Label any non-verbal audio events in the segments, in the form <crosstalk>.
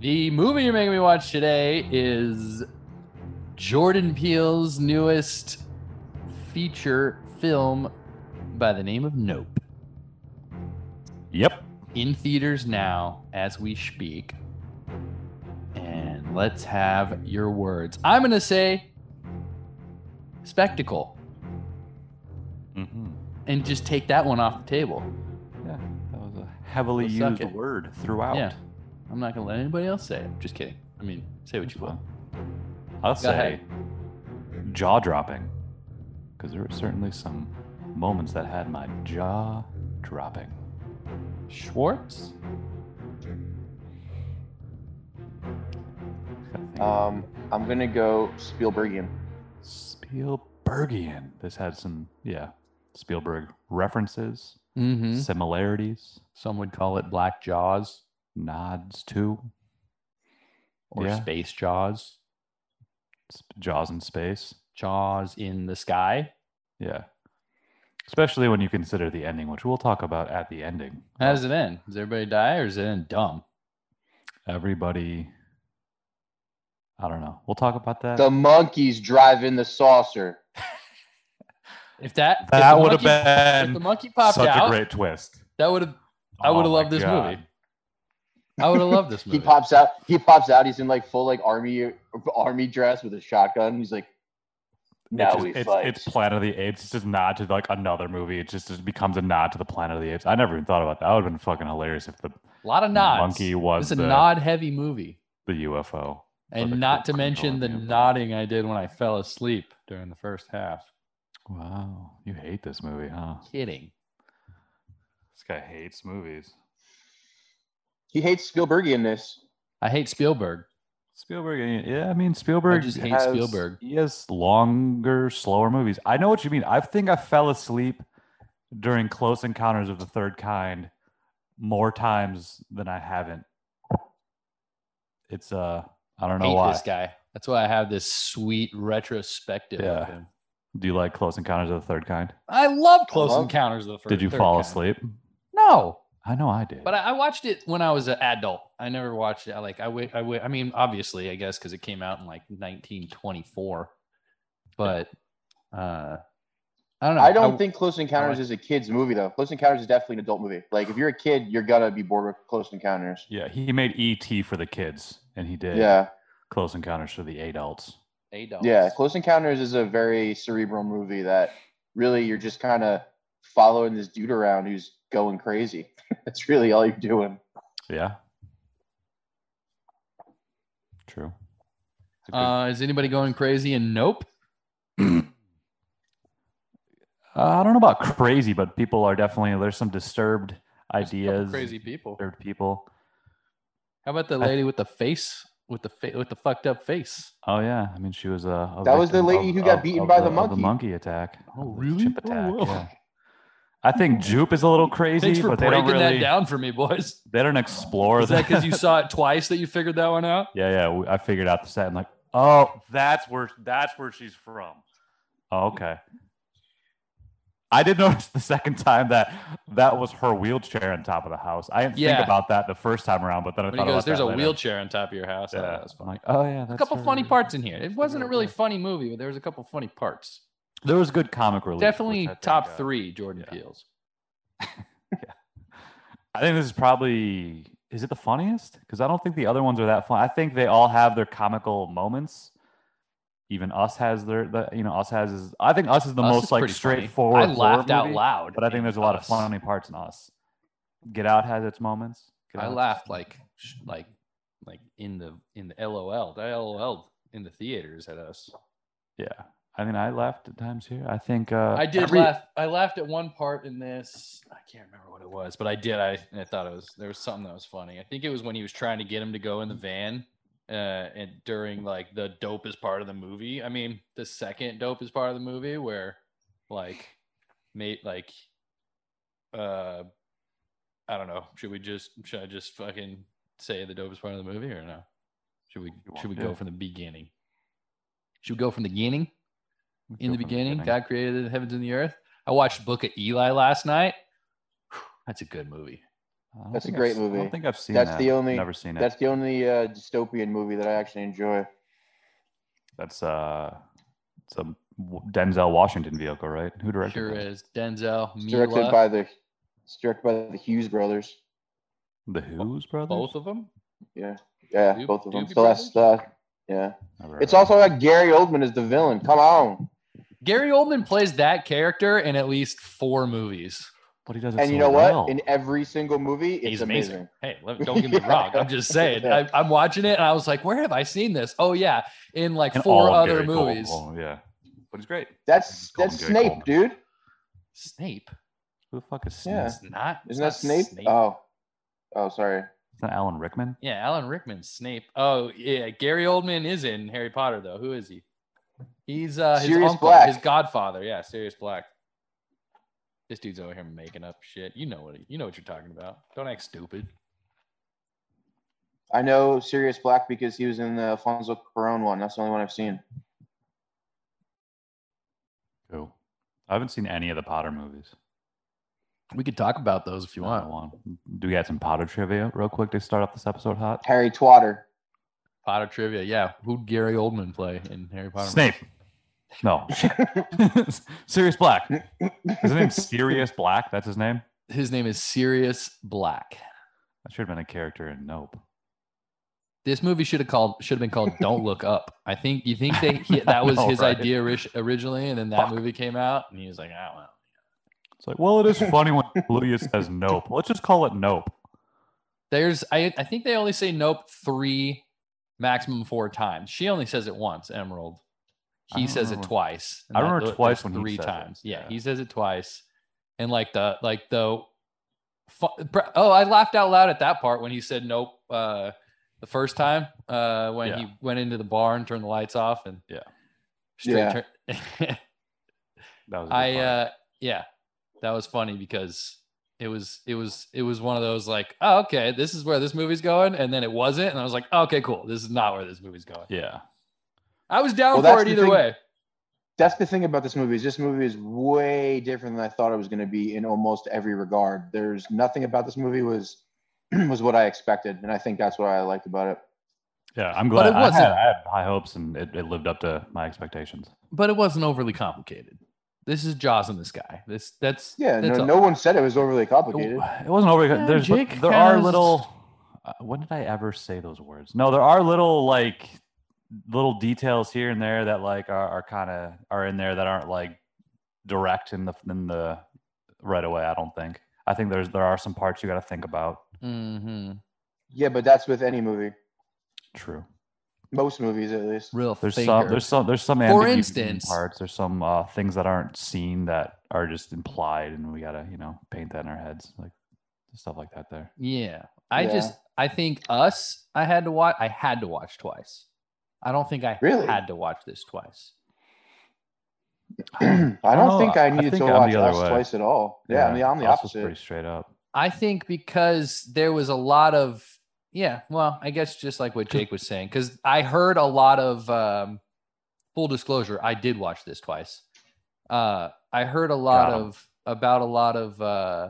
The movie you're making me watch today is Jordan Peele's newest feature film by the name of Nope. Yep. In theaters now as we speak. And let's have your words. I'm going to say spectacle Mm-hmm. and just take that one off the table. Yeah, that was a heavily We'll suck used it. word throughout. Yeah. I'm not going to let anybody else say it. Just kidding. I mean, say what That's you will. fine. I'll Go say jaw dropping because there were certainly some moments that had my jaw dropping. Schwartz? Gotta think about Um, I'm gonna go Spielbergian. it. Spielbergian. This had some, yeah, Spielberg references, Mm-hmm. similarities, Some would call it Black Jaws nods to or Yeah. Space Jaws, sp- Jaws in space. Jaws in the Sky. Yeah. Especially when you consider the ending, which we'll talk about at the ending. How does it end? Does everybody die or is it end dumb? Everybody, I don't know. We'll talk about that. The monkeys driving the saucer. If that if that the would have monkey- if the been monkey popped such out, a great twist. that would have I would have Oh my loved this God. movie. I would have loved this movie. <laughs> He pops out. He pops out. He's in like full like army army dress with a shotgun. He's like, now it's, just- we it's, fight. it's Planet of the Apes. It's just a nod to like another movie. It just, just becomes a nod to the Planet of the Apes. I never even thought about that. That would have been fucking hilarious if the, a lot of nods. monkey was It's a the- nod heavy movie. the UFO. And the not to cool mention the control of the- nodding I did when I fell asleep during the first half. Wow. You hate this movie, huh? Kidding. This guy hates movies. he hates Spielbergianness. I hate Spielberg. Spielberg, yeah, I mean Spielberg. just hate has- Spielberg. He has longer, slower movies. I know what you mean. I think I fell asleep during Close Encounters of the Third Kind more times than I haven't. It's uh, I don't I know hate why. this guy. That's why I have this sweet retrospective Yeah. of him. Do you like Close Encounters of the Third Kind? I love Close love- Encounters of the First. did you Third fall Kind. asleep? No, I know I did. but I, I watched it when I was an adult. I never watched it. I like I wait. I wait. I mean, obviously, I guess because it came out in like 1924. But uh, I don't know. I don't think Close Encounters like- is a kids movie though. Close Encounters is definitely an adult movie. Like if you're a kid, you're gonna be bored with Close Encounters. yeah, he made E.T. for the kids, and he did Yeah, Close Encounters for the adults. adults. yeah. Close Encounters is a very cerebral movie that really you're just kind of following this dude around who's going crazy. <laughs> That's really all you're doing. Yeah. True. It's a good Uh, is anybody going crazy? And nope. Uh, I don't know about crazy, but people are definitely there's some disturbed There's a couple ideas, Crazy people. disturbed people. How about the lady with the face? With the fa- with the fucked up face. Oh yeah, I mean she was a. a That was the victim lady who got beaten by the of monkey. monkey attack. Oh, of the really? Chip Oh, attack. wow. yeah. I think Jupe is a little Thanks crazy, for but they don't breaking really that down for me, <laughs> boys. they don't explore Is that because you saw it twice that you figured that one out? yeah, yeah. we- I figured out the set. I'm like, oh, that's where that's where she's from. Oh, okay. I did <laughs> notice the second time that that was her wheelchair on top of the house. I didn't Yeah. think about that the first time around, but then I When thought he goes, about "There's that a later. wheelchair on top of your house." I thought Yeah. that was I'm funny. like, oh yeah, a that's couple her. funny parts in here. It wasn't a her, really yeah. funny movie, but there was a couple funny parts. There was good comic relief. which I Definitely think, top uh, three Jordan yeah. Peele's. I think this is probably is it the funniest? Because I don't think the other ones are that fun. I think they all have their comical moments. Even Us has their, the, you know, Us has is. I think Us is the Us most is like pretty funny. straightforward. I laughed horror out movie, loud, but I think in there's a lot of Us. funny parts in Us. Get Out has its moments. Get I Out's- laughed like sh- like like in the in the LOL. I LOL in the theaters at us. Yeah, I mean, I laughed at times here. I think uh, I did every- laugh. I laughed at one part in this. I can't remember what it was, but I did. I I thought it was there was something that was funny. I think it was when he was trying to get him to go in the van, uh, and during like the dopest part of the movie. I mean, the second dopest part of the movie where, like, mate, like, uh, I don't know. Should we just should I just fucking say the dopest part of the movie or no? Should we You should we go want to. from the beginning? Should we go from the beginning? Let's in go the from beginning, God created the heavens and the earth. I watched Book of Eli last night. That's a good movie. I don't That's a think I've great s- I movie. don't think I've seen That's that. the only- Never seen it. That's the only uh, dystopian movie that I actually enjoy. That's uh, it's a W- Denzel Washington vehicle, right? Who directed Sure that? is. Denzel, It's directed Mila, by the it's directed by the Hughes brothers. The Who's brothers? both of them. Yeah, yeah, Du- both of them. Doobie So that's uh, yeah. Never heard It's of also it. like Gary Oldman is the villain. Come on, Gary Oldman plays that character in at least four movies. but he does it and so you know well. what? In every single movie, it's He's amazing. amazing. Hey, let, don't <laughs> get me wrong. I'm just saying. I, I'm watching it and I was like, where have I seen this? Oh yeah, in like And four all of other Gary Cole- movies. oh, yeah, but he's great. That's Just call that's him Gary Snape, Oldman. dude. Snape. Who the fuck is Snape? Yeah. It's It's not. it's Isn't that not Snape? Oh, oh, sorry. not Alan Rickman. Yeah, Alan Rickman, Snape. Oh yeah, Gary Oldman is in Harry Potter though. Who is he? He's uh, his Sirius uncle, Black. his godfather. Yeah, Sirius Black. This dude's over here making up shit. You know what? You know what you're talking about. Don't act stupid. I know Sirius Black because he was in the Alfonso Cuarón one. That's the only one I've seen. Who? I haven't seen any of the Potter movies. We could talk about those if you Not want. one. Do we got some Potter trivia real quick to start off this episode hot? Harry Twatter. Potter trivia. Yeah, who'd Gary Oldman play in Harry Potter? Snape. <laughs> No. <laughs> Sirius Black. His <laughs> name's Sirius Black. That's his name. His name is Sirius Black. That should have been a character in Nope. This movie should have called should have been called "Don't Look Up." I think you think they he, <laughs> that was I know, his right? idea ori- originally, and then that Fuck. movie came out, and he was like, "Ah, well." It's like, well, it <laughs> is funny when Lydia says Nope. Let's just call it Nope. There's I I think they only say nope three, maximum four times. She only says it once, Emerald. I He don't says remember. it twice. and I that- remember th- twice that's when he three says it, times. Yeah, yeah. he says it twice, and like the like the. fu- pr- Oh, I laughed out loud at that part when he said nope uh, the first time uh, when Yeah. he went into the bar and turned the lights off and Yeah. straight Yeah. <laughs> turn- That was a good I part. uh yeah, that was funny because it was it was it was one of those like, oh, okay, this is where this movie's going, and then it wasn't, and I was like, okay, cool, this is not where this movie's going. yeah. I was down Well, for that's it the either thing- way. That's the thing about this movie is this movie is way different than I thought it was going to be in almost every regard. There's nothing about this movie was <clears throat> was what I expected, and I think that's what I liked about it. Yeah. I'm glad it I, had, wasn't- I had high hopes and it, it lived up to my expectations. But it wasn't overly complicated. This is Jaws in the sky. This that's Yeah, that's no, all. no one said it was overly complicated. It wasn't over. Yeah, there's but Jake there are has- little. Uh, when did I ever say those words? No, there are little like little details here and there that like are, are kind of are in there that aren't like direct in the in the right away. I don't think. I think there's there are some parts you got to think about. Mhm. Yeah, but that's with any movie, True. most movies at least. real There's thinker. some there's some there's some ambiguity in instance- parts. There's some uh, things that aren't seen that are just implied, and we gotta you know paint that in our heads like stuff like that. There. yeah. I Yeah. just I think us I had to watch I had to watch twice. I don't think I Really? had to watch this twice. <clears throat> I don't know. think I I needed think to I'm watch the other Us way. twice at all. Yeah, I mean, I'm the Us was opposite. Pretty straight up. I think because there was a lot of yeah, well, I guess just like what Jake was saying, because I heard a lot of um, full disclosure. I did watch this twice. Uh, I heard a lot Got 'em. of about a lot of. Uh,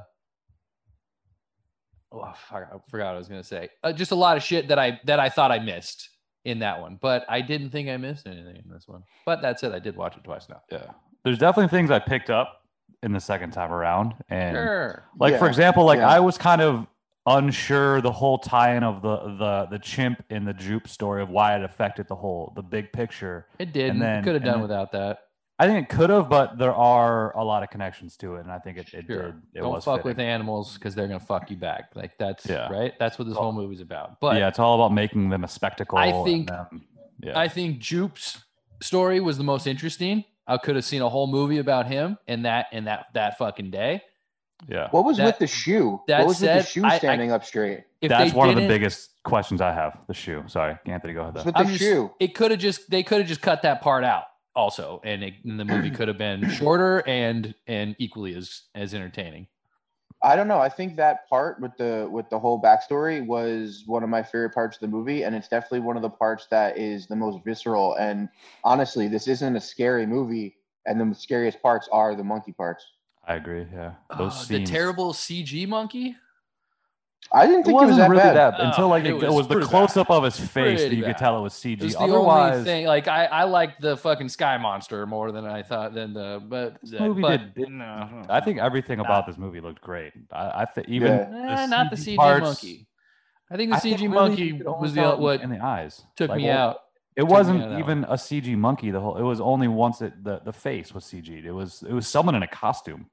oh, I forgot- I forgot what I was gonna say. Uh, just a lot of shit that I that I thought I missed in that one, but I didn't think I missed anything in this one. But that's it. I did watch it twice now. Yeah. There's definitely things I picked up in the second time around. And Sure. like for Yeah, example, like yeah. I was kind of unsure the whole tie-in of the the the chimp and the jupe story of why it affected the whole the big picture. It did. then- Could have and done then- without that. I think it could have, but there are a lot of connections to it, and I think it, it Sure. did. It Don't was fuck fitting. with animals because they're gonna fuck you back. Like that's Yeah. right. That's what this Well, whole movie's about. But yeah, it's all about making them a spectacle. I and think- them- yeah, I think Jupe's story was the most interesting. I could have seen a whole movie about him and that and that that fucking day. yeah. What was That- with the shoe? that What was said, with the shoe I- I- standing up straight? If That's they one of the didn't- biggest questions I have. The shoe. Sorry, Anthony, go ahead. What's though. with the I'm just- shoe? It could have just they could have just cut that part out also, and, it, and the movie could have <clears throat> been shorter and and equally as as entertaining. I don't know. I think that part with the with the whole backstory was one of my favorite parts of the movie, and it's definitely one of the parts that is the most visceral. And honestly, this isn't a scary movie, and the scariest parts are the monkey parts. I agree. Yeah, Oh, those the scenes. terrible CG monkey. I didn't it think it, was wasn't that really bad. that Oh, until like it it, it was, was the pretty close up of his face that Pretty you bad. could tell it was CG. It's the Otherwise, only thing. Like I, I like the fucking Sky Monster more than I thought than the but This movie but, did- no. I think everything Nah. about this movie looked great. I, I think even Yeah. Eh, not the CG parts- monkey. I think the I CG think really monkey you could only was the tell it what in the eyes took Like, me well, out. It me wasn't out of that even a CG monkey. The whole it was only once it the, the face was CG. It was it was someone in a costume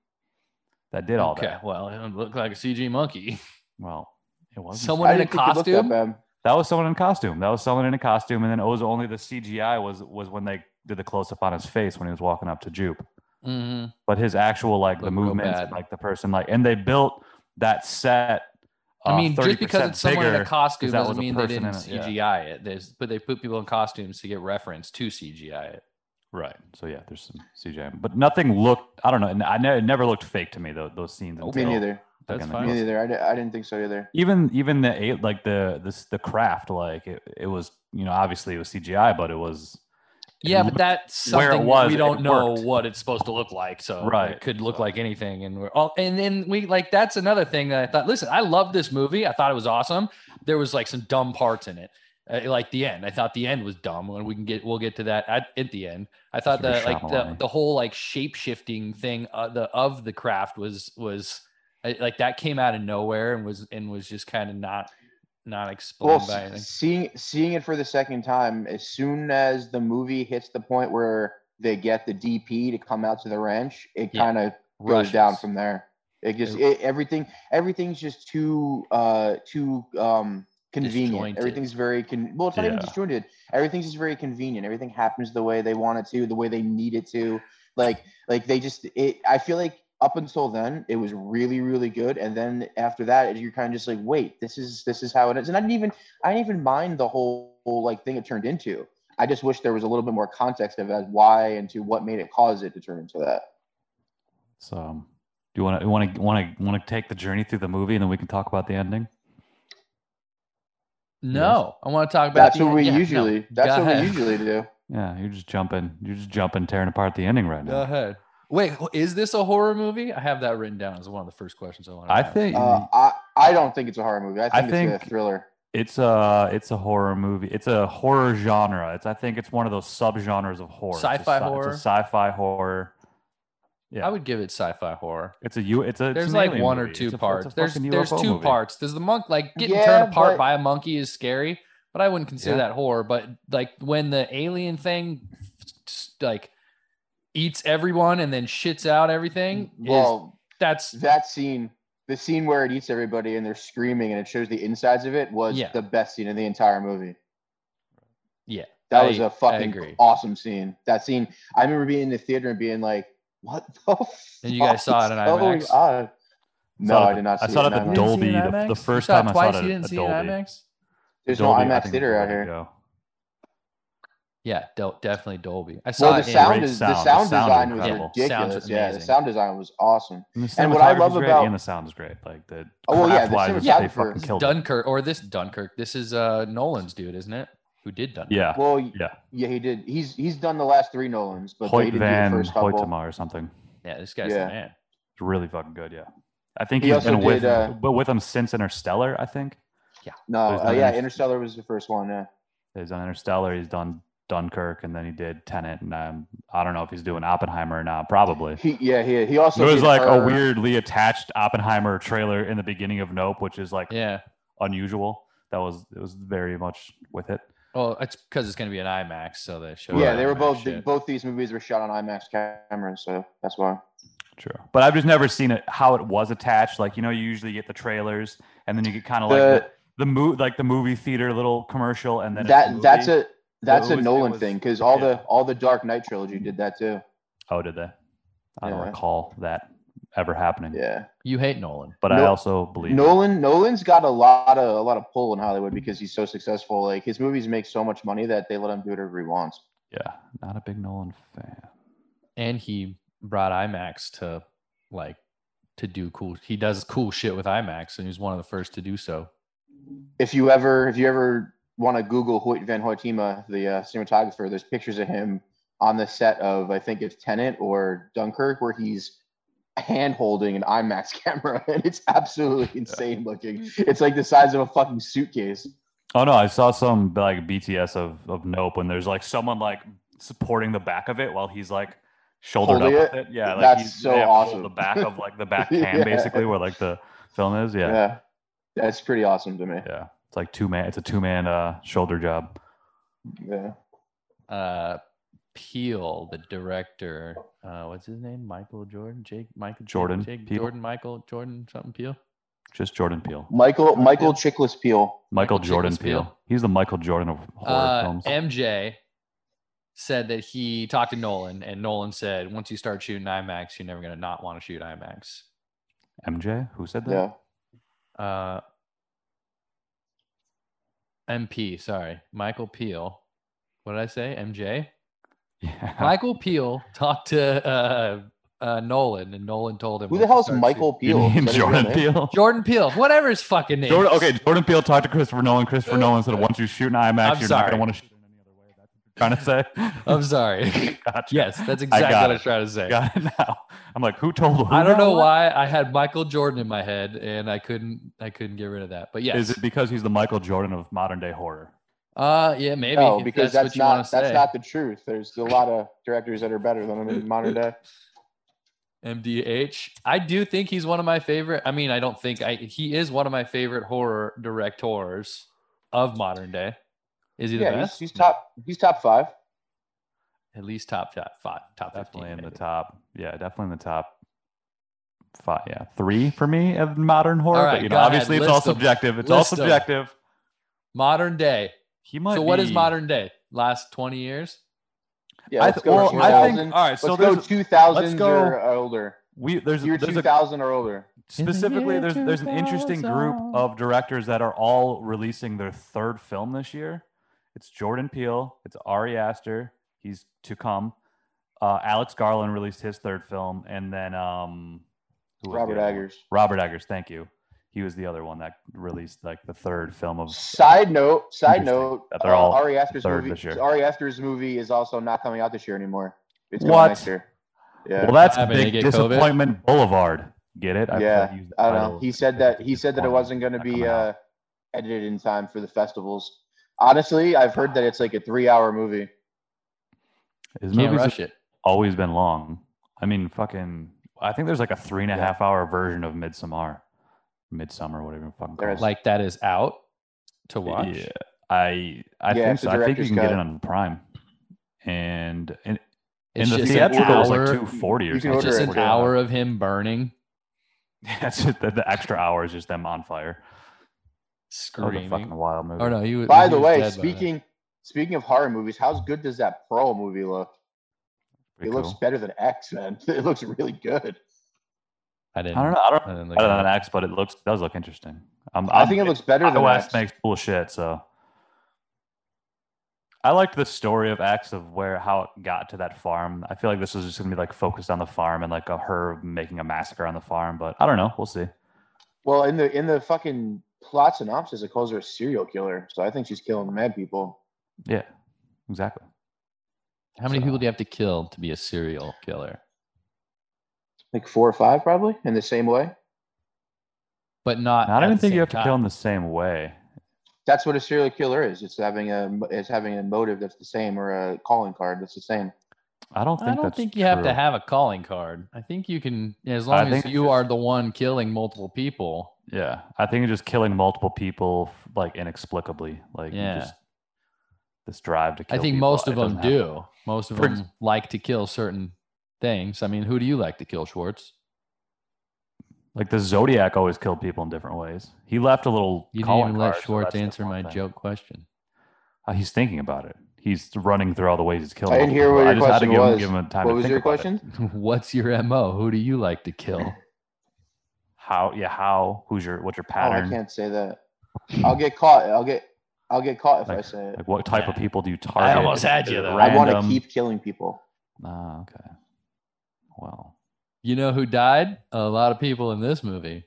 that did all okay, that. well, it don't look like a CG monkey. <laughs> Well, it wasn't Someone- I in a didn't think it looked that costume? bad. that was someone in costume. That was someone in a costume, and then it was only the CGI was was when they did the close up on his face when he was walking up to Jupe. hmm But his actual like the Looked real movements, bad. and, like the person, like and they built that set. I uh, mean, just 30% because it's someone in bigger. a costume that doesn't was a mean they person didn't in it, yeah. CGI it. There's, but they put people in costumes to get reference to CGI it. Right. So yeah, there's some CGI, but nothing looked. I don't know. and I ne- it never looked fake to me. Though those scenes. Nope. Oh, Me until- neither. That's Again, the fine. Me neither. I, di- I didn't think so either. Even even the eight like the this the craft like it, it was you know obviously it was CGI but it was it Yeah, looked- but that's where it something was, we don't it know worked. what it's supposed to look like. So Right. it could look like anything. And we're all and then we like that's another thing that I thought. Listen, I love this movie. I thought it was awesome. There was like some dumb parts in it. Uh, like the end. I thought the end was dumb. And we can get we'll get to that at, at the end. I thought Sort of that like the, Shyamalan. the whole like shape shifting thing uh, the of the craft was was uh, like that came out of nowhere and was and was just kind of not not Well, explained by anything. s- seeing seeing it for the second time, as soon as the movie hits the point where they get the DP to come out to the ranch, it Yeah. kind of goes down Rushes. from there. It just It- it, everything everything's just too uh too um convenient. Disjointed. Everything's very con- well. It's not even Yeah. disjointed. Everything's just very convenient. Everything happens the way they want it to, the way they need it to. Like like they just it. I feel like up until then it was really really good, and then after that you're kind of just like, wait, this is this is how it is. And I didn't even I didn't even mind the whole, whole like thing it turned into. I just wish there was a little bit more context of as why and to what made it cause it to turn into that. so um, do you want to want to want to want to take the journey through the movie and then we can talk about the ending No, I want to talk about That's the what end. we Yeah, no. usually. That's Go what ahead. we usually do. yeah you're just jumping you're just jumping tearing apart the ending right <laughs> now Go ahead. Wait, wh- is this a horror movie? I have that written down as one of the first questions I want. I think Uh, I I don't think it's a horror movie. I I think, it's a think- thriller. it's a it's a horror movie it's a horror genre it's I think it's one of those subgenres of horror It's a Sci-fi sci- horror? it's a sci-fi horror yeah I would give it sci-fi horror. it's a u it's a it's There's an like alien one movie. or It's two a fu- it's a parts. There's fucking there's UFO two movie. parts. There's the monk like getting Yeah, torn apart but- by a monkey is scary, but I wouldn't consider Yeah. that horror. But like when the alien thing s- like eats everyone and then shits out everything, Mm, is, Well, that's that scene, the scene where it eats everybody and they're screaming and it shows the insides of it, was Yeah. the best scene in the entire movie. Yeah, that I- was I a fucking agree. awesome scene. That scene, I remember being in the theater and being like, "What the?" <laughs> And you guys fuck saw it is in going IMAX? on?" No, saw it at I did the- not. See I saw it in at the IMAX. Dolby. You didn't see it in the- the IMAX? You first saw time I saw twice, it you at- didn't at see it in Dolby. IMAX. There's Dolby, I no IMAX think, is theater the way out to here. go. Yeah, del- definitely Dolby. I saw Well, the it in- sound Great is sound. the The sound sound design was incredible. ridiculous. Sounds yeah, the amazing. sound design was awesome. And, the And what I cinematography's love great, about- and the sound is great. Like the Oh, well, yeah, the craft-wise, cinematographer- they fucking This is killed it. Dunkirk or this Dunkirk. This is uh Nolan's dude, isn't it? Who did Dunkirk? Yeah, Well, yeah. yeah, he did. He's he's done the last three Nolans, but he Hoyt didn't do the Van first couple. Hoytema or something. Yeah, this guy's Yeah. the man. It's really fucking good. Yeah, I think He he's also been with, did, uh, but with him since Interstellar. I think No, There's uh, no yeah, Interst- Interstellar was the first one. Yeah. he's done Interstellar. He's done Dunkirk, and then he did Tenet, and um, I don't know if he's doing Oppenheimer or not. Probably. He, yeah, he, he also There was did uh, like a Her. weirdly attached Oppenheimer trailer in the beginning of Nope, which is like Yeah. unusual. That was it was very much with it. Well, it's because it's gonna be an IMAX, so they show. Yeah, it they were IMAX both shit. both these movies were shot on IMAX cameras, so that's why. True. But I've just never seen it how it was attached. Like, you know, you usually get the trailers and then you get kind of like the, the The- mo- like the movie theater little commercial and then it's the That that's movie. a that's it a was- it Nolan was- thing because all yeah. the all the Dark Knight trilogy did that too. Oh, did they? I don't Yeah. recall that ever happening. Yeah, You hate Nolan. But I No- also believe Nolan Nolan's got a lot of a lot of pull in Hollywood because he's so successful. Like his movies make so much money that they let him do whatever he wants. Yeah. Not a big Nolan fan. And he brought IMAX to like to do cool he does cool shit with IMAX and he was one of the first to do so. If you ever if you ever want to Google Hoyt Van Hoytema, the uh, cinematographer, there's pictures of him on the set of I think it's Tenet or Dunkirk where he's hand holding an IMAX <laughs> camera, and it's absolutely insane looking. Mm-hmm. It's like the size of a fucking suitcase. Oh no, I saw some like BTS of of Nope when there's like someone like supporting the back of it while he's like shouldered Holding up with it. Yeah, like That's he's so they have to hold awesome. The back of like <laughs> the back hand Yeah. basically where like the film is. Yeah. Yeah, yeah. That's pretty awesome to me. It's like two man. It's a two man uh, shoulder job. Yeah. uh Peel, the director. Uh what's his name? Michael Jordan? Jake Michael Jake- Jordan Jake, Peele? Jordan Michael Jordan something Peel? Just Jordan Peele. Michael Michael Chickless Peel. Michael, Michael Jordan Chiklis Peele. Peele. He's the Michael Jordan of horror Uh films. MJ said that he talked to Nolan and Nolan said once you start shooting IMAX, you're never gonna not want to shoot IMAX. MJ, who said that? Yeah. Uh MP, sorry. Michael Peel. What did I say? MJ? Yeah. Michael Peel talked to uh, uh, Nolan, and Nolan told him. Who when the to hell's start shooting. Michael <laughs> You Peel? Is mean that his real Jordan name? Peele. Jordan Peele, whatever his fucking name. Jordan, is. okay, Jordan Peele talked to Christopher Nolan. Christopher Nolan said, "Once you shoot an IMAX, I'm you're not sorry. going to want to shoot in any other way." That's what you're <laughs> trying to say. <laughs> I'm sorry. Gotcha. yes, that's exactly what I got it. was trying to say. got it now. I'm like, who told? Who I don't know now? why I had Michael Jordan in my head, and I couldn't. I couldn't get rid of that. But yes, Is it because he's the Michael Jordan of modern day horror? uh, yeah, maybe. No, Oh, if that's, because that's, what you want not to that's say. not the truth. There's a lot of directors that are better than him in modern day. MDH. I do think he's one of my favorite. I mean, I don't think I. He is one of my favorite horror directors of modern day. Is he the Yeah, he's, best? he's top. He's top five. At least top top five, top Definitely 15, in the maybe. top. Yeah, definitely in the top five. Yeah, three for me of modern horror. All but right, you know, go ahead, obviously it's list all 'em. subjective. It's all List 'em. subjective. Modern day. He might. so what is be- modern day? Last 20 years? Yeah, I let's th- go. well, I 2000. think. All right. So let's go there's two thousand go- or older. we there's Year there's two a thousand or older. specifically there's there's an interesting group of directors that are all releasing their third film this year. It's Jordan Peele, it's Ari Aster, he's to come. Uh, Alex Garland released his third film, and then um, who was the Robert other one? Eggers. Robert Eggers, thank you. He was the other one that released like the third film of. Side note. Side Interesting note. that they're all uh, Ari Aster's third movie. this year. Ari Aster's movie is also not coming out this year anymore. It's What? going next year. Yeah. Well, that's What happened? Did big he get COVID? disappointment. Boulevard, get it? feel Yeah, like used the I don't know. title He said that he Big said that it Disappointment, wasn't going to not be coming out. uh, edited in time for the festivals. Honestly, I've heard that it's like a three-hour movie. His Can't movies rush it. always been long. I mean, fucking. I think there's like a three and a Yeah. half hour version of Midsummer, Midsummer, whatever you fucking. There Call Like that is out to watch. Yeah, I I Yeah, think it's a so. I think you director's can get it cut. on Prime, and in, in It's the just an theatrical it was like hour- two forty or You can something. It's just order an it. hour of him burning. Yeah, <laughs> it's just the, the extra hour is just them on fire. That was a fucking Screaming. wild movie. Oh no, you By the way, speaking speaking of horror movies, how's good does that Pearl movie look? Pretty it looks cool. better than X, man. <laughs> It looks really good. I didn't I don't know. I don't I know didn't look better than at it. X, but it looks does look interesting. Um, I I'm- think it looks better than iOS X. makes cool shit. So I liked the story of X of where how it got to that farm. I feel like this is just gonna be like focused on the farm and like a, her making a massacre on the farm. But I don't know. We'll see. well, in the in the fucking plot synopsis, it calls her a serial killer, so I think she's killing mad people. Yeah, exactly. how many so- people do you have to kill to be a serial killer? Like four or five, probably in the same way. But not I Uh, at don't even the think you same have to kill time. him the same way. That's what a serial killer is. It's having a it's having a motive that's the same or a calling card that's the same. I don't think I don't that's think you have true. to have a calling card. I think you can, as I long as think it's you are the one killing multiple people. Yeah, I think it's just killing multiple people f- like inexplicably. Like you Yeah. just this drive to. I kill think people, most of it doesn't them have- do. Most of For ex- them like to kill certain things. I mean, who do you like to kill, Schwartz? Like the Zodiac always killed people in different ways. He left a little. You didn't calling even let card, so Schwartz that's the answer one my thing. joke question. <laughs> Uh, he's thinking about it. He's running through all the ways he's killing. I didn't multiple hear what people. I your just had to question give him- was. give him a time What to was think your about it. question? What's your mo? Who do you like to kill? How? Yeah. How? Who's your? What's your Oh, I pattern? can't say that. I'll get caught. I'll get I'll get caught if I say it. like what type of Yeah. people do you target? almost had Is you, it though. I want to random? keep killing people. Ah, okay. Well, You know who died? A lot of people in this movie.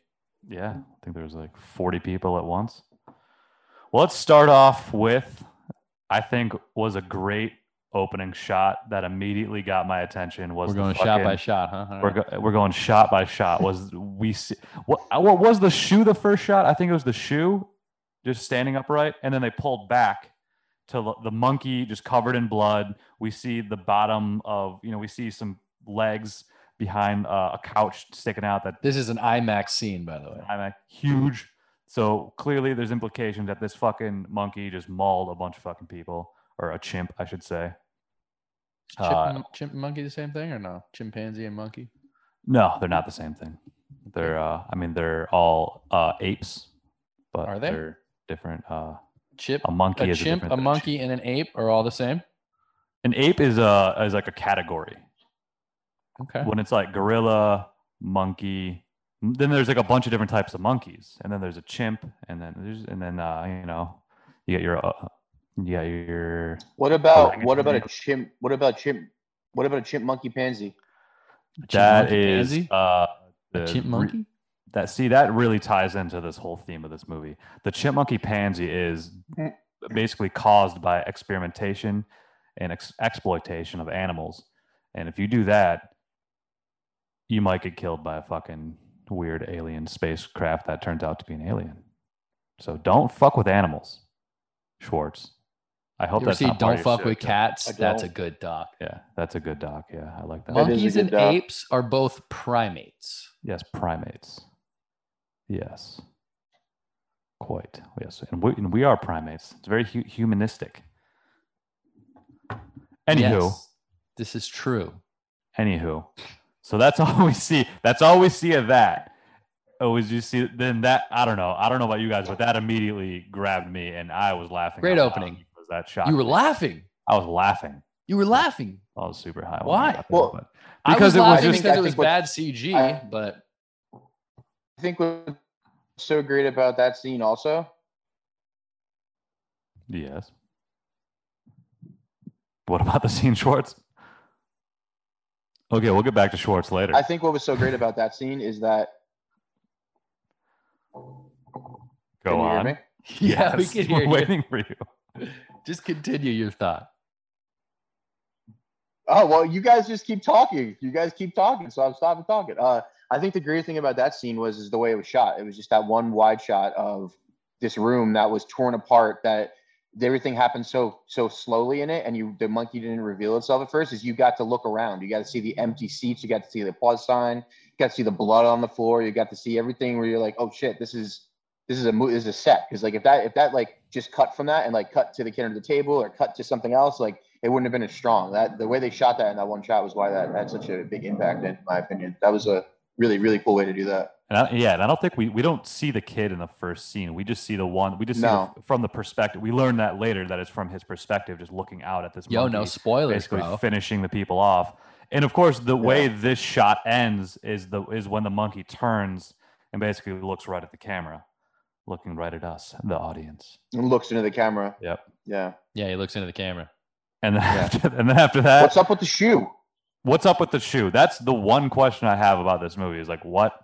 yeah. I think there was like forty people at once. Well, let's start off with I think was a great opening shot that immediately got my attention was We're the going shot fucking- by shot, huh? All We're, right. go- we're going shot by shot. Was we see, what, what was the shoe the first shot? I think it was the shoe just standing upright, and then they pulled back to l- the monkey just covered in blood. We see the bottom of you know we see some legs behind uh, a couch sticking out that This is an IMAX scene, by the way. I'm a huge. So clearly, there's implications that this fucking monkey just mauled a bunch of fucking people, or a chimp, I should say. Chimp, Uh, and, chimp and monkey the same thing or no? Chimpanzee and monkey. No, they're not the same thing. They're, uh, I mean, they're all uh, apes, but Are they? are different. Uh, Chip, a monkey a is chimp, different a than monkey, and an ape are all the same. An ape is a is like a category. Okay. When it's like gorilla, monkey, m- then there's like a bunch of different types of monkeys, and then there's a chimp, and then there's and then uh, you know, you get your uh, you got your What about Orangutan. what about a chimp? What about chimp? What about a chimp monkey pansy? that monkey, is pansy? uh, the A chimp re- monkey. that see that really ties into this whole theme of this movie. The chipmunky pansy is Mm. basically caused by experimentation and ex- exploitation of animals, and if you do that, you might get killed by a fucking weird alien spacecraft that turns out to be an alien. So don't fuck with animals, Schwartz. I hope You ever that's see not part Don't of your Fuck with show. Cats? I That's a don't. good doc. Yeah, that's a good doc. Yeah, I like that. That is a Monkeys good and doc. apes are both primates. Yes, primates. Yes. Quite. Yes. And we, and we are primates. It's very hu- humanistic. Anywho, Yes, this is true. anywho. So that's <laughs> all we see. That's all we see of that. Oh, was you see then that I don't know. I don't know about you guys, but that immediately grabbed me and I was laughing. Great out loud opening. because That shot. You were laughing. I was laughing. You were laughing. I was super high. when Why? I got there, Well, but- I was because it was laughing I just think- because it was think what- bad CG, I- but <laughs> I think what's so great about that scene also Yes. What about the scene Schwartz? Okay, we'll get back to Schwartz later. I think what was so great about that scene is that. Go can you hear on. me? <laughs> yeah, we <laughs> Yes, can we're hear you. waiting for you. Just continue your thought. Oh well, you guys just keep talking. You guys keep talking, so I'm stopping talking. Uh, I think the greatest thing about that scene was is the way it was shot. It was just that one wide shot of this room that was torn apart. That everything happened so so slowly in it, and you the monkey didn't reveal itself at first. Is you got to look around. You got to see the empty seats. You got to see the pause sign. You got to see the blood on the floor. You got to see everything where you're like, oh shit, this is this is a mo- this is a set. Because like if that if that like just cut from that and like cut to the kid under the table or cut to something else, like it wouldn't have been as strong. That the way they shot that in that one shot was why that had such a big impact, in my opinion. That was a really really cool way to do that. And I, yeah, and I don't think we we don't see the kid in the first scene. We just see the one. We just see No. the, from the perspective. We learn that later that it's from his perspective, just looking out at this. Yo, monkey. no spoilers, basically bro. finishing the people off. And of course, the way this shot ends is the is when the monkey turns and basically looks right at the camera, looking right at us, the audience. And looks into the camera. Yep. Yeah. Yeah, he looks into the camera. And then Yeah. after, and then after that, What's up with the shoe? what's up with the shoe? That's the one question I have about this movie. Is like what?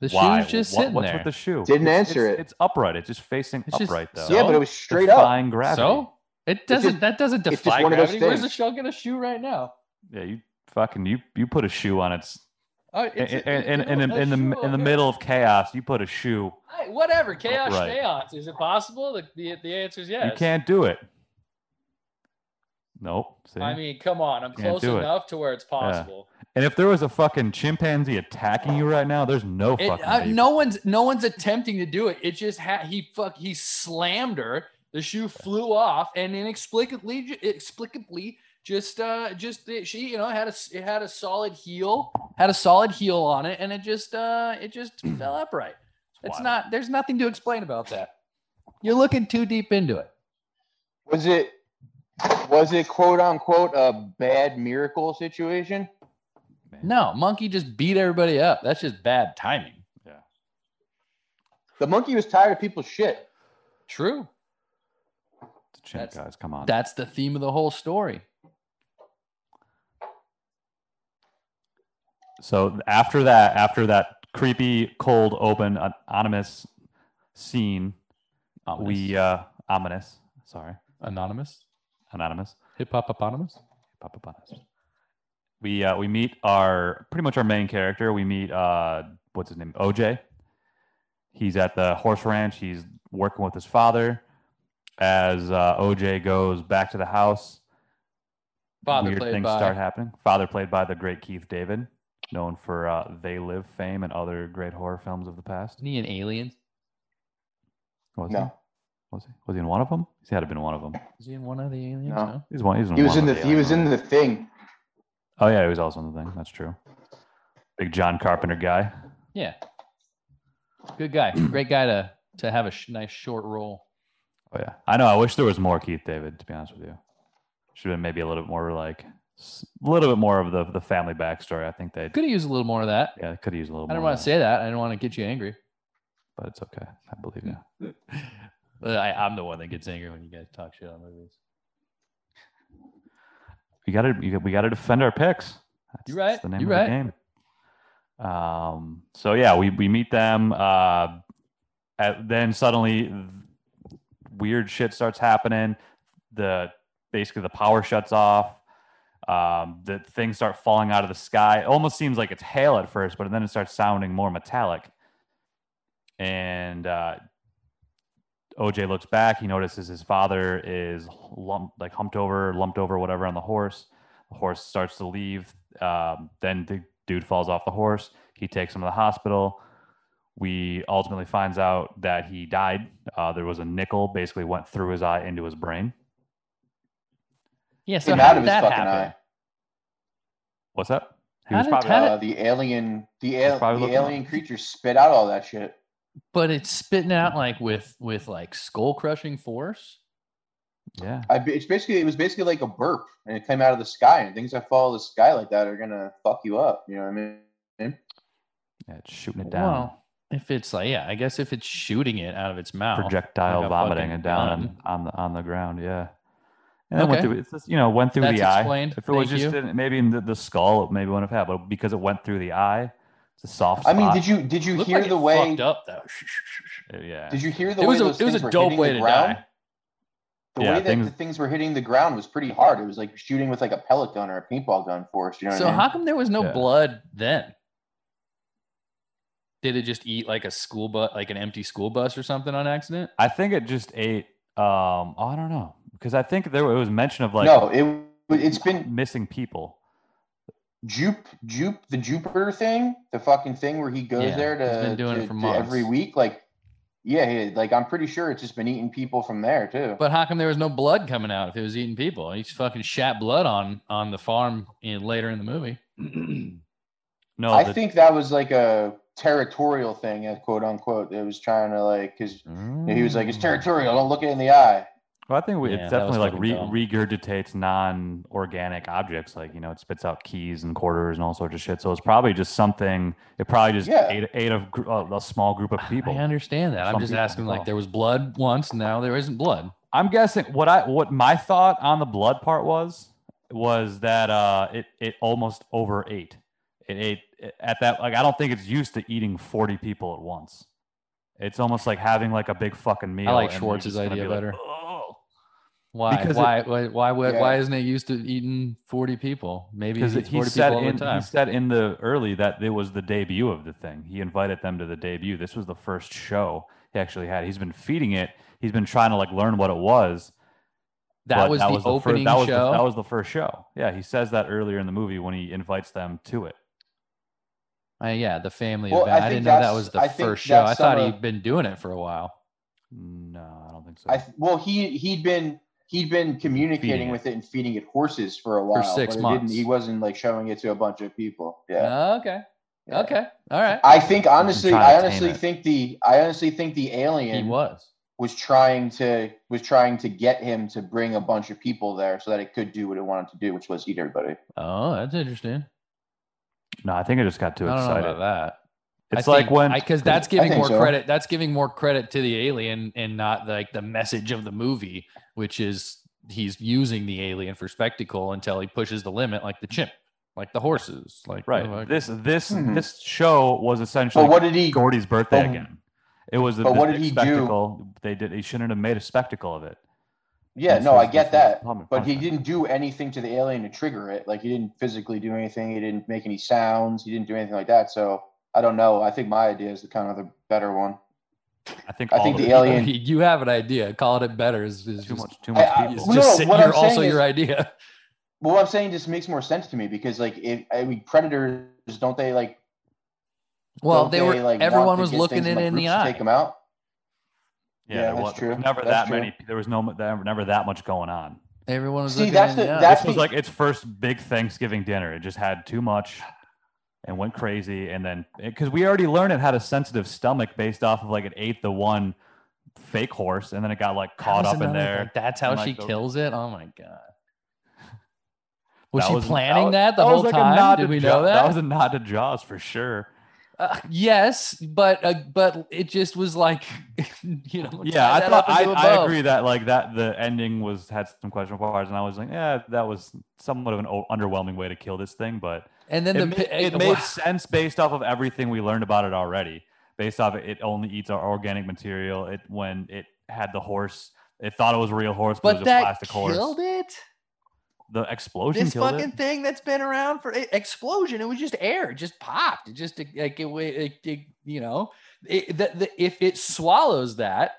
The why? shoe's just What- sitting what's there. with the shoe? Didn't It's- answer it's- it. It's upright. It's just facing It's just upright though. so- Yeah, but it was straight up. Defying gravity. So it doesn't. just- that doesn't it's just defy one of those gravity. Where's the things. show gonna shoe right now? yeah, you fucking you you put a shoe on its Oh, in it's a- in you in, know, in, a in the shoe in the okay. middle of chaos. You put a shoe. Hey, whatever. Chaos, Right. chaos. Is it possible? The, the, the answer is yes. You can't do it. Nope. See? I mean, come on. I'm Can't close do it. enough to where it's possible. and if there was a fucking chimpanzee attacking you right now, there's no It, fucking. uh, way you no one's no one's attempting to do it. It just ha- he fuck he slammed her. The shoe flew off, and inexplicably, ju- explicably, just uh, just it, she you know had a s- it had a solid heel, had a solid heel on it, and it just uh, it <clears throat> just fell upright. could- It's Wild. not. There's nothing to explain about that. You're looking too deep into it. Was it was it quote unquote a bad miracle situation? Man. No, monkey just beat everybody up. That's just bad timing. The monkey was tired of people's shit. True. The chimp That's- guys, come on. That's the theme of the whole story. so after that, after that creepy, cold, open, uh, ominous scene, we uh, ominous. Sorry, anonymous anonymous. hip hop anonymous. Papa Panas. We uh, we meet our pretty much our main character. We meet uh, what's his name? OJ. He's at the horse ranch. He's working with his father. As uh, OJ goes back to the house, Father weird played things by start happening. Father played by the great Keith David, known for uh, They Live fame and other great horror films of the past. Isn't he an alien? Was he? No. Was he? Was he in one of them? He had to have been one of them. Is he in one of the aliens? No. No. He's one. He's in He was one in the of he was Alien in the thing. Oh yeah, he was also in the thing. That's true. Big John Carpenter guy. Yeah. Good <clears throat> guy. Great guy to to have a sh- nice short role. Oh yeah, I know. I wish there was more Keith David. To be honest with you, should have been maybe a little bit more like s- a little bit more of the the family backstory. I think they Could have used a little more of that. yeah could use a little. I didn't more want of to that, say that. I didn't want to get you angry. but it's okay. I believe you. <laughs> But I, I'm the one that gets angry when you guys talk shit on movies. We got to you, got- we got to defend our picks. That's, You're right. That's the name You're of right. the game. Um. So yeah, we we meet them. Uh, at, then suddenly, th- weird shit starts happening. The basically the power shuts off. Um, the things start falling out of the sky. It almost seems like it's hail at first, but then it starts sounding more metallic. And uh, OJ looks back. He notices his father is lumped, like humped over, lumped over, whatever, on the horse. The horse starts to leave. Um, then the dude falls off the horse. He takes him to the hospital. We ultimately finds out that he died. Uh, there was a nickel basically went through his eye into his brain. Yeah. So Came how out of did his that fucking happen? eye. What's that? How did- how did- Uh, the alien the, was al- probably the looking up. alien creature spit out all that shit. But it's spitting out like with with like skull crushing force. yeah. I, it's basically it was basically like a burp, and it came out of the sky. And things that fall out of the sky like that are gonna fuck you up. You know what I mean? yeah, it's shooting it down. Well, if it's like yeah, I guess if it's shooting it out of its mouth. projectile Oh, like a vomiting fucking it down on, gun. on the on the ground. Yeah, and then Okay. went through. It's just, you know, went through That's the explained. eye. If it was Thank just you. in, maybe in the, the skull, it maybe wouldn't have happened. But because it went through the eye, it's a soft. I mean, spot. did you did you Looked hear like the it way? fucked up though. Uh, Yeah, Did you hear the It way was a those it was things a were dope hitting way the to ground? die. The Yeah, way that things- the things were hitting the ground was pretty hard. It was like shooting with like a pellet gun or a paintball gun force. You know so what I mean? how come there was no Yeah. blood then? Did it just eat like a school bus, like an empty school bus or something on accident? I think it just ate. Um, I don't know because I think there it was mention of like no, it it's been missing people. Jupe Jupe the Jupiter thing, the fucking thing where he goes Yeah, there to, he's been doing to- it for to months. every week. Like, yeah, he- like I'm pretty sure it's just been eating people from there too. But how come there was no blood coming out if it was eating people? He's fucking shat blood on on the farm in later in the movie. No, I the- think that was like a territorial thing, uh, quote unquote. It was trying to like, because he was like, it's Mm. territorial. Don't look it in the eye. Well, I think we, Yeah, it that was definitely like re- fucking regurgitates non-organic objects, like you know, it spits out keys and quarters and all sorts of shit. So it's probably just something. It probably just Yeah. ate, ate a, gr- a, a small group of <clears throat> people. I understand that. I'm Some just people asking. Like involved. there was blood once, now there isn't blood. I'm guessing what I what my thought on the blood part was was that uh, it it almost overate. It ate it- at that like I don't think it's used to eating 40 people at once. It's almost like having like a big fucking meal. like and you're Schwartz's just gonna idea be like, better. "Ugh." Why? Because it- why, why? Why? Why? Yeah. Why isn't it used to eating forty people? Maybe because it's forty people he said all in the he time. said in the early that it was the debut of the thing. He invited them to the debut. This was the first show he actually had. He's been feeding it. He's been trying to like learn what it was. That but was the fir- opening that was the- show. that was the first show. Yeah, he says that earlier in the movie when he invites them to it. Uh, yeah, the family Well, event. I I, think didn't know that that's- was the I think first show. I that's thought some he'd of- been doing it for a while. Mm, No, I don't think so. I th- well, he he'd been he'd been communicating Feeding it. with it and feeding it horses for a while. six but it months. Didn't, he wasn't like showing it to a bunch of people. Yeah. Oh, okay. Yeah. Okay. All right. I think honestly, Uh, trying to I tame honestly it. think the I honestly think the He alien was. was trying to was trying to get him to bring a bunch of people there so that it could do what it wanted to do, which was eat everybody. Oh, that's interesting. no, I think I just got too I don't know excited. about that. It's like when because that's I giving think more so. credit. That's giving more credit to the alien and not like the message of the movie, which is he's using the alien for spectacle until he pushes the limit, like the chimp, like the horses, like right. like- This this Mhm. this show was But essentially what did he? Gordy's birthday But- again. It was a but this what did big he do? spectacle. They did. He shouldn't have made a spectacle of it. Yeah, That's no, I his- get that's his that. pun- But he punishment. didn't do anything to the alien to trigger it. Like he didn't physically do anything. He didn't make any sounds. He didn't do anything like that. So I don't know. I think my idea is the kind of the better one. I think I all think the the <laughs> alien- You have an idea. Calling it better is, is too just, much too I- much I- is people. Well, just no, sit- what I'm your- also saying your is- idea. Well, what I'm saying just makes more sense to me because like if I mean, predators don't they like Well, don't they were. like, want everyone to was get looking things it like in the groups to Take eye. them out. yeah, yeah, there that's was there was true. never that That's true. many. There was no there were never that much going on. Everyone was See, looking that's it in the- the eye. that's This was the- like its first big Thanksgiving dinner. It just had too much and went crazy. And then because we already learned it had a sensitive stomach based off of like it ate the one fake horse and then it got like That caught was up in another there. thing. That's how and, like, she the- kills it. Oh my god. Was That she was- planning was- that the was whole like a nod time? to Did we Jaw- know that? was a nod to Jaws for sure. Uh, yes, but uh, but it just was like, <laughs> you know. Yeah, I that up thought I, into I above. agree that like that the ending was had some questionable parts, and I was like, yeah, that was somewhat of an o- underwhelming way to kill this thing, but And then it, the ma- pi- it uh, made wha- sense based off of everything we learned about it already. Based off it, it only eats our organic material. It when it had the horse, it thought it was a real horse, but, it but was a that plastic horse. killed it. The explosion This killed fucking it. thing that's been around for e- explosion. It was just air. It just popped. It just like it. wa- it, it you know, it, the, the, if it swallows that,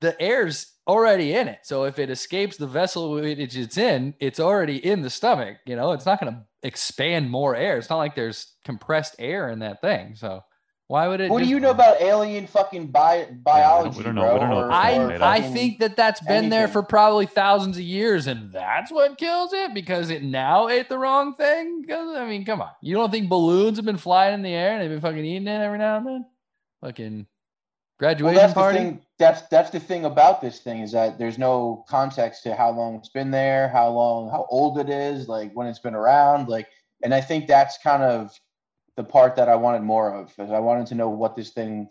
the air's already in it. So if it escapes the vessel it- it- it's in, it's already in the stomach. You know, it's not going to expand more air. It's not like there's compressed air in that thing. So why would it? What do just- you know about alien fucking bi- biology, we don't know- bro? we don't know what Or- that's or I, made up. I fucking- think that that's been there anything. for probably thousands of years, and that's what kills it because it now ate the wrong thing. 'Cause, I mean, come on, you don't think balloons have been flying in the air and they've been fucking eating it every now and then? Fucking Well, graduation that's party. the thing. That's that's the thing about this thing is that there's no context to how long it's been there, how long, how old it is, like when it's been around, like. And I think that's kind of the part that I wanted more of. Is I wanted to know what this thing,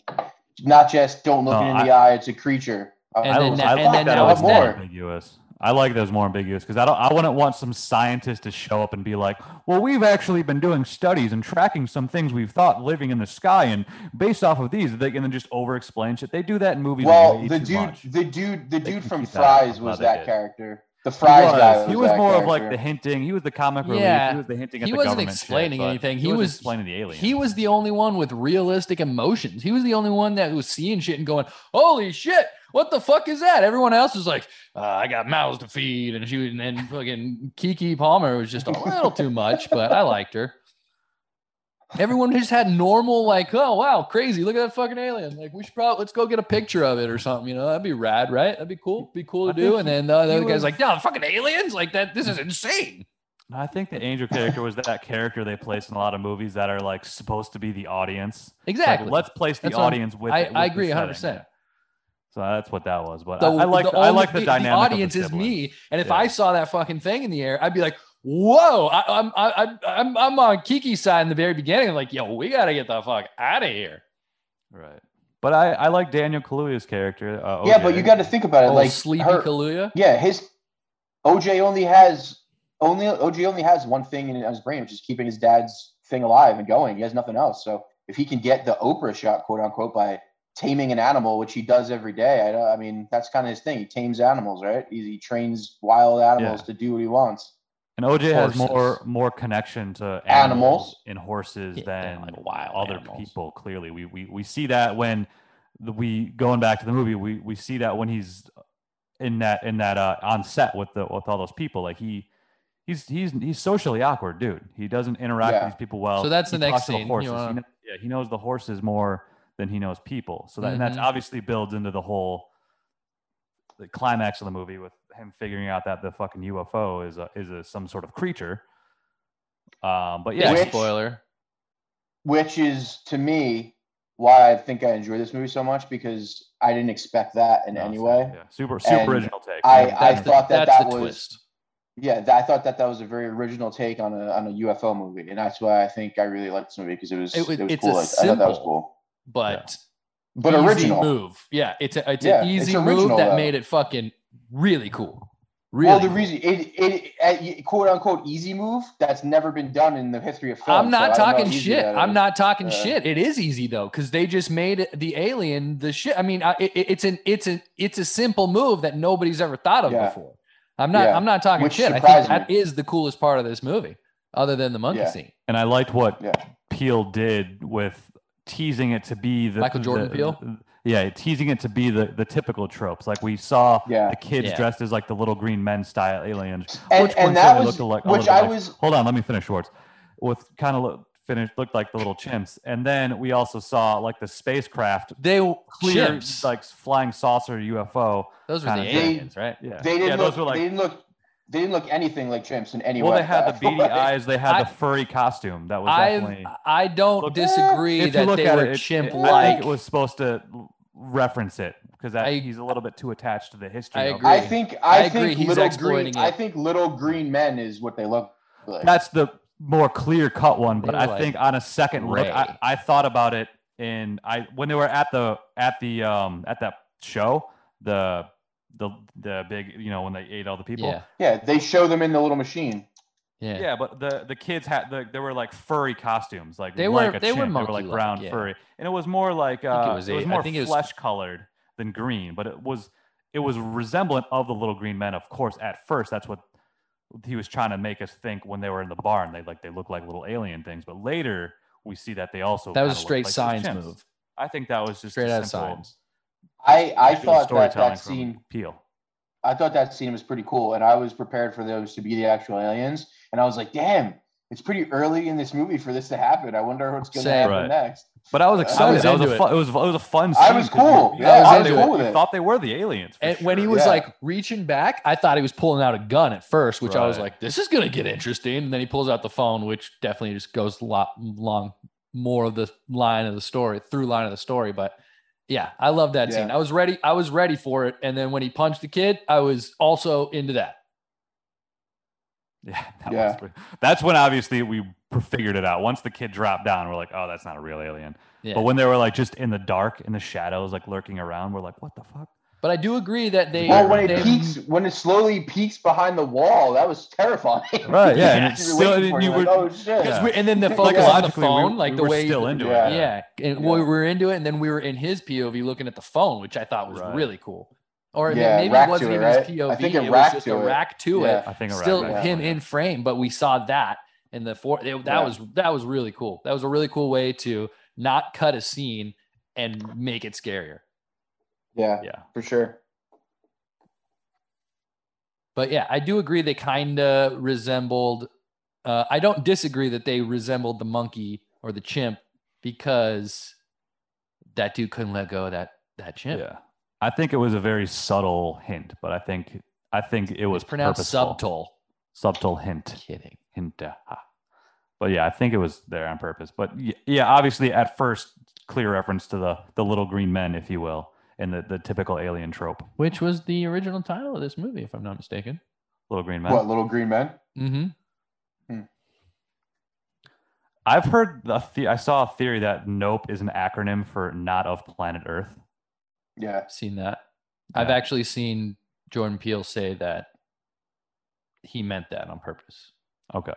not just don't look No, it in I- the eye. It's a creature. I, And then was- now- I and like then that now it was it's more dead. ambiguous. I like that it was more ambiguous because I don't. I wouldn't want some scientist to show up and be like, "Well, we've actually been doing studies and tracking some things we've thought living in the sky, and based off of these, they can then just over-explain shit." They do that in movies. well, way the too dude, much. the dude, the They dude can from keep that up. Fries I'm glad was they that did. character. The He Fries was. guy. Was he was that more of like character. the hinting. He was the comic relief. Yeah. He was the hinting at He the wasn't government shit, explaining but anything. He, He was was- explaining the alien. He was the only one with realistic emotions. He was the only one that was seeing shit and going, "Holy shit, what the fuck is that?" Everyone else was like, uh, "I got mouths to feed," and she was- and then fucking Kiki Palmer was just a little too much, but I liked her. Everyone just had normal, like, "Oh wow, crazy! Look at that fucking alien! Like, we should probably let's go get a picture of it or something. You know, that'd be rad, right? That'd be cool. Be cool to I do." think And then the other he guy's was- like, "No, fucking aliens! Like that. This is insane." No, I think the angel character was that character they place in a lot of movies that are like supposed to be the audience. It's like, Exactly. let's place the That's what I'm- audience with. I- it- with I the agree 100%. setting, yeah. So that's what that was. But the, I, I like the, I only- like the, dynamic. of the audience is me, siblings. and if Yeah. I saw that fucking thing in the air, I'd be like, "Whoa!" I, I'm I, I'm- I'm I'm on Kiki's side in the very beginning. I'm like, "Yo, we gotta get the fuck out of here." Right. But I, I like Daniel Kaluuya's character. Uh, yeah, but you got to think about it. Oh, like sleepy her- Kaluuya. Yeah, his OJ only has only OJ only has one thing in his brain, which is keeping his dad's thing alive and going. He has nothing else. So if he can get the Oprah shot, quote unquote, by taming an animal, which he does every day, I, don't- I mean that's kind of his thing. He tames animals, right? He, he trains wild animals to do what he wants. And OJ has more horses. more connection to animals, Animals. and horses Yeah, than like wild other animals. people. Clearly, we, we we see that when the, we going back to the movie, we we see that when he's in that in that uh, on set with the with all those people, like he. He's, he's he's socially awkward, dude. He doesn't interact Yeah. with these people well. So that's He the next talks to scene. You horses. He wanna- kn- yeah, he knows the horses more than he knows people. So that and that's Mhm. obviously builds into the whole the climax of the movie with him figuring out that the fucking UFO is a, is a, some sort of creature. Um, but Yeah, yeah, Which- spoiler. which is to me why I think I enjoy this movie so much because I didn't expect that in no, any so, way. yeah, super super And original take. I- Yeah, I That's the- thought that that's that the was- twist. Yeah, th- I thought that that was a very original take on a on a UFO movie, and that's why I think I really liked this movie because it was It it was- was, it's cool. a I, I thought that was simple- cool, but but easy original. move. Yeah, it's a, it's Yeah, an it's easy move original, that though. made it fucking really cool. Really? Well, the reason it, it, it, quote unquote easy move that's never been done in the history of film. I'm not Oh, so I don't know talking how easy shit. that I'm is. Uh. not talking Yeah. shit. It is easy though, because they just made it- the alien the shit. I mean, I, it, it's an it's an it's a simple move that nobody's ever thought of Yeah. before. I'm not Yeah. I'm not talking Which shit. I think surprised that me. is the coolest part of this movie, other than the monkey Yeah. scene. And I liked what Yeah. Peel did with teasing it to be the Michael Jordan the- Peele? Yeah, teasing it to be the, the typical tropes. Like we saw Yeah. the kids Yeah. dressed as like the little green men style aliens. And, which and one that certainly looked was alike. a which little I like- was Hold on, let me finish Schwartz. With kind of look, finish looked like the little chimps, and then we also saw like the spacecraft They clear chimps. like flying saucer UFO. those were the kinda- They- aliens, right? Yeah, they didn't yeah, look, those were like they didn't look they didn't look anything like chimps in any well, way. they had the <laughs> <laughs> Like, beady eyes. They had I- the furry costume. That was I definitely. I don't Look- disagree If you that look they at were it, it- chimp I think like. it was supposed to l- reference it because that I- he's a little bit too attached to the history. I of agree. it. I think I I, agree, think he's little green exploiting it. I think little green men is what they look like. that's the more clear cut one. But They I were think on a second look, I, gray. I thought about it, and I when they were at the at the um at that show, the the the big you know when they ate all the people. Yeah, yeah, they show them in the little machine. yeah, Yeah, but the the kids had the, they were like furry costumes, like They like were- a they were chimp. they were like monkey-like, brown yeah. furry, and it was more like I think it uh, was it eight- was I more think it was- flesh colored than green, but it was it was resemblant of the little green men. Of course, at first that's what he was trying to make us think when they were in the barn. They like they look like little alien things, but later we see that they also That was a kinda look straight like those science chimps. move. I think that was just Straight a out of simple- science. I I good thought that storytelling that from scene Peel. I thought that scene was pretty cool, and I was prepared for those to be the actual aliens. And I was like, "Damn, it's pretty early in this movie for this to happen. I wonder what's going to Same. happen Right. next." But I was excited. was That was into a it. fun, it. was it was a fun. I scene was 'cause you- cool. You, Yeah, I was thought into they it. were- with you it. thought they were the aliens. for And when he sure. was Yeah. like reaching back, I thought he was pulling out a gun at first, which I was Right. like, this is going to get interesting. And then he pulls out the phone, which definitely just goes a lot long more of the line of the story, through line of the story. But yeah, I love that scene. Yeah. I was ready. I was ready for it. And then when he punched the kid, I was also into that. <laughs> Yeah, that Yeah. Was pretty, that's when obviously we pr- figured it out. Once the kid dropped down, we're like, oh, that's not a real alien. Yeah. But when they were like just in the dark, in the shadows, like lurking around, we're like, what the fuck? But I do agree that they, Well, when they- it peaks, when it slowly peaks behind the wall, that was terrifying. <laughs> Right, <laughs> yeah, and You it's were still- waiting for it, you like, were- oh shit. 'cause we- and then the Yeah. focus on the Psychologically, we- phone, we like the were way still into Yeah. it. yeah, and Yeah. we were into it, and then we were in his POV looking at the phone, which I thought was Right. really cool. Or Yeah, maybe rack it to wasn't it, even right? I his POV; think it it, was racked just to a it. rack to Yeah. it. I think I Still read that him one, in yeah. frame, but we saw that in the four. it- that Yeah. was that was really cool. That was a really cool way to not cut a scene and make it scarier. yeah, Yeah. for sure. But yeah, I do agree they kind of resembled. Uh, I don't disagree that they resembled the monkey or the chimp because that dude couldn't let go of that that yeah, chimp. I think it was a very subtle hint, but I think I think it was It's pronounced purposeful. subtle. Subtle hint. Kidding. hint. uh, ha. But yeah, I think it was there on purpose. But y- yeah, obviously at first, clear reference to the the little green men, if you will, and the, the typical alien trope, Which was the original title of this movie, if I'm not mistaken. little green men. What little green men? Mm-hmm. I've heard the the- I saw a theory that Nope is an acronym for not of planet Earth. Yeah, Seen that. I've Yeah. actually seen Jordan Peele say that he meant that on purpose. Okay,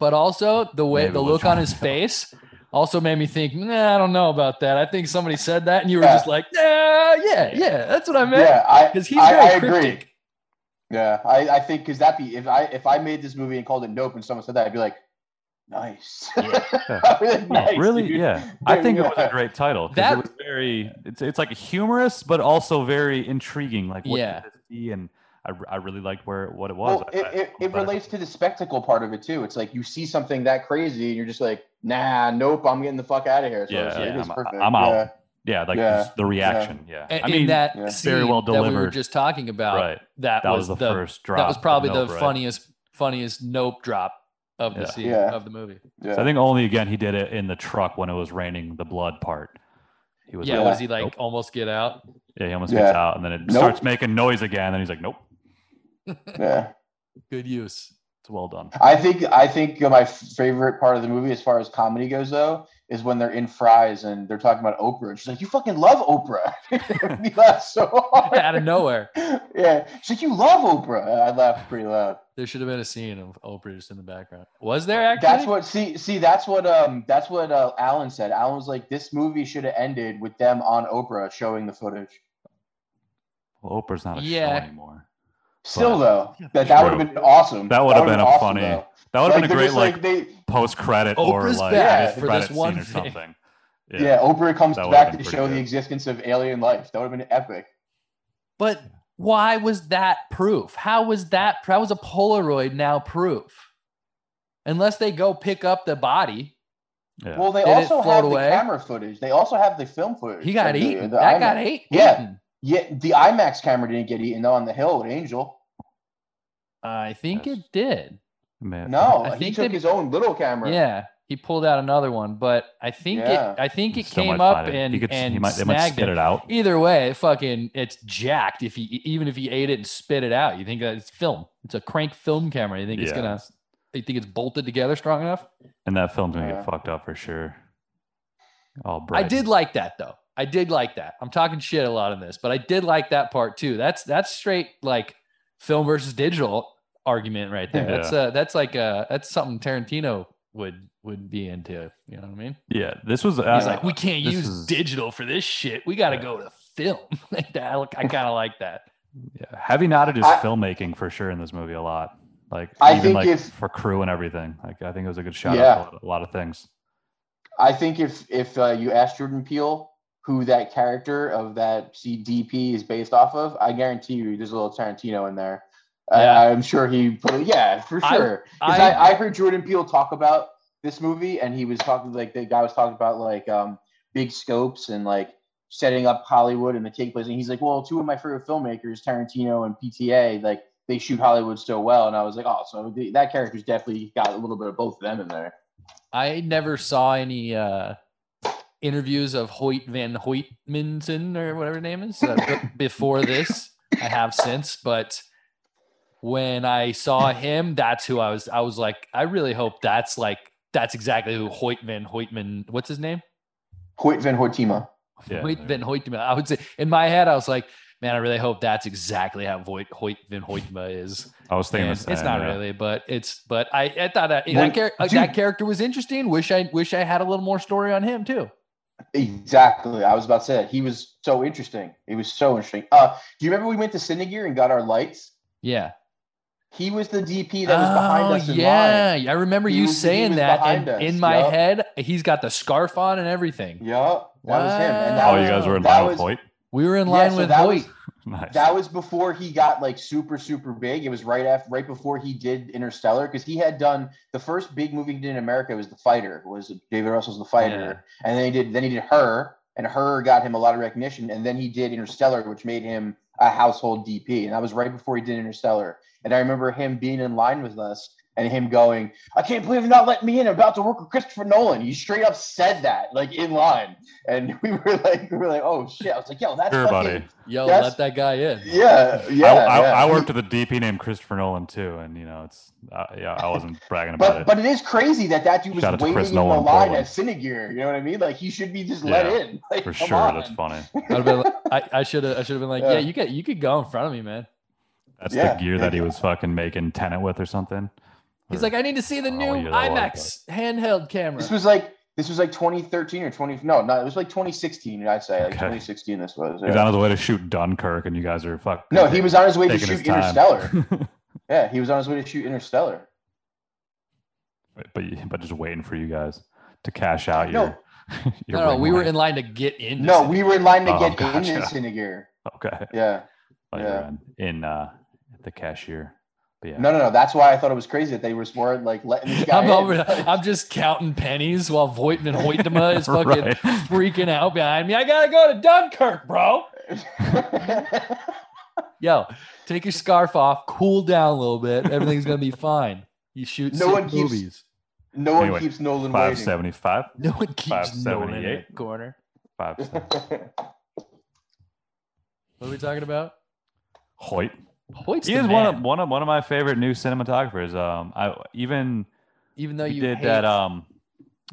But also the way Maybe the we'll look try on it <laughs> his out. face also made me think, nah, I don't know about that. I think somebody said that and you were Yeah. just like, nah, yeah, yeah, that's what I meant. yeah. I Because he's I, very I agree. cryptic. Yeah, I, I think because that be if I if I made this movie and called it Nope and someone said that, I'd be like, nice. <laughs> I'd be like, Oh, <laughs> "Nice, really? dude." Yeah, I think it was Yeah. a great title. 'cause That- it was very it's it's like humorous, but also very intriguing. Like what Yeah. could this be? And I, I really liked where what it was. Well, I- it, I- it, it but- uh, relates to the spectacle part of it too. It's like you see something that crazy and you're just like, nah, nope, I'm getting the fuck out of here. So Yeah, it's- it yeah, is I'm- perfect. I'm out. Yeah. Yeah, like Yeah, just the reaction. Yeah, And, I mean that uh, yeah. scene Very well that we were delivered. just talking about, right. that, That was, was, the, the first drop. that was of probably Nope, the right? funniest funniest nope drop of the Yeah. scene Yeah. of the movie. Yeah. So I think only again he did it in the truck when it was raining. The blood part. He was yeah, like, was he like Nope. almost get out? Yeah, he almost Yeah. gets out, and then it Nope. starts making noise again. And he's like, "Nope, yeah. Good use. it's well done." I think I think my favorite part of the movie, as far as comedy goes, though, is when they're in fries and they're talking about Oprah. And she's like, "You fucking love Oprah." <laughs> we laughed so hard. out of nowhere. <laughs> Yeah, she's like, "You love Oprah." I laughed pretty loud. There should have been a scene of Oprah just in the background. Was there actually? That's what see see that's what um that's what uh, Alan said. Alan was like, "This movie should have ended with them on Oprah showing the footage." Well, Oprah's not a Yeah. show anymore. Still though, that that True. would have been awesome. That would have been a awesome, funny- though. That would have been a they're great just like, they post credit or Oprah's like back for post this credit scene one or thing. something. yeah. Oprah comes That would've back been to pretty show the good. existence of alien life. That would have been epic. But why was that proof? How was that? How was a Polaroid now proof? Unless they go pick up the body, Yeah. Well, they Did it also float have away? the camera footage. They also have the film footage. he got of the- eaten. the that IMAX. got ate. Yeah. eaten. Yeah, the IMAX camera didn't get eaten though on the hill with Angel. I think Yes. it did. Man, No, I he think took they- his own little camera. Yeah, he pulled out another one, but I think Yeah. it. I think it still came might up find it. and he could, and he might, they might snagged spit it. it out. Either way, fucking, it's jacked. If he even if he ate it and spit it out, you think that it's film? It's a crank film camera. You think it's Yeah. gonna? You think it's bolted together strong enough? And that film's gonna Yeah. get fucked up for sure. All bright. I did like that though. I did like that. I'm talking shit a lot in this, but I did like that part too. That's that's straight like film versus digital argument right there. Yeah. That's uh that's like uh that's something Tarantino would would be into. You know what I mean? Yeah, this was. He's uh, like, we can't this use is- digital for this shit. We got to Yeah. go to film. <laughs> like that. I, I kind of like that. Yeah, heavy nodded his I- filmmaking for sure in this movie a lot. Like I even think like if- for crew and everything. Like I think it was a good shout Yeah. out to a lot- a lot of things. I think if if uh, you ask Jordan Peele who that character of that CDP is based off of, I guarantee you there's a little Tarantino in there. Yeah. I, I'm sure he put yeah for I- sure. 'Cause I, I, heard Jordan Peele talk about this movie, and he was talking like the guy was talking about like um, big scopes and like setting up Hollywood and the take place. And he's like, well, two of my favorite filmmakers, Tarantino and PTA, like they shoot Hollywood so well. And I was like, oh, so the, that character's definitely got a little bit of both of them in there. I never saw any uh, interviews of Hoyt Van Hoytmanson or whatever his name is uh, b- before this. I have since, but when I saw him, that's who I was. I was like, I really hope that's like that's exactly who Hoyt Van Hoytman. What's his name? Hoyt Van Hortima. Yeah, Hoyt there Van Hoytma. I would say in my head, I was like, man, I really hope that's exactly how Voigt, Hoyt Van Hoytma is. I was thinking And the it's same, not yeah. really, but it's but I, I thought that, Well, that, char- uh, dude- that character was interesting. Wish I wish I had a little more story on him too. Exactly. I was about to say that. He was so interesting. He was so interesting. Uh, do you remember we went to Cinegear and got our lights? Yeah. He was the DP that was behind us in Oh, yeah, line. I remember He you was- he saying was that. And behind us, in my yup. head, he's got the scarf on and everything. Yup, that was him. And that Oh, Wow. you was, guys were in that line with was- Hoyt. We were in Yeah, line so with that Hoyt. was- <laughs> Nice. That was before he got like super, super big. It was right after, right before he did Interstellar, because he had done the first big movie he did in America was The Fighter, was David Russell's The Fighter, and then he did, then he did Her, and Her got him a lot of recognition, and then he did Interstellar, which made him a household DP, and that was right before he did Interstellar. And I remember him being in line with us and him going, "I can't believe you're not letting me in. I'm about to work with Christopher Nolan." You straight up said that, like in line, and <laughs> we were like, we were like, "Oh shit!" I was like, "Yo, that's Sure, fucking." buddy. Yo, Yes. let that guy in. Yeah, yeah. I, I, yeah. I worked with a DP named Christopher Nolan too, and you know it's uh, yeah I <laughs> wasn't bragging about But it. but it is crazy that that dude was Shout out to waiting Chris in the Nolan, line Poland. at Cinegear. You know what I mean? Like he should be just Yeah, let in. <laughs> Like, for come sure, on. that's <laughs> funny. I'd have been like- I should have I should have been like, yeah. Yeah. you could you could go in front of me, man. That's Yeah, the gear yeah, that he yeah. was fucking making tenant with or something. He's Or- like, I need to see the Oh, new yeah, that was IMAX handheld <laughs> camera. This was like this was like 2013 or 20. No, no, it was like 2016. I'd say like Okay. 2016. This was. he's yeah. on his way to shoot Dunkirk, and you guys are fucking. no, he was on his way to taking his shoot time. <laughs> Interstellar. yeah, he was on his way to shoot Interstellar. but but- but just waiting for you guys to cash out No. your. <laughs> your no, no, ring we were light. in line to get in. to No, see we were in line to Oh, <laughs> get gotcha. in Cinegear. Okay. Yeah. Thought you Yeah. were in, in uh, the cashier. But yeah. No, no, no. That's why I thought it was crazy that they were more like letting this guy <laughs> I'm in. over. I'm just counting pennies while Voight and <laughs> Hoytema is fucking <laughs> Right. freaking out behind me. I gotta go to Dunkirk, bro. Yo, take your scarf off, cool down a little bit. Everything's <laughs> gonna be fine. You shoot No sick one keeps- movies. <laughs> no one Anyway, keeps Nolan Five waiting. seventy five. No one keeps Nolan in the 578. corner. Five. <laughs> What are we talking about? Hoyt. Hoyt's He the is one man, of one of one of my favorite new cinematographers. Um, I even Even though he you did hate- that. Um,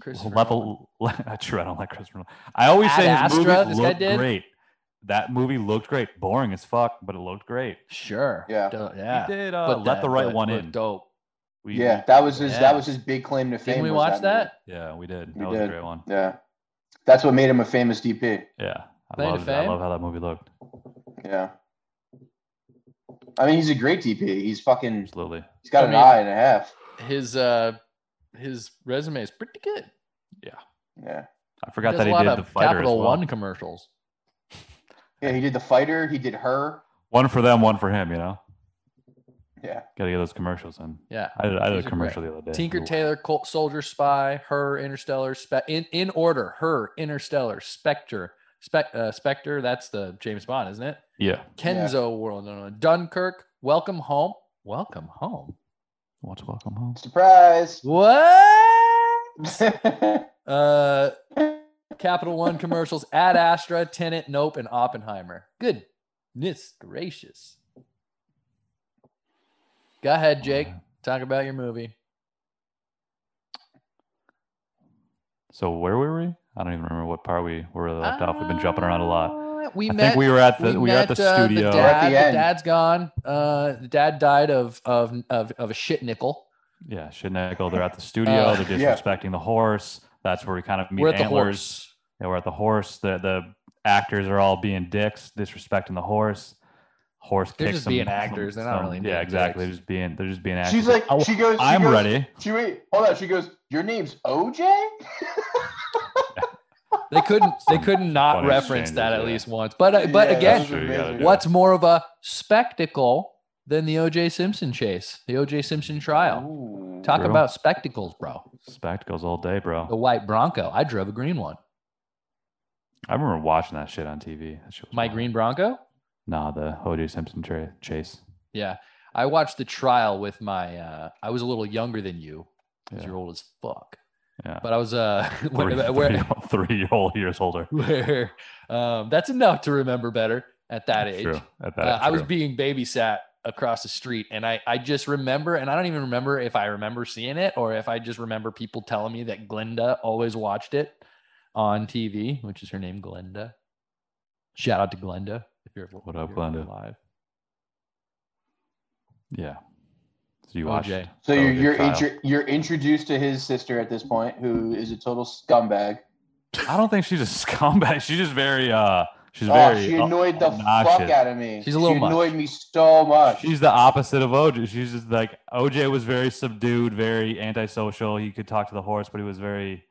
Chris level. Not true. <laughs> I don't like Chris. Nolan. I always Ad say his Astra, movies this guy looked did? great. That movie looked great. Boring as fuck, but it looked great. Sure. Yeah. Duh, yeah. He did. Uh, let that- the right but- one but in. Dope. We, Yeah, that was his. Yeah. That was his big claim to fame. Didn't we was watch movie. that? Yeah, we did. We that was a did. great one. Yeah, that's what made him a famous DP. Yeah, I Claim to love. I fame? love how that movie looked. Yeah. I mean, he's a great DP. He's fucking. Absolutely. He's got I an mean- eye and a half. His uh, his resume is pretty good. Yeah. I forgot does that he a lot did the of fighter Capital as well. One One. commercials. Yeah, he did the fighter. He did her. for them, one for him. You know, Yeah. gotta get those commercials in. Yeah. I did, I did These a are commercial the other day. Tinker Ooh. Taylor, Colt, Soldier Spy, Her, Interstellar, Spe- in in order. Her, Interstellar, Spectre, Spec uh, Spectre. That's the James Bond, isn't it? Yeah. Kenzo World, no, no, Dunkirk, Welcome Home, Welcome Home. What's welcome home? Surprise. What? yeah. Uh, Capital <laughs> One commercials, Ad Astra, Tenant, Nope, and Oppenheimer. Goodness gracious. Go ahead, Jake. Alright. Talk about your movie. So where were we? I don't even remember what part we were left off. We've been jumping around a lot. Uh, We I met. think we were at the we, were at the met, uh, studio. the dad, At the the end. dad's gone. Uh, the dad died of of of, of a shit nickel. yeah, Shinnego. They're at the studio. Uh, they're yeah. disrespecting the horse. That's where we kind of meet We're at the Antlers. horse. Yeah, we're at the horse. The the actors are all being dicks, disrespecting the horse. Horse They're kicks just being some- actors. They're not really Yeah, being exactly. They're dicks. just being they're just being actors. <laughs> She's like, Oh, she goes. she I'm goes- ready. She wait, hold on. She goes. Your name's OJ. They <laughs> couldn't. They couldn't not Funny reference that at exchanges, yeah. least once. But uh, but Yeah, again, That's true, you amazing. gotta do it. What's more of a spectacle than the OJ Simpson chase, the OJ Simpson trial? Ooh. Talk True. about spectacles, bro. Spectacles all day, The bro. white Bronco. I drove a green one. I remember watching that shit on TV. That shit was My wild. green Bronco? Nah, the O.J. Simpson tra- chase. Yeah. I watched the trial with my uh I was a little younger than you because Yeah. you're old as fuck. Yeah. But I was uh <laughs> Three, <laughs> where, where, three <laughs> year old years older. <laughs> where um that's enough to remember better at that age. True. At that Uh, I was true. being babysat across the street, and I I just remember, and I don't even remember if I remember seeing it or if I just remember people telling me that Glinda always watched it on TV, which is her name, Glinda. Shout out to Glenda if you're What up, if you're Glenda? Live. Yeah. So you OJ. watched. So you're O.J. you're, trial. intro- you're introduced to his sister at this point, who is a total scumbag. I don't think she's a <laughs> scumbag. She's just very. uh She's Oh, very. she uh, annoyed the fuck obnoxious. out of me. She's a little She much. annoyed me so much. She's the opposite of OJ. She's just like OJ was very subdued, very antisocial. He could talk to the horse, but he was very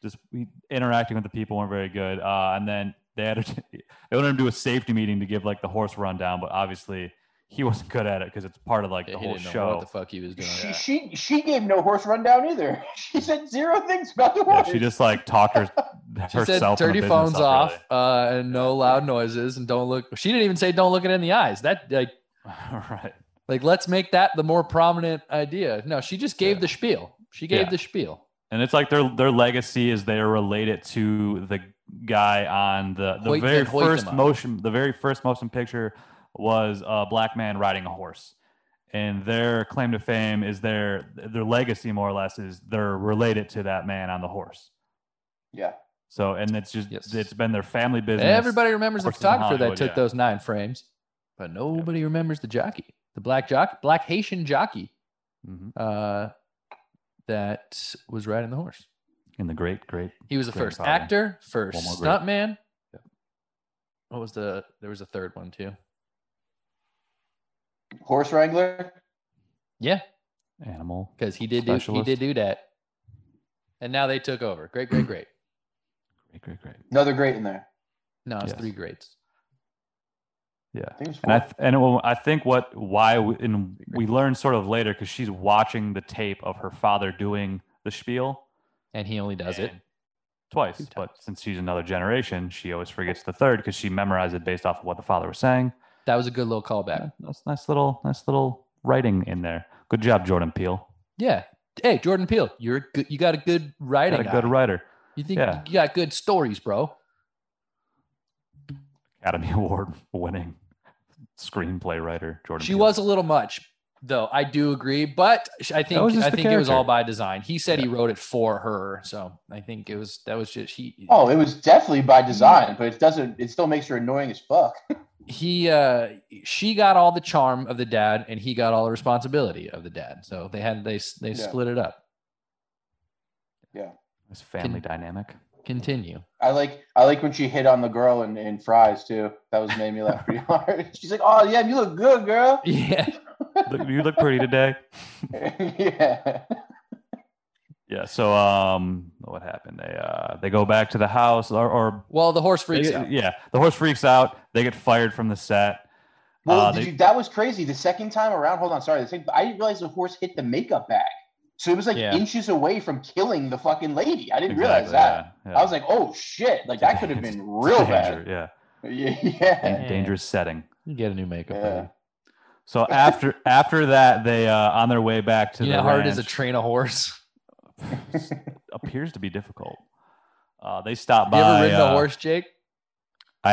just he, interacting with the people weren't very good. Uh, and then they had to, <laughs> they wanted him to do a safety meeting to give like the horse rundown, but obviously he <laughs> wasn't good at it because it's part of like Yeah, the he whole didn't know what show. the fuck he was doing. she, Yeah. she she gave no horse rundown either. <laughs> She said zero things about the Yeah, horse. she just like talked her, <laughs> She herself. and the said, "Turn your business phones up, off really." uh, and no loud noises, and don't look." She didn't even say, "Don't look it in the eyes." That like <laughs> right. like let's make that the more prominent idea. No, she just gave Yeah. the spiel. She gave Yeah. the spiel. And it's like their their legacy is they are related to the guy on the the Hoyt very Van Hoytema. first motion the very first motion picture was a black man riding a horse. And their claim to fame is their their legacy more or less is they're related to that man on the horse. yeah. So and it's just Yes. it's been their family business. Everybody remembers the Horses in photographer that Hollywood, took yeah. those nine frames, but nobody remembers the jockey, the black jockey, black Haitian jockey Mhm. uh, that was riding the horse. and the great great He was the first Grandfather. actor, first One more great. stuntman. What was the? There was a third one too. Horse wrangler. Yeah, animal. because he did do, he Specialist. did do that, and now they took over. Great, great, great. Great great great. Another great in there. No, it's Yes. three greats. Yeah. I think it's And I th- and it will- I think what why we, and we learn sort of later because she's watching the tape of her father doing the spiel And he only does it. and twice, Two but since she's another generation, she always forgets the third because she memorized it based off of what the father was saying. That was a good little callback. Yeah, Nice, nice little nice little writing in there. Good job, Jordan Peele. Yeah. Hey, Jordan Peele, you're a good, you got a good Got writing. a good eye. writer. You think Yeah. you got good stories, bro? <laughs> Academy Award winning screenplay writer Jordan. She Peele. was a little much, though. I do agree, but sh- I think was just I the think it was all character. by design. He said he wrote it for her, so I think it was that was just he. Oh, it was definitely by design, but it doesn't. It still makes her annoying as fuck. <laughs> he uh she got all the charm of the dad and he got all the responsibility of the dad so they had they they Yeah. split it up It's <laughs> family dynamic. continue I like I like when she hit on the girl in, in fries too. That was made me laugh pretty <laughs> hard. She's like, "Oh yeah, you look good, girl." <laughs> yeah Look, you look pretty today. <laughs> yeah. Yeah. So um, what happened? They uh, they go back to the house, or, or well the horse freaks out yeah, the horse freaks out. They get fired from the set. Well, Uh, did they- you, that was crazy. The second time around, hold on, sorry. The second, I didn't realize the horse hit the makeup bag, so it was like Yeah. inches away from killing the fucking lady. I didn't realize Exactly, that. yeah, yeah. I was like, "Oh shit!" Like It's a that could have dan- <laughs> been it's a real danger, bad. Yeah. Yeah. Dan- Yeah. Dangerous setting. you get a new makeup Yeah. buddy. <laughs> So after after that, they uh, on their way back to you the know how hard it is to ranch, train a horse <laughs> <laughs> appears to be difficult. Uh, they stop you by. ever ridden uh, a horse jake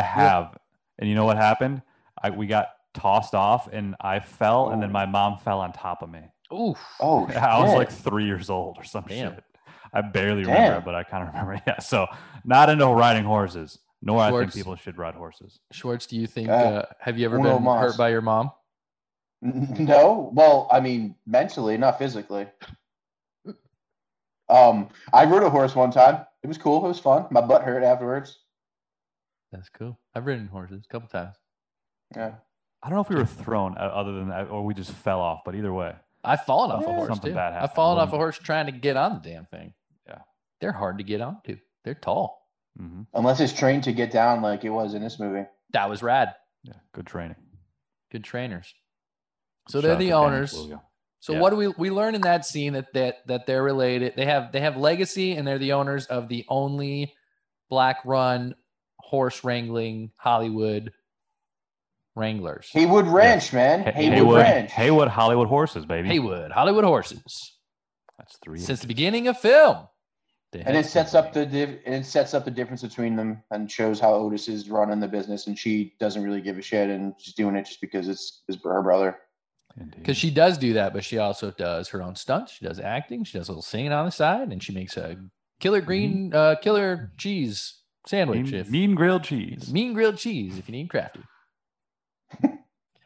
I have, and you know what happened? I, we got tossed off, and I fell, and then Oh. my mom fell on top of me. Oof. <laughs> Oh, I was shit. like three years old or some Damn. shit. I barely remember, Damn. it, but I kind of remember. <laughs> Yeah. So not into riding horses, nor I think Schwartz. people should ride horses. schwartz do you think Uh, uh, have you ever uno been mas. hurt by your mom <laughs> No, well, I mean, mentally, not physically. Um, I rode a horse one time. It was cool. It was fun. My butt hurt afterwards. that's cool i've ridden horses a couple times Yeah. I don't know if we were thrown, uh, other than that, or we just fell off. But either way, i've fallen off Yeah. a horse Something too. bad i've fallen off happened. a horse trying to get on the damn thing Yeah. they're hard to get onto they're tall mhm. Unless it's trained to get down like it was in this movie. that was rad yeah, good training. good trainers so Shout they're out to the Danny owners Kaluuya. So Yeah. what do we we learn in that scene that that that they're related? They have they have legacy and they're the owners of the only black run horse wrangling Hollywood Wranglers. Haywood Ranch, man. Hey- Haywood, Haywood, Ranch. Haywood Hollywood horses, baby. Haywood Hollywood Horses That's three. since the beginning of film. They and had it sets up something. the diff- it sets up the difference between them and shows how Otis is running the business and she doesn't really give a shit and she's doing it just because it's it's her brother. Indeed. because she does do that, but she also does her own stunts. She does acting. She does a little singing on the side, and she makes a killer green uh, killer cheese sandwich. Mm-hmm. mean, if- mean grilled cheese. Mean grilled cheese if you need crafty. <laughs>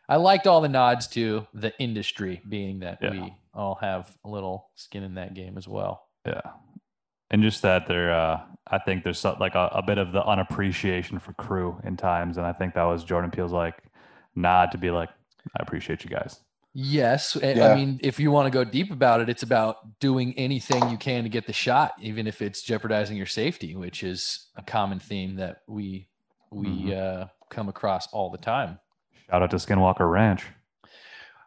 I liked all the nods to the industry, being that Yeah. we all have a little skin in that game as well. Yeah. And just that there, uh, I think there's some, like a, a bit of the unappreciation for crew in times. And I think that was Jordan Peele's like nod to be like, I appreciate you guys. Yes. I- Yeah. I mean, if you want to go deep about it, it's about doing anything you can to get the shot, even if it's jeopardizing your safety, which is a common theme that we we Mm-hmm. uh, come across all the time. Shout out to Skinwalker Ranch.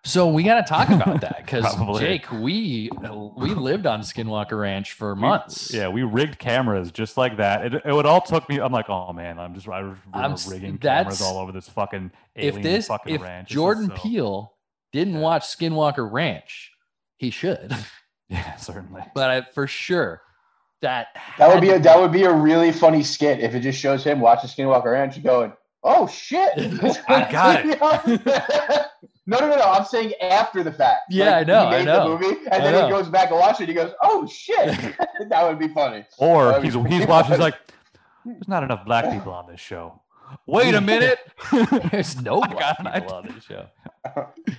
So we got to talk <laughs> about that because Probably. Jake, we we lived on Skinwalker Ranch for We- months. yeah, we rigged cameras just like that. It, it would all took me. I'm like, oh man, I'm just I was I'm s- rigging that's- cameras all over this fucking alien if this fucking if ranch. This is Jordan so- Peele didn't Yeah. watch Skinwalker Ranch, he should. <laughs> <laughs> yeah, certainly. but I, for sure, that That would had be to a, that would be a really funny skit if it just shows him watching Skinwalker Ranch going, <laughs> "Oh shit, I got it." <laughs> no, no, no, no. I'm saying after the fact. Yeah, I he know, I made know. The movie, and I then know. he goes back and watches it. He goes, "Oh shit," <laughs> <laughs> that would be funny. Or That would he's be- he's watching. He's like, there's not enough black people on this show. Wait a minute. <laughs> There's no I black got an people idea. on this show. <laughs>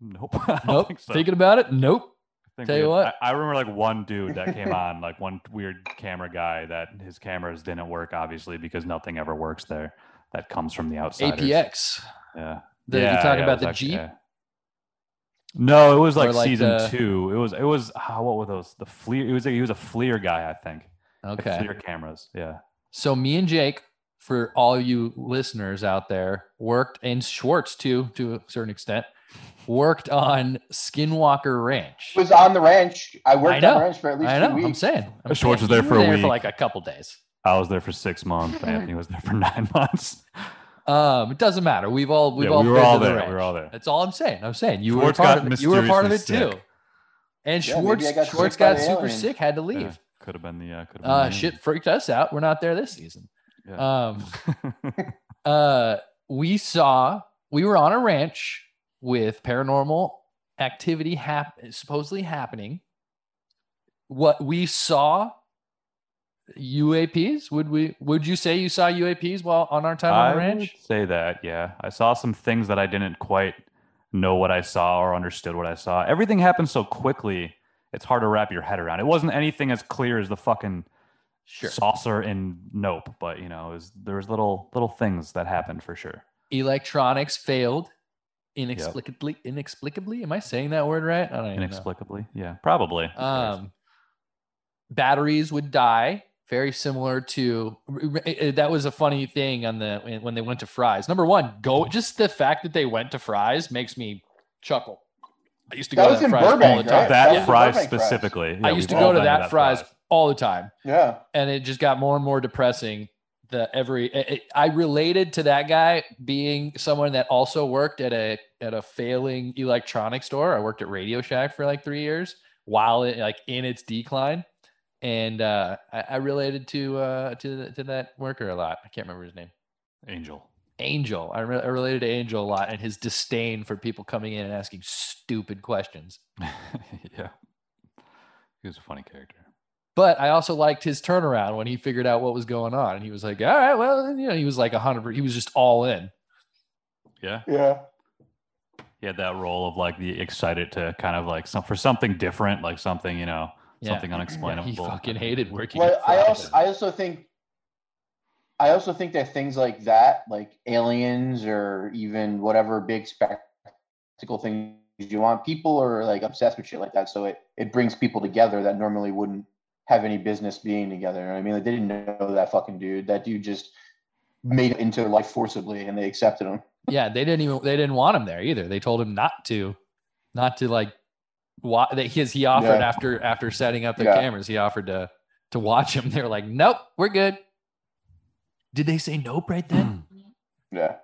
Nope. <laughs> I don't Nope. think so. Thinking about it, nope. think Tell we you had- what. I, I remember like one dude that came on, like one weird camera guy that his cameras didn't work, obviously, because nothing ever works there. That comes from the outside. APX. Yeah. The, you yeah, talking yeah, about it was the like- Jeep? yeah. No, it was Or like, like season the- two. It was it was ah, what were those? The Fleer. It was he was a Fleer guy, I think. Like Okay. Fleer cameras. Yeah. So me and Jake, for all you listeners out there, worked and Schwartz too, to a certain extent, worked on Skinwalker Ranch. He was on the ranch. I worked I know. on the ranch for at least I know. two I'm weeks. saying. I'm Schwartz saying. was there You for were a there for like week. a couple days. I was there for six months. Anthony was there for nine <laughs> months. Um, it doesn't matter. We've all we've Yeah, all we were been to all the there. We ranch. were all there. That's all I'm saying. I'm saying you Schwartz were a part got of it. You were a part of it mysteriously too. sick. And Yeah, maybe Schwartz I got Schwartz sick by got the super alien. sick, had to leave. Yeah, could have been the uh, could have been Uh, the shit freaked us out. We're not there this season. Yeah. <laughs> Um, uh, we saw we were on a ranch with paranormal activity hap- supposedly happening. What we saw UAPs? Would we? Would you say you saw UAPs while on our time on the I would ranch? say that, yeah. I saw some things that I didn't quite know what I saw or understood what I saw. Everything happened so quickly, it's hard to wrap your head around. It wasn't anything as clear as the fucking Sure. saucer in Nope, but you know, it was, there was little little things that happened for sure. Electronics failed inexplicably. Inexplicably, am I saying that word right? I don't even know. Inexplicably, yeah, probably. Um, batteries would die. Very similar to eh, that was a funny thing on the when they went to fries. Number one, go just the fact that they went to fries makes me chuckle. I used to That go was to that in fries all the Burbank, time. that right? that was Yeah. in fries Burbank fries. specifically. I yeah, used to we've all go to been that fries all the time. Yeah. and it just got more and more depressing the every it, it- i related to that guy being someone that also worked at a at a failing electronic store i worked at radio shack for like three years while it like in its decline and uh i, I related to uh to, to that worker a lot i can't remember his name Angel. <laughs> angel I, re- I related to angel a lot and his disdain for people coming in and asking stupid questions yeah, he was a funny character. But I also liked his turnaround when he figured out what was going on, and he was like, "All right, well, you know," he was like hundred. He was just all in. Yeah, Yeah. he had that role of like the excited to kind of like some for something different, like something you know, Yeah. something unexplainable. He fucking hated working. Well, at I Fry's. also I also think I also think that things like that, like aliens or even whatever big spectacle things you want, people are like obsessed with shit like that. So it it brings people together that normally wouldn't have any business being together. You know what I mean, like they didn't know that fucking dude. That dude just made it into life forcibly, and they accepted him. yeah, they didn't even they didn't want him there either. They told him not to, not to like, wa- that his he offered Yeah. after after setting up the Yeah. cameras. He offered to to watch him. <laughs> They were like, "Nope, we're good." Did they say nope right then? Yeah,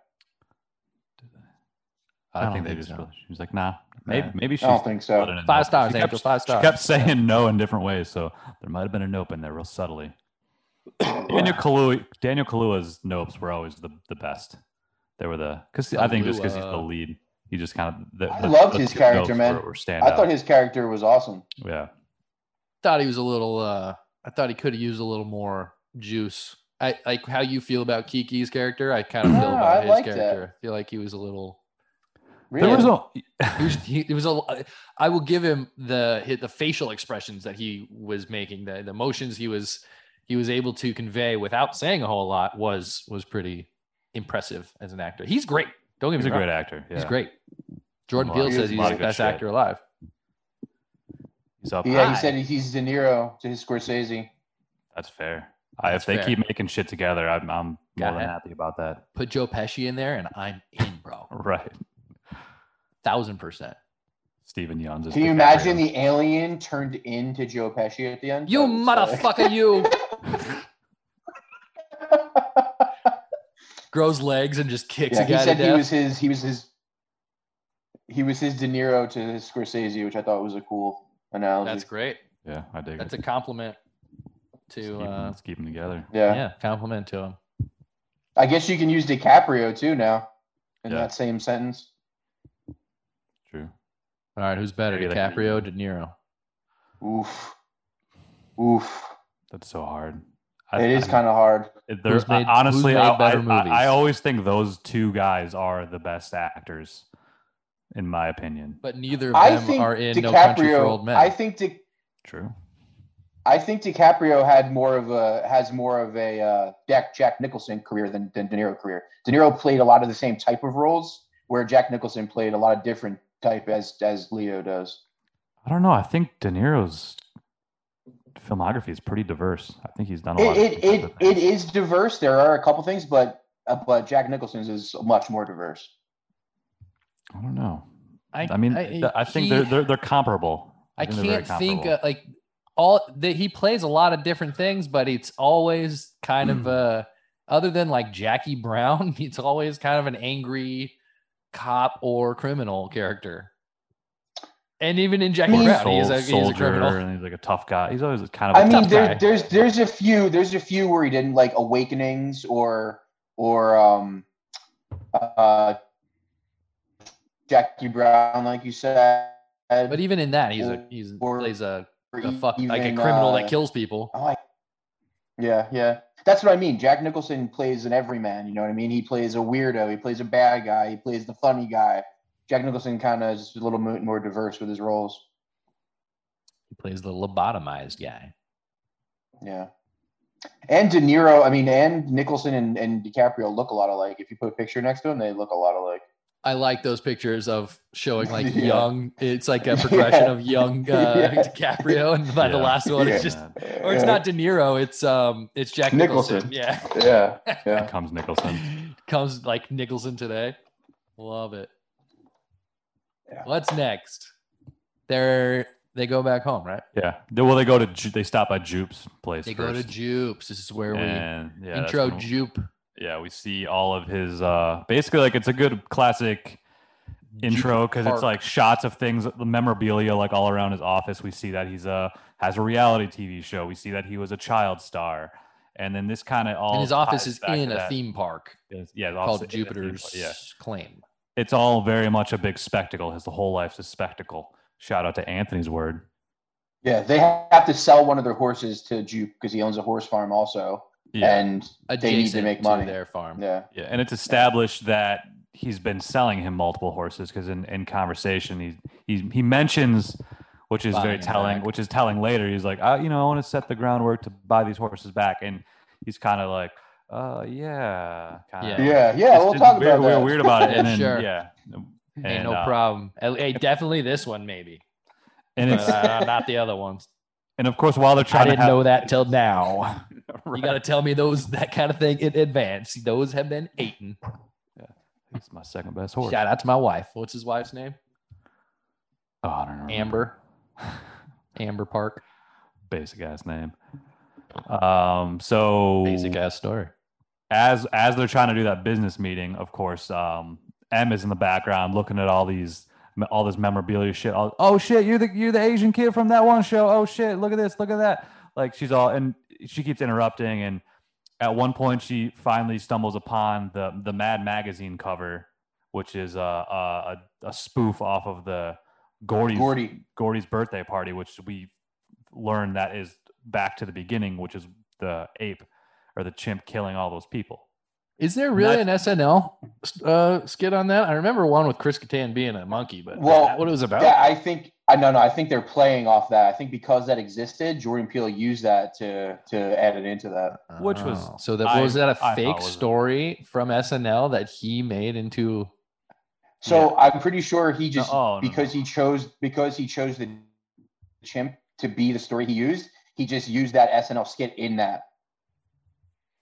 <clears throat> I, I don't think they think just. so. really- She was like, nah, maybe Yeah. maybe I she's. don't think so. Five stars, She Angel. kept, Five she stars. kept saying no in different ways, so there might have been a nope in there, real subtly. <clears throat> Daniel Kaluuya, Daniel Kaluuya's nopes were always the, the best. They were the because I think just because he's the Kaluuya. lead, he just kind of. The, I the- loved the his two character, nopes man. Were, were stand I thought out. his character was awesome. yeah, thought he was a little uh I thought he could have used a little more juice. I like how you feel about Kiki's character. I kind of feel No, about I his liked that. character. I feel like he was a little Really? there was no. he was, he, it was a I will give him the hit the facial expressions that he was making, the the emotions he was he was able to convey without saying a whole lot was was pretty impressive as an actor. He's great. Don't get He's me a wrong. great actor. Yeah. He's great. Jordan A lot- Peele says a he's lot the of good best shit. actor alive. He's up. Yeah, high. he said he's De Niro to his Scorsese. that's fair. I, if That's they fair. keep making shit together, I'm, I'm more Got than it. happy about that. <laughs> Put Joe Pesci in there and I'm in, bro. Right, Thousand percent. Stephen Youngs. is Can you DiCaprio. imagine the alien turned into Joe Pesci at the end? You That was, uh, like- <laughs> motherfucker, <laughs> you grows legs and just kicks yeah, a guy he said to he death. was his. He was his. He was his De Niro to his Scorsese, which I thought was a cool analogy. That's great. Yeah, I dig That's it. a compliment Let's to keep 'em- uh, let's keep them together. yeah. yeah, compliment to him. I guess you can use DiCaprio too now in Yeah. that same sentence. True. All right, who's better, Maybe they can- DiCaprio, or De Niro? Oof, oof. That's so hard. It is kind of hard. of there's Who's made- who's honestly. made I, better I- I- I movies? always think those two guys are the best actors, in my opinion. But neither of I them think are in DiCaprio. No Country for Old Men. I think Di- True. I think DiCaprio had more of a has more of a uh, Jack Jack Nicholson career than, than De Niro career. De Niro played a lot of the same type of roles, where Jack Nicholson played a lot of different type as as Leo does. I don't know. I think De Niro's filmography is pretty diverse. I think he's done a lot. of It it, it different it things. is diverse. There are a couple things, but uh, but Jack Nicholson's is much more diverse. I don't know. I, I mean, th- I, think he- they're, they're they're comparable. I think they're very can't think comparable. uh, like all that he plays a lot of different things, but it's always kind Hmm. of uh other than like Jackie Brown, <laughs> it's always kind of an angry cop or criminal character. And even in Jackie mean- Brown, he's a, Sol- he's a criminal. and he's like a tough guy. He's always kind of. I a mean, tough there, guy. there's there's a few there's a few where he didn't like Awakenings or or um uh Jackie Brown, like you said. But even in that, he's a he's Or plays a, or a fuck like a E even, criminal uh, that kills people. Oh, I, yeah, yeah. That's what I mean. Jack Nicholson plays an everyman. You know what I mean? He plays a weirdo. He plays a bad guy. He plays the funny guy. Jack Nicholson kind of is a little mo- more diverse with his roles. He plays the lobotomized guy. Yeah. And De Niro, I mean, and Nicholson and, and DiCaprio look a lot alike. If you put a picture next to them, they look a lot alike. I like those pictures of showing like <laughs> Yeah. young. It's like <laughs> a progression of young uh, Yeah. DiCaprio, and by the Yeah. last one, it's Yeah. just or it's not De Niro, it's um, it's Jack Nicholson. <laughs> Nicholson. Yeah, Yeah, yeah. comes Nicholson. comes like Nicholson today. Love it. Yeah. What's next? They're they go back home, right? Yeah. They- Well, they go to Ju- they stop by Jupe's place. They go first. to Jupes. This is where and, we yeah, that's intro when- Jupe. Yeah, we see all of his. uh Basically, like it's a good classic intro because Park. it's like shots of things, the memorabilia, like all around his office. We see that he's uh has a reality TV show. We see that he was a child star, and then this kind of all. And his office ties is back in to a that. theme park It's- Yeah, his office called is in a theme park, Jupiter's Yeah, Claim. it's all very much a big spectacle. His whole life's a spectacle. Shout out to Anthony's word. Yeah, they have to sell one of their horses to Jupe because he owns a horse farm also. Yeah. And Adjacent need to make money. their farm. yeah, Yeah, and it's established that he's been selling him multiple horses because in, in conversation he, he he mentions, which is very Buying 'em telling, back. which is telling later. He's like, I, you know, I want to set the groundwork to buy these horses back, and he's kind of like, uh, yeah, kind Yeah. of, yeah, yeah. We'll talk about we're that. weird <laughs> about it, and then Sure. yeah, Ain't and, no uh, problem. Hey, Hey, definitely this one, <laughs> maybe. and But, it's <laughs> uh, not the other ones. and of course while they're I trying didn't to have, <laughs> know that till now. Right. <laughs> You got to tell me those that kind of thing in advance. Those have been eaten. He's my second best horse. Shout out to my wife. What's his wife's name? Oh, I don't remember. Amber. <laughs> Amber Park. basic ass name. Um, so Basic ass story. as as they're trying to do that business meeting, of course, um, M is in the background looking at all these all this memorabilia shit. All, oh shit, you're the you're the Asian kid from that one show. Oh shit, look at this, look at that. Like she's all and she keeps interrupting and at one point she finally stumbles upon the the Mad magazine cover, which is a a, a, a spoof off of the Gordy's Gordy. Gordy's birthday party, which we learned that is back to the beginning, which is the ape or the chimp killing all those people. Is there really an SNL uh, skit on that? I remember one with Chris Kattan being a monkey, but Well, is that what it was Oh. about? Yeah, I think I no no. I think they're playing off that. I think because that existed, Jordan Peele used that to to add it into that. Which was- Oh, so that I- was that a I thought fake was a- story from SNL that he made into So I'm pretty sure he just oh, no, because he chose because he chose the chimp to be the story he used. He just used that SNL skit in that.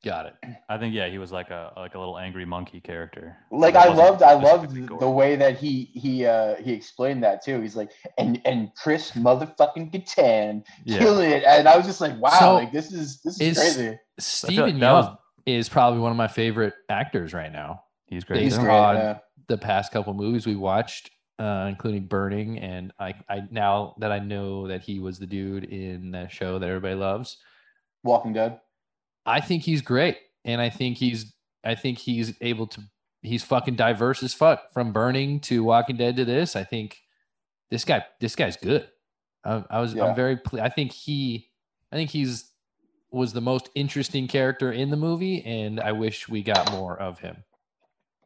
got it. I think yeah, he was like a like a little angry monkey character. Like It I wasn't loved I loved specifically the Gordy. way that he he uh he explained that too. He's like and and Chris motherfucking Catan yeah. killing it, and I was just like, wow, So, like this is this is- is, I feel crazy. like Steven that Young was, is probably one of my favorite actors right now. he's great. He's too. great. odd. yeah. The past couple movies we watched, uh, including Burning, and I, I now that I know that he was the dude in that show that everybody loves, Walking Dead. I think he's great, and I think he's I think he's able to he's fucking diverse as fuck from Burning to Walking Dead to this. I think this guy this guy's good. I, I was Yeah. I'm very ple- I think he I think he's was the most interesting character in the movie, and I wish we got more of him.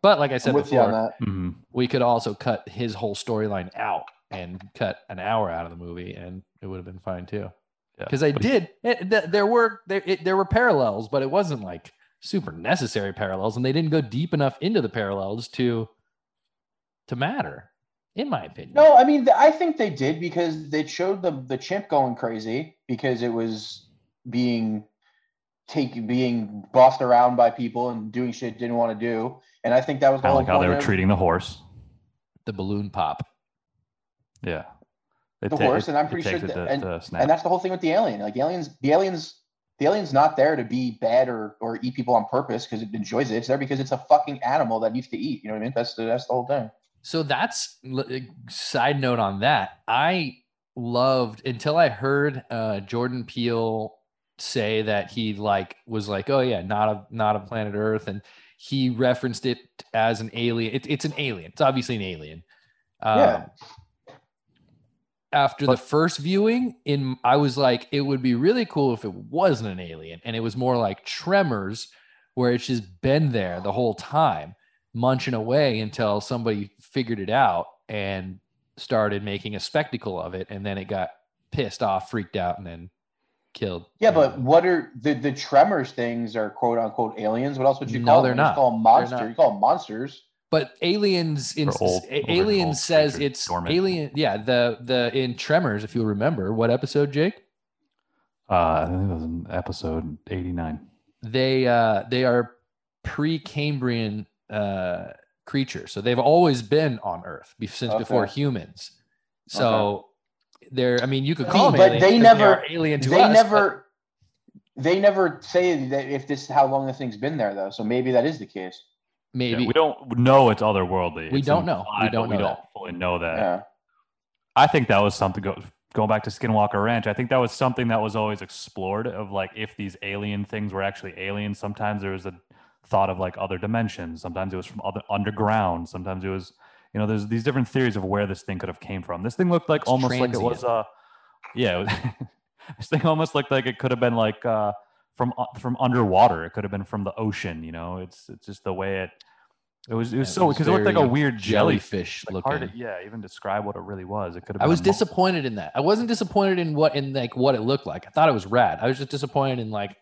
But like I I'm said with you on before, that. Mhm. we could also cut his whole storyline out and cut an hour out of the movie and it would have been fine too Yeah. because i But he- did it, th- there were there, it, there were parallels but it wasn't like super necessary parallels and they didn't go deep enough into the parallels to to matter in my opinion No, I mean, th- I think they did because they showed the the chimp going crazy because it was being take being bossed around by people and doing shit it didn't want to do, and I think that was the I whole like how they point were of treating the horse. the balloon pop Yeah. It The ta- horse, and I'm it pretty sure takes it that- to- and- to snap. And that's the whole thing with the alien. Like the aliens, the aliens, the alien's not there to be bad or or eat people on purpose because it enjoys it. It's there because it's a fucking animal that needs to eat. You know what I mean? That's the that's the whole thing. So that's l- eh, side note on that. I loved until I heard uh, Jordan Peele say that he like was like, oh yeah, not a not a planet Earth, and he referenced it as an alien. It, it's an alien. It's obviously an alien, Um, Yeah. After the But- first viewing, in I was like, it would be really cool if it wasn't an alien, and it was more like Tremors, where it's just been there the whole time, munching away until somebody figured it out and started making a spectacle of it, and then it got pissed off, freaked out, and then killed. Um, Yeah, but what are the the tremors things are quote unqute aliens? What else would you No, call they're them? You just not. call them monster. not. You call them monsters. but aliens in Or old- a- old- alien old says creature, it's dormant. alien yeah the the in tremors if you remember what episode jake Uh, I think it was in episode 89. they uh they are pre-cambrian uh creatures so they've always been on earth be- since before Okay. humans so they're i mean you could See, call them but aliens they 'cause never- are alien to They us, but- never they never say that if this is how long the thing's been there though. So maybe that is the case. maybe Yeah, we don't know it's otherworldly. We It's don't know. We implied, but don't we know don't fully know that. Yeah. I think that was something go, going back to Skinwalker Ranch. I think that was something that was always explored of like if these alien things were actually aliens. Sometimes there was a thought of like other dimensions. Sometimes it was from other underground. Sometimes it was you know there's these different theories of where this thing could have came from. This thing looked like It's almost like it was uh yeah. It was <laughs> this thing almost looked like it could have been like uh from u- from underwater. It could have been from the ocean. You know, it's it's just the way it. It was it was It so was because it looked like a very weird jellyfish jellyfish like looking hard to, yeah, even describe what it really was. It could have. I been was a mul- disappointed in that. I wasn't disappointed in what in like what it looked like. I thought it was rad. I was just disappointed in like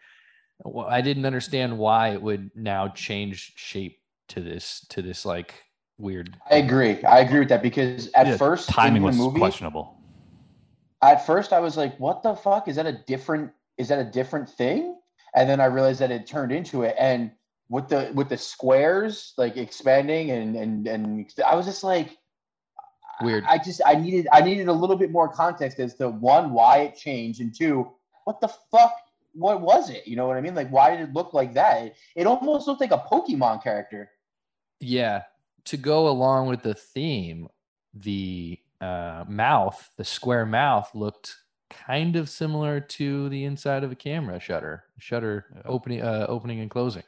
wh- I didn't understand why it would now change shape to this to this like weird. I agree. I agree with that because at Yeah, first Timing in the was movie, questionable. at first I was like, "What the fuck is that a different is that a different thing?" And then I realized that it turned into it, and with the with the squares like expanding and and and I was just like, Weird. I just I needed I needed a little bit more context as to one why it changed and two what the fuck what was it? You know what I mean? Like why did it look like that? It, it almost looked like a Pokemon character. yeah. To go along with the theme, the uh, mouth, the square mouth, looked kind of similar to the inside of a camera shutter, shutter Yeah. opening, uh, opening and closing.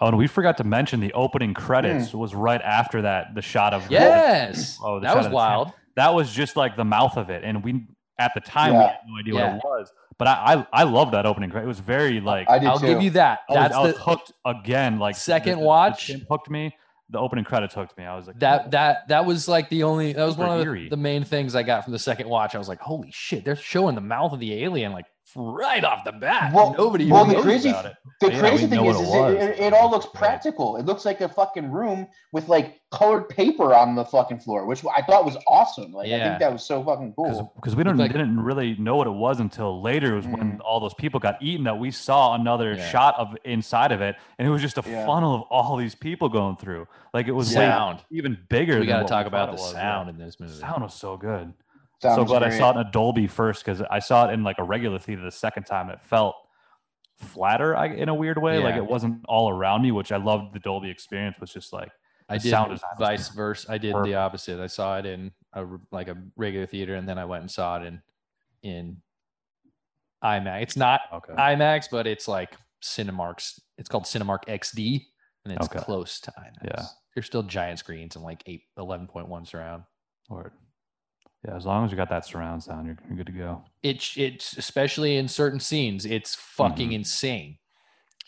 Oh, and we forgot to mention the opening credits Hmm. was right after that. The shot of Yes, Oh, the that shot was of the wild. that was just like the mouth of it, and we at the time we Yeah. had no idea Yeah. what it was. But I I, I love that opening credit. It was very like I did I'll too. give you that. I was, That's I was the hooked again. Like the- Second the- the watch? chimp hooked me. The opening credits hooked me. I was like that that that was like the only that was Super one of eerie. the, the main things I got from the second watch. I was like, holy shit, they're showing the mouth of the alien like right off the bat. Well- Nobody well, even the knows crazy- about it. The But yeah, crazy we thing know is, what it is it, was. it, it all looks Right. practical. It looks like a fucking room with like colored paper on the fucking floor, which I thought was awesome. Like I Yeah. think that was so fucking cool. because we don't like- Mm. didn't really know what it was until later was when all those people got eaten that we saw another Yeah. shot of inside of it and it was just a Yeah. funnel of all these people going through like it was way sound. even bigger We got to talk about the sound in this movie. sound was so good Sounds so glad i great. saw it in a dolby first because i saw it in like a regular theater the second time and it felt flatter I, in a weird way like Yeah. it wasn't all around me which i loved the dolby experience was just like I the did sound design was vice versa. I did perfect. the opposite. I saw it in a r- like a regular theater, and then I went and saw it in in IMAX. It's not okay IMAX, but it's like Cinemark's. It's called Cinemark XD, and it's Okay. close to IMAX. Yeah. They're still giant screens and like 8, 11.1 surround. Word. yeah as long as you got that surround sound you're, you're good to go It's it's especially in certain scenes, it's fucking Mhm. insane.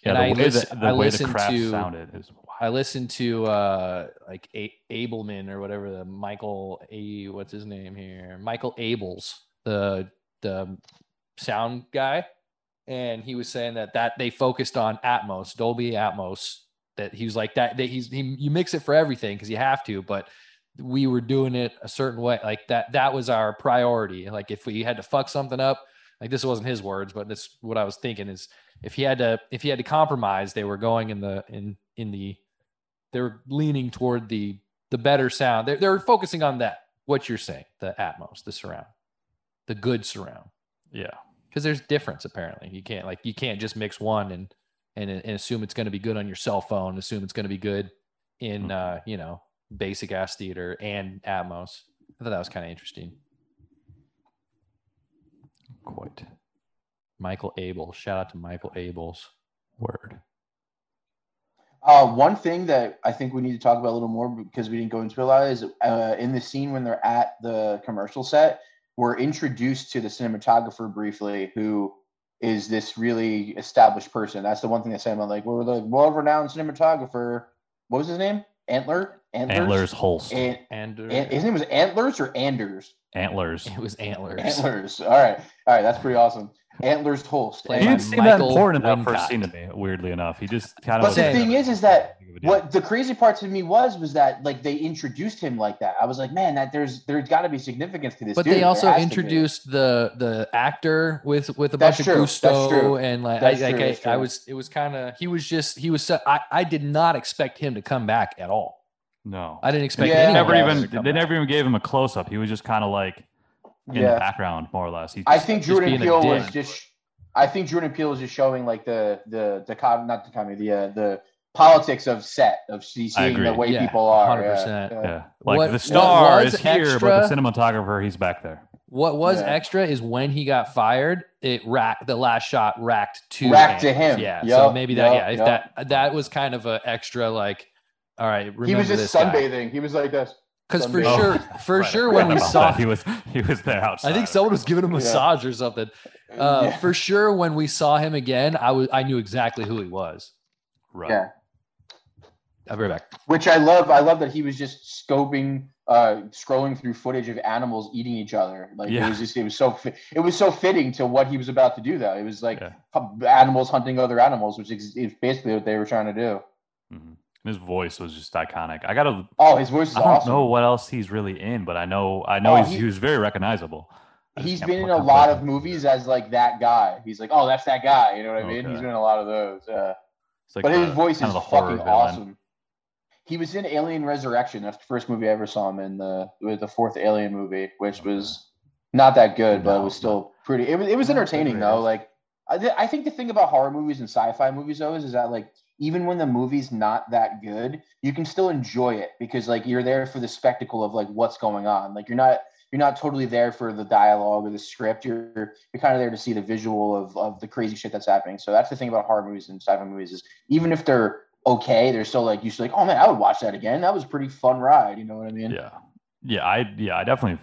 Yeah, And the I way lis- the, the I way the listened craft to- sounded is I wild. listened to uh like a- Abelman or whatever the Michael A what's his name here? Michael Abels, the the sound guy. And he was saying that that they focused on Atmos, Dolby Atmos. That he was like that. That he's he, you mix it for everything because you have to, but we were doing it a certain way. Like that that was our priority. Like if we had to fuck something up, like this wasn't his words, but that's what I was thinking is if he had to if he had to compromise, they were going in the in in the they were leaning toward the the better sound. They're they're focusing on that. What you're saying, the Atmos, the surround, the good surround, yeah, because there's difference apparently. You can't like you can't just mix one and and, and assume it's going to be good on your cell phone. Assume it's going to be good in Mhm. uh, you know basic ass theater and Atmos. I thought that was kind of interesting. quite Michael Abel, shout out to Michael Abels. word. Uh, one thing that I think we need to talk about a little more because we didn't go into a lot is uh, in the scene when they're at the commercial set, we're introduced to the cinematographer briefly, who is this really established person. That's the one thing they say about like, we're the world-renowned cinematographer. What was his name? Antler. Antlers. Antlers Holst. An- And uh, An- his name was Antlers or Anders. Antlers. it was antlers. Antlers. All right, all right. That's pretty awesome. Antlers Holst. Play He by didn't seem that Michael important in that first Wincott. scene to me. Weirdly enough, he just kind But of. the thing is, is that what the crazy part to me was was that like they introduced him like that. I was like, man, that there's there's got to be significance to this. But dude. they There also has to be. introduced the the actor with with a That's bunch true. of That's gusto true. and like That's I, true. like, That's I, I true. was it was kind of he was just he was so, I I did not expect him to come back at all. No, I didn't expect Yeah. they anyone never else to even. come They back. never even gave him a close up. He was just kind of like in the Yeah, background, more or less. He I just- think just Jordan being a Peele was dick. just. I think Jordan Peele was just showing like the the dichot- not dichotomy, the uh, the politics of set of see- I seeing agree. the way Yeah, people are. 100%. Yeah. yeah, like What- the what star was is here, but the extra- cinematographer, he's back there. What was Yeah. extra is when he got fired, it racked the last shot racked to Racked to Andrews. him. Yeah. so Yup, maybe that yup, yeah, if yup. that that was kind of a extra like all right, remember He was this just guy. sunbathing. He was like this. Cuz for sunbathing. <laughs> sure Oh, for right, I sure forgot when we about saw that. <laughs> he was he was there outside. I think someone was giving him a Yeah. massage or something. Uh, Yeah. For sure, when we saw him again, I was I knew exactly who he was. Right. Yeah. I'll be right back. which I love. I love that he was just scoping, uh, scrolling through footage of animals eating each other. Like Yeah. it was just, it was so, fi- it was so fitting to what he was about to do. Though it was like Yeah. hu- animals hunting other animals, which is, is basically what they were trying to do. Mhm. And His voice was just iconic. I gotta. Oh, his voice is I don't awesome. know what else he's really in, but I know I know Oh, he's he- he, was very recognizable. I just He's can't been in put- a can't lot place of him. movies as like that guy. He's like, oh, that's that guy. You know what I mean? Okay. He's been in a lot of those. Uh, It's like but his the- voice kind of is the horror fucking villain. awesome. He was in Alien Resurrection. That's the first movie I ever saw him in the with the fourth Alien movie, which Okay. was not that good, but No, it was still pretty. It was it was Not the entertaining though. greatest. Like I, th- I think the thing about horror movies and sci-fi movies though is, is that like even when the movie's not that good, you can still enjoy it because like you're there for the spectacle of like what's going on. Like you're not you're not totally there for the dialogue or the script. You're you're kind of there to see the visual of, of the crazy shit that's happening. So that's the thing about horror movies and sci-fi movies is even if they're okay, they're still like you should like, oh man, I would watch that again. That was a pretty fun ride. You know what I mean? Yeah, yeah, I yeah, I definitely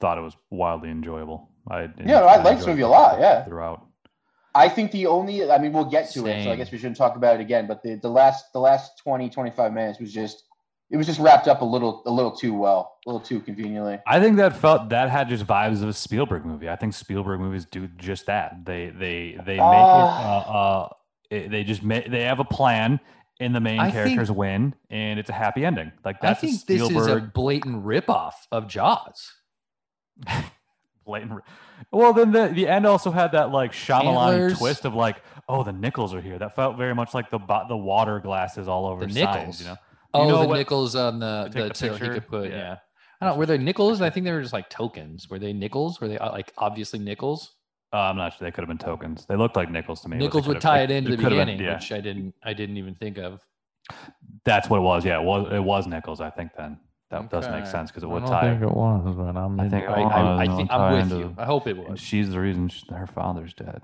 thought it was wildly enjoyable. I Yeah, I liked this enjoyed movie a it lot, yeah. throughout. I think the only I mean we'll get to it, so I Same. guess we shouldn't talk about it again. But the, the last the last 20, 25 minutes was just it was just wrapped up a little a little too well, a little too conveniently. I think that felt that had just vibes of a Spielberg movie. I think Spielberg movies do just that. They they they make it. Uh, uh, Ah. it- they just make they have a plan, and the main I think- characters win, and it's a happy ending. Like that's I a think this is a Spielberg blatant ripoff of Jaws. blatant. re- Well, then the, the end also had that like Shyamalan Antlers. twist of like, oh, the nickels are here. That felt very much like the bo- the water glasses all over The signs, nickels. you know. You Oh, know the what- nickels on the You take the, the so he picture? could put Yeah. yeah. I don't know, were they nickels? I think they were just like tokens. Were they nickels? Were they uh, like obviously nickels? Uh, I'm not sure. They could have been tokens. They looked like nickels to me. but they nickels would could've- tie they- it into they the could've been- beginning, yeah, which I didn't I didn't even think of. that's what it was. Yeah, it was it was nickels. I think then that does make Okay. sense because it I would don't tie. think it was, but I'm. I think I, I, I think I'm with you. I hope it And was she's the reason sh her father's dead.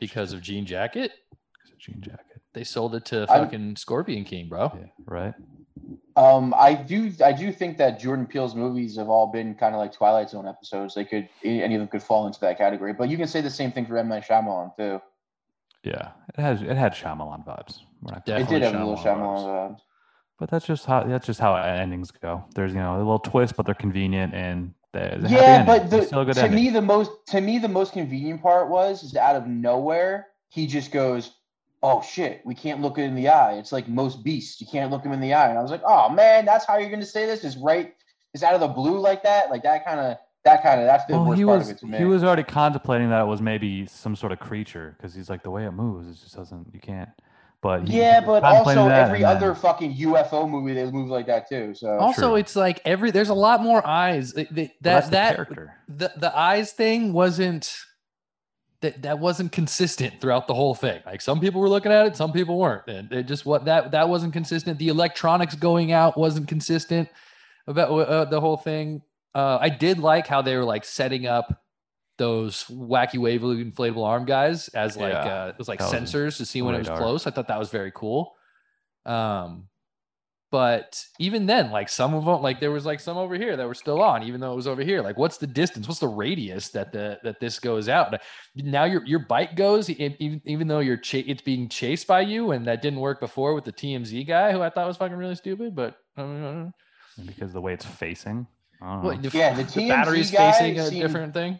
because of Jean Jacket. It's a jean jacket, They sold it to I'm- fucking Scorpion King, bro. yeah, right? Um, I do, I do think that Jordan Peele's movies have all been kind of like Twilight Zone episodes. They could, any of them could fall into that category. But you can say the same thing for M Night Shyamalan too. Yeah, it has it had Shyamalan vibes. We're not It It Definitely did have a little vibes. Shyamalan. uh, vibes. But that's just how that's just how endings go. There's you know a little twist, but they're convenient and they're, they're Yeah, happy but endings. They're the, still a good to ending. me, the most, to me, the most convenient part was is out of nowhere he just goes, "Oh shit, we can't look it in the eye." It's like most beasts, you can't look him in the eye. And I was like, "Oh man, that's how you're gonna say this? Is right? Is out of the blue like that? Like that kind of, that kind of, that's the well, worst Oh, he part was of it to me." he was already contemplating that it was maybe some sort of creature because he's like the way it moves, it just doesn't you can't. But he- Yeah, he was but contemplating also that every and other then- fucking UFO movie they move like that too. So also, Oh, true. it's like every there's a lot more eyes. It- they- well, that's that the that character. the, the eyes thing wasn't that that wasn't consistent throughout the whole thing. Like some people were looking at it, some people weren't. And it just what that that wasn't consistent. The electronics going out wasn't Uh, consistent about uh, the whole thing. Uh, I did like how they were like setting up those wacky wavy inflatable arm guys as like Yeah. uh, it was like That was sensors to see when it was radar. close. I thought that was very cool. Um, but even then, like some of them, like there was like some over here that were still on, even though it was over here. Like, what's the distance? What's the radius that the that this goes out? Now your your bike goes, e- even even though you're cha- it's being chased by you, and that didn't work before with the TMZ guy who I thought was fucking really stupid. But uh, I mean, I don't know. because the way it's facing. I don't know. What, Yeah, the TMZ battery's guy facing a seemed- different thing.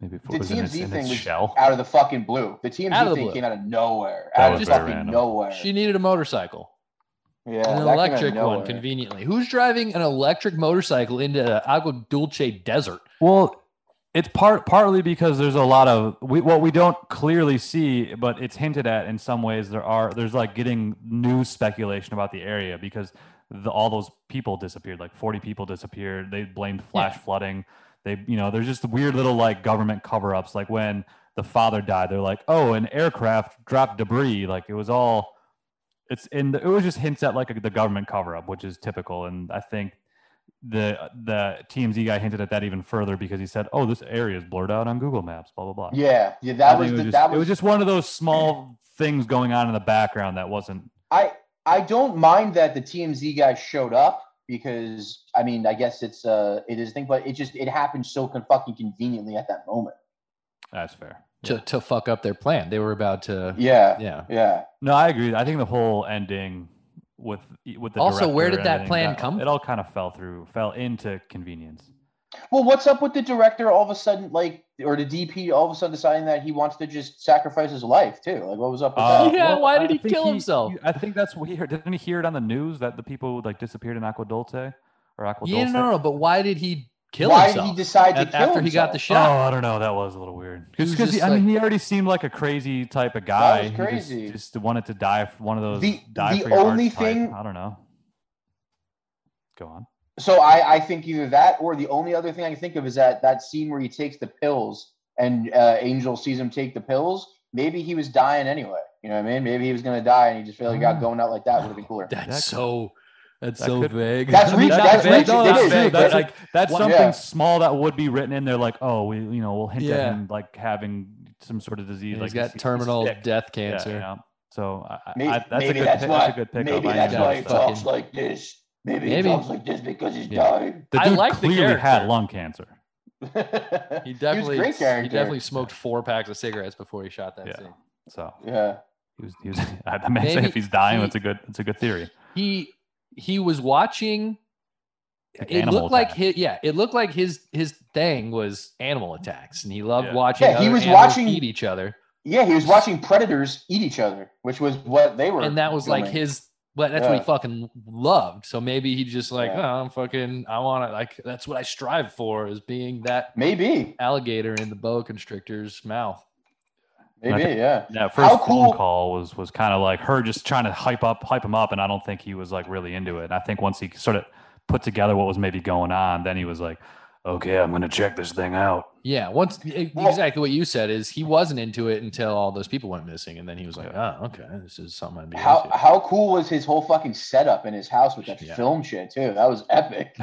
Maybe if the it was in its, TMZ in thing its was shell. out of the fucking blue. The TMZ Out of the thing blue. came out of nowhere. That out was of very fucking random. nowhere. She needed a motorcycle. yeah, an that came out of electric one, nowhere. conveniently. Who's driving an electric motorcycle into the Agua Dulce desert? Well, it's part partly because there's a lot of we, what we don't clearly see, but it's hinted at in some ways. There are there's like getting news speculation about the area because the, all those people disappeared, like 40 people disappeared. They blamed flash flooding. They, you know, there's just weird little like government cover ups. Like when the father died, they're like, oh, an aircraft dropped debris. Like it was all, it's in the, it was just hints at like the government cover up, which is typical. And I think the the TMZ guy hinted at that even further because he said, oh, this area is blurred out on Google Maps, blah, blah, blah. Yeah, yeah, I that think it was, the, was just, that it was, was just one of <laughs> those small things going on in the background that wasn't I I don't mind that the TMZ guy showed up because I mean I guess it's uh it is a thing, but it just it happened so con- fucking conveniently at that moment. that's fair. To, to fuck up their plan. They were about to, Yeah, yeah. yeah. No, I agree. I think the whole ending with with the Also, where director did that and everything, plan come It all kind of fell through, fell into convenience. Well, what's up with the director all of a sudden, like, or the DP all of a sudden deciding that he wants to just sacrifice his life too? Like, what was up with Uh, <laughs> that? Yeah, why did I he think kill himself? I think that's what he heard. <laughs> Didn't he hear it on the news that the people like disappeared in Aqua Dulce or Aqua Yeah, Dulce? no, no, no, but why did he kill why himself? did he decide to Af- kill after himself? he got the Oh, shot? I don't know. That was a little weird. He was Just because just I mean, like- he already seemed like a crazy type of guy. was He just- crazy. Just, wanted to die. For one of those. The- die the for your heart's only type. thing- I don't know. Go on. So I, I think either that or the only other thing I can think of is that that scene where he takes the pills and uh, Angel sees him take the pills. Maybe he was dying anyway. You know what I mean? Maybe he was gonna die and he just really got Mm. going out like Oh, that would have been cooler. That's That could- so, that's that so could- vague. I That's mean, reach- not that's vague, reach- no, it not is, vague, That's, but that's like, like that's one- something Yeah. small that would be written in there, like oh, we you know we'll hint Yeah. at him like having some sort of disease, he's like got he's- he's terminal sick. death Yeah, cancer. yeah. So I, Maybe, I, that's, a maybe good, that's pick- why. that's a good pickup. maybe I that's didn't why he notice that. talks like this. Maybe, Maybe. he talks like this because he's Yeah. dying. <laughs> The I dude like the clearly character. had lung cancer. He definitely, he was a great character. he definitely smoked four packs of cigarettes before he shot that Yeah. scene. So Yeah. he was. <laughs> He was. I mean, Maybe if he's dying, he- that's a good. That's a good theory. He, he was watching Like it animal looked like attack. his yeah it looked like his his thing was animal attacks and he loved Yeah. watching Yeah, he other was animals watching- eat each other Yeah, he was watching predators eat each other, which was what they were. and that was like filming. his but that's what Yeah. he fucking loved so maybe he just like Yeah. oh, i'm fucking i want to like that's what i strive for is being that maybe, alligator in the boa constrictor's mouth maybe, think- yeah. That How first phone cool- call was was kind of like her just trying to hype up hype him up, and I don't think he was like really into it. And I think once he sort of put together what was maybe going on, then he was like, "Okay, I'm gonna check this thing out." <laughs> yeah once e- Well- exactly what you said is he wasn't into it until all those people went missing and then he was like oh okay this is something i'd be How into. how cool was his whole fucking setup in his house with that Yeah. film shit too? That was epic.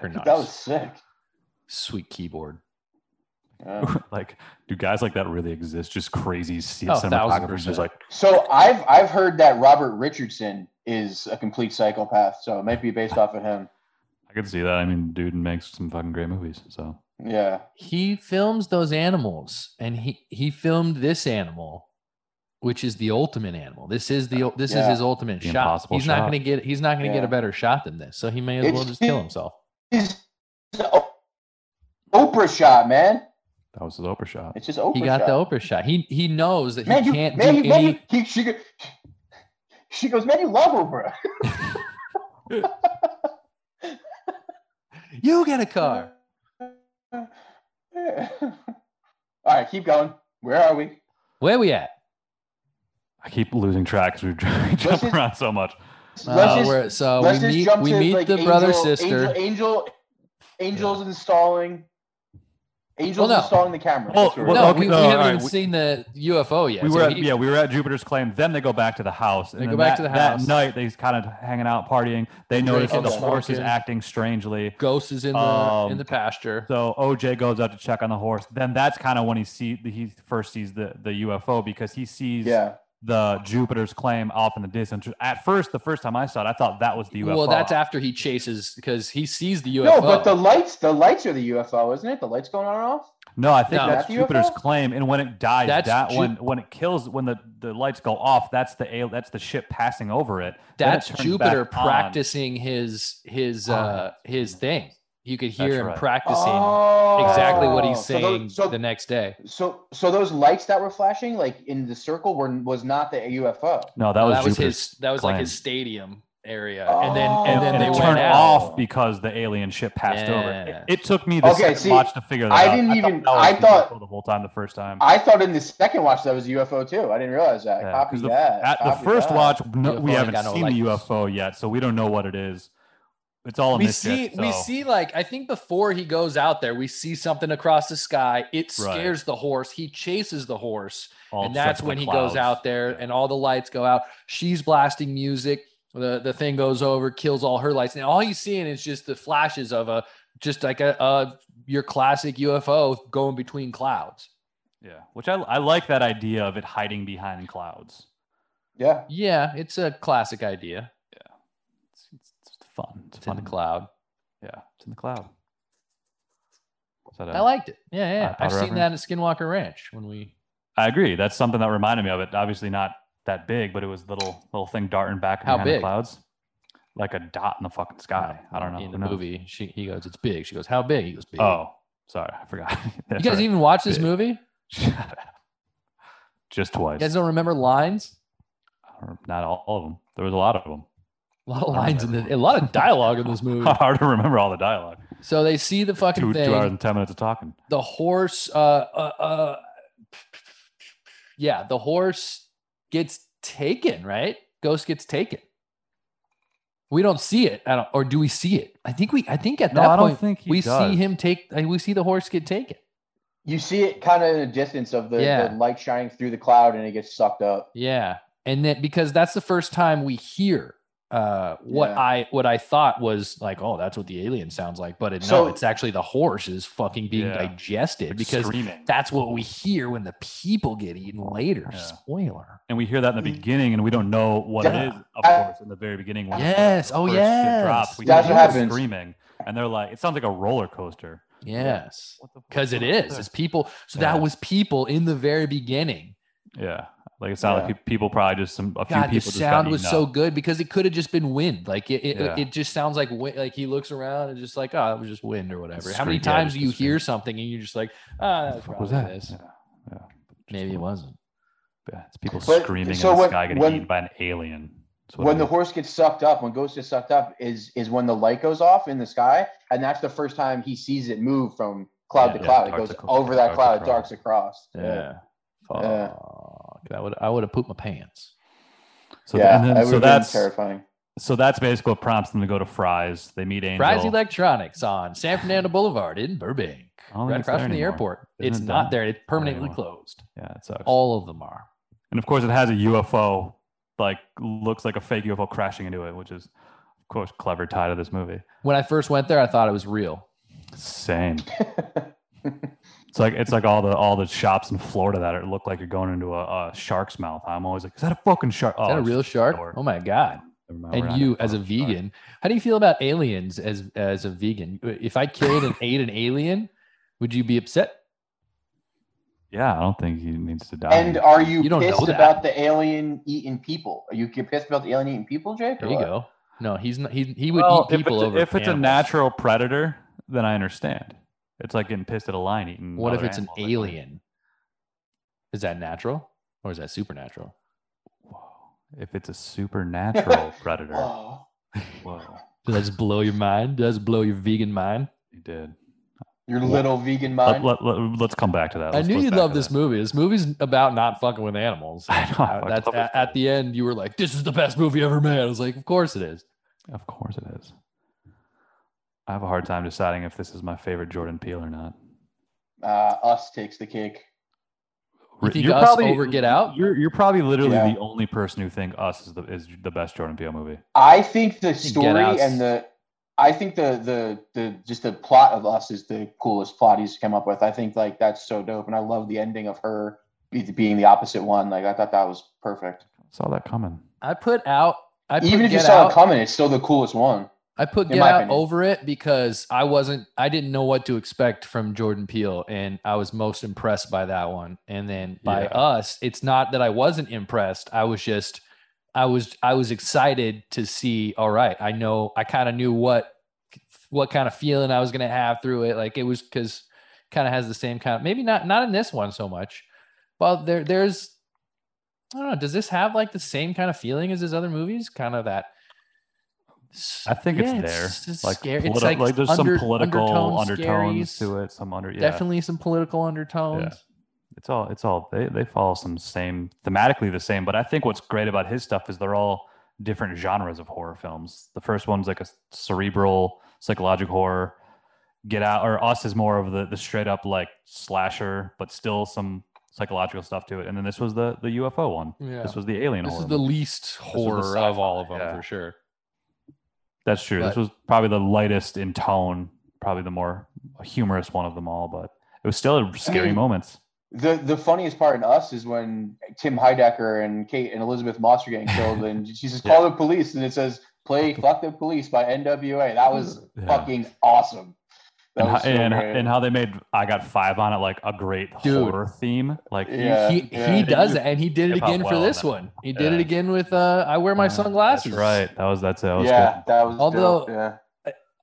Very <laughs> nice. That was sick. sweet keyboard Yeah. like, do guys like that really exist? Just crazy Oh, cinematographers, thousand just percent. like So I've I've heard that Robert Richardson is a complete psychopath. So it might be based off of him. I could see that. I mean, dude makes some fucking great movies. So Yeah. he films those animals and he he filmed this animal which is the ultimate animal this is the this is Uh, Yeah. his ultimate The shot impossible he's not shot. going to get he's not going to get Yeah. a better shot than this so he may as It's- well just kill himself It's the O- Oprah shot, man. that was his Oprah shot. It's just Oprah. he got shot. the oprah shot he he knows that he man. You can't man, do you, man, any you, he, she, go- she goes, man, you love Oprah. you get a car Yeah. All right, keep going. Where are we? where we at I keep losing track because we <laughs> dr- jump just- around so much. Let's uh, just we're- so we let's just meet jump we to meet like the angel, brother sister Angel, angel angels installing. Angels Well, no. installing the camera. Well, That's what we're well, doing. no, okay, we, we no, all haven't right, even we- seen the UFO yet. we were so at, he- yeah, we were at Jupiter's Claim. Then they go back to the house. And They then go back to that, the house. That night, they's kind of hanging out, partying. They notice Drinking, the horse is smoking. acting strangely. Ghost is in the Um, in the pasture. So OJ goes out to check on the horse. Then that's kind of when he see he first sees the the UFO because he sees yeah. the Jupiter's Claim off in the distance. At first, the first time I saw it, I thought that was the UFO. Well, that's after he chases because he sees the UFO. No, but the lights, the lights are the UFO, isn't it? The lights going on and off. no, I think No. that's Is that the Jupiter's UFO? Claim. And when it dies, That's that Ju- when when it kills, when the the lights go off, that's the al- that's the ship passing over it. Then it that's turns Jupiter back on. practicing his his Oh, uh his thing. You could hear That's him right. practicing Oh. exactly what he's So saying those- So, the next day. so, so those lights that were flashing, like in the circle, were was not the UFO. No, that was that was Jupiter's his that was like his claim. stadium area, and then Oh. and then and they it went turned out. off because the alien ship passed over. Yeah. It, it took me the Okay, second see, watch to figure that I out. didn't thought even- that was I the thought- UFO the whole time the first time. I thought in the second watch that was a UFO too. I didn't realize that. Yeah, Copy 'cause the, that. at the Copy first that. watch, no, UFO we ain't haven't got no seen the likeness. UFO yet, so we don't know what it is. It's all a we see mystery. we see like I think before he goes out there, we see something across the sky. It Right. scares the horse. He chases the horse. and that's when he goes out there Yeah. and all the lights go out she's blasting music the the thing goes over kills all her lights and all he's seeing is just the flashes of a just like a, a your classic ufo going between clouds Yeah, which I, I like that idea of it hiding behind clouds. Yeah. yeah it's a classic idea It's, it's, it's fun. It's, it's in fun. the cloud Yeah, it's in the cloud. Is that a- i liked it yeah yeah iPod i've seen that at reference? skinwalker ranch when we I agree. That's something that reminded me of it. Obviously not that big, but it was little little thing darting back How behind big? the clouds, like a dot in the fucking sky. I don't know. in Who the knows? movie she he goes it's big she goes how big he goes big Oh, sorry, I forgot. <laughs> you That's guys right. even watch this Big. movie you Shut up. <laughs> Just twice. guys don't remember lines Or not all, all of them. There was a lot of them. a lot of don't lines in remember. the a lot of dialogue in <laughs> this movie Hard to remember all the dialogue. so they see the fucking Two, thing two hours and ten minutes of talking. the horse uh uh, uh yeah the horse gets taken right ghost gets taken we don't see it I don't, or do we see it i think we i think at No, that I don't point think he we does. see him take I- we see the horse get taken You see it kind of in the distance of the, Yeah. the light shining through the cloud, and it gets sucked up. yeah and then because that's the first time we hear uh what Yeah. i what i thought was like oh that's what the alien sounds like but it, So- no it's actually the horse is fucking being Yeah. digested Like because screaming. that's what we hear when the people get eaten later. Yeah. Spoiler. and we hear that in the beginning, and we don't know what it Mm. Yeah. is, of I- course, in the very beginning. When Yes. the Oh, first shit yes. drops, we That's hear what people happens. Screaming, and they're like, "It sounds like a roller coaster." Yes. What the fuck Because it is is. this? It's people. So Yeah. that was people in the very beginning. Yeah, like it sounded Yeah. like pe- people probably just some a few God, the people. just got sound was eaten so up. good because it could have just been wind. Like it, it, Yeah. it just sounds like wind. Like he looks around and just like, oh, it was just wind or whatever. How many scream- yeah, times just do you the scream. hear something and you're just like, ah, that was, What was probably that? This. Yeah, yeah. Just Maybe it one- wasn't. yeah, it's people But- screaming so in the when- sky getting when- eaten by an alien. That's what when I the mean. horse gets sucked up, when Ghost gets sucked up, is is when the light goes off in the sky, and that's the first time he sees it move from cloud Yeah, to cloud. yeah, it darts goes ac- over darts that cloud, it across. darts across. Yeah. Fuck. Yeah. I would. I would have pooped my pants. so, yeah, and then- that would so have that's <laughs> been terrifying. so that's basically what prompts them to go to Fry's. They meet Angel. Fry's Electronics on San Fernando Boulevard in Burbank, I don't think right it's there across from the anymore. airport. Isn't it's it not done? there. It's permanently anymore. closed. yeah, it sucks. All of them are. And of course, it has a UFO, like looks like a fake UFO crashing into it, which is, of course, clever tie to this movie. When I first went there, I thought it was real. Same. It's like it's like all the all the shops in Florida that are, look like you're going into a, a shark's mouth. I'm always like, is that a fucking shark? Oh, Is that a it's real just shark? door. Oh my god! Never mind, we're And not you, gonna as a call it shark. vegan, how do you feel about aliens? As as a vegan, if I killed <laughs> and ate an alien, would you be upset? Yeah, I don't think he needs to die. And are you, You don't know pissed that. about the alien eating people? Are you pissed about the alien eating people, Jake? There or you what? go. No, he's not. He he would Well, eat people if it's, over. If it's a animals. natural predator, then I understand. It's like getting pissed at a lion eating. what if other it's an animals, like- alien? Is that natural or is that supernatural? Whoa. If it's <laughs> a supernatural predator. Oh, Whoa. Does that just blow your mind? Does that blow your vegan mind? You did. your little vegan mind. Let, let, us come back to that. I Let's knew flip you'd back to love this that. <laughs> movie. This movie's about not fucking with animals. <laughs> I know, I Uh, fucking That's love this at, at the end. You were like, "This is the best movie ever made." I was like, "Of course it is." Of course it is. I have a hard time deciding if this is my favorite Jordan Peele or not. Uh, Us takes the cake. You think Us over Get Out? You're you're probably literally Yeah. the only person who think Us is the is the best Jordan Peele movie. I think the Get story Out's- and the I think the the the just the plot of us is the coolest plot he's come up with. I think like that's so dope, and I love the ending of her be, being the opposite one. Like I thought that was perfect. Saw that coming. I put out. I put Even if you Get saw Out- it coming, it's still the coolest one. I put in Get my Out opinion. over it because I wasn't, I didn't know what to expect from Jordan Peele, and I was most impressed by that one. And then by Yeah. us, it's not that I wasn't impressed. I was just, I was, I was excited to see. All right, I know, I kind of knew what, what kind of feeling I was gonna have through it. Like it was because kind of has the same kind of maybe not not in this one so much. Well, there there's I don't know. Does this have like the same kind of feeling as his other movies? Kind of that. I think it's there. just like, scary. politi- it's like, like there's under- some undertone political undertones scaries, to it. Some under yeah. Definitely some political undertones. It's all it's all they they follow some same thematically the same. But I think what's great about his stuff is they're all different genres of horror films. The first one's like a cerebral psychological horror. Get out or us is more of the the straight up like slasher, but still some psychological stuff to it. And then this was the the UFO one. Yeah. This was the alien This horror. is the movie. least was the horror of all of them sci-fi, yeah. for sure. That's true. this But- was probably the lightest in tone, probably the more humorous one of them all, but it was still scary mean, moments. The the funniest part in us is when Tim Heidecker and Kate and Elizabeth Moss are getting killed, and <laughs> she says, "Call the police," and it says, "Play Fuck the Police" by N.W.A. That was Yeah. fucking awesome. That And how, was so and, great. and how they made I got five on it like a great Dude. horror theme. Like Yeah. he he yeah. does it, and he did it Hip-hop again for well on this that. one. He did Yeah. it again with uh, "I Wear My Wow, Sunglasses." That's right. That was that's it. That was yeah, good. that was dope, Although- yeah.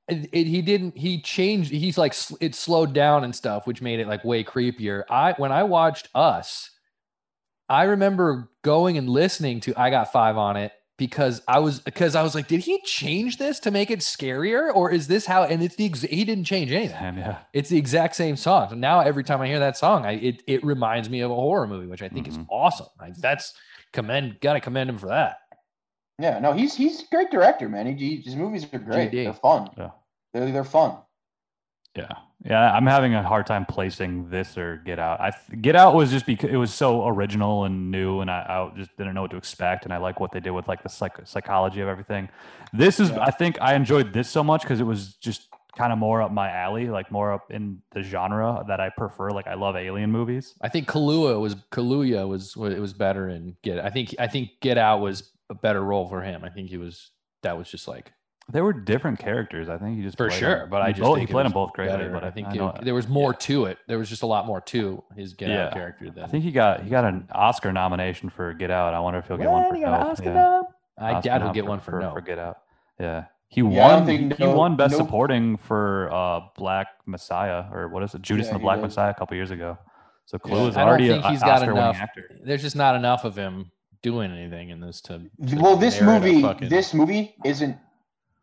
it, it- he didn't he changed he's like sl- it slowed down and stuff which made it like way creepier i when i watched us i remember going and listening to i got five on it because i was because i was like did he change this to make it scarier or is this how and it's the ex- he didn't change anything Damn, yeah. it's the exact same song so now every time i hear that song i it, it reminds me of a horror movie which i think is Mhm. awesome like that's commend gotta commend him for that Yeah, no, he's he's a great director, man. He, he- his movies are great. GD. They're fun. Yeah. They're they're fun. Yeah. Yeah. I'm having a hard time placing this or Get Out. I th- Get Out was just because it was so original and new, and I, I just didn't know what to expect. And I like what they did with like the psych- psychology of everything. This is, Yeah. I think, I enjoyed this so much because it was just kind of more up my alley, like more up in the genre that I prefer. Like I love alien movies. I think Kahlua was Kaluuya was it was better in Get. I think I think Get Out was a better role for him. I think he was that was just like They were different characters. I think he just for played sure. them- But I he just both, think he it played was them both greatly. better. But I think know- it, there was more to it. There was just a lot more to his Get Yeah. Out character than I think he got he got an Oscar nomination for Get Out. I wonder if he'll get one What? for He got an Nope. Oscar Yeah. nom? I Oscar doubt he'll nom get one for, no. for Get Out. Yeah, he Yeah, I don't won. think he no- won Best no- Supporting for uh, Black Messiah or what is it? Judas Yeah, and the he Black did. Messiah a couple years ago. So Clue Yeah. is I don't already an think he's got Oscar winning enough- actor. There's just not enough of him doing anything in this to. to Well, this merit a movie fucking- this movie isn't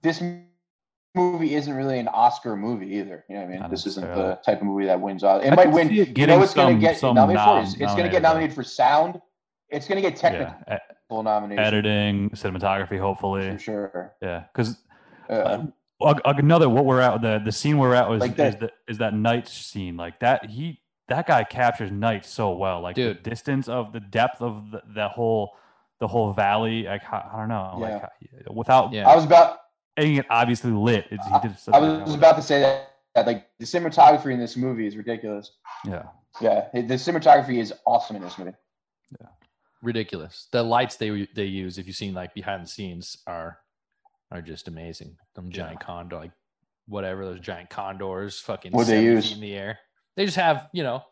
this m- movie isn't really an Oscar movie either. You know what I mean? Not This isn't the necessarily. type of movie that wins. Os- It I might could win. see it you getting know, it's going some- to get some nominated nom- for is it's going to nominated, get though. nominated for sound. It's going to get technical Yeah, nominations e- editing, cinematography, for hopefully. sure. Yeah, because Uh, Ag- ag- another what we're at the the scene we're at was Like is the, is that night scene like that he that guy captures night so well like Dude. the distance of the depth of the, that whole the whole valley like I, I don't know like how- without Yeah. I was about being it obviously lit it's, he did such I a good job was with about it. to say that, that like the cinematography in this movie is ridiculous. yeah Yeah, the cinematography is awesome in this movie. ridiculous. The lights they they use, if you've seen like behind the scenes, are are just amazing. Them giant condor, like whatever those giant condors, fucking What they 70 use? feet in the air. They just have you know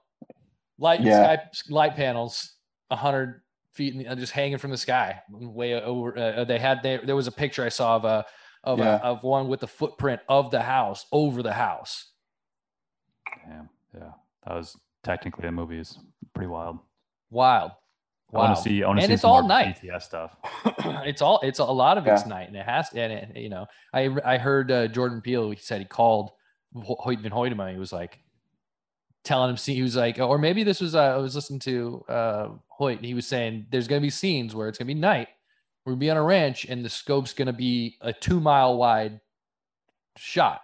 light Yeah. sky, light panels, a hundred feet, in the, uh, just hanging from the sky, way over. Uh, they had there. There was a picture I saw of a of Yeah. a, of one with the footprint of the house over the house. damn yeah that was technically the movies pretty wild Wild. I Wow. want to see I want to And see it's some all more night. BTS stuff <laughs> <clears throat> it's all it's a lot of it's Yeah. night and it has and it, you know i i heard uh, jordan peele he said he called Ho- hoyt van hoytema he was like telling him see he was like or maybe this was uh, i was listening to uh hoyt and he was saying there's gonna be scenes where it's gonna be night we're gonna be on a ranch and the scope's gonna be a two mile wide shot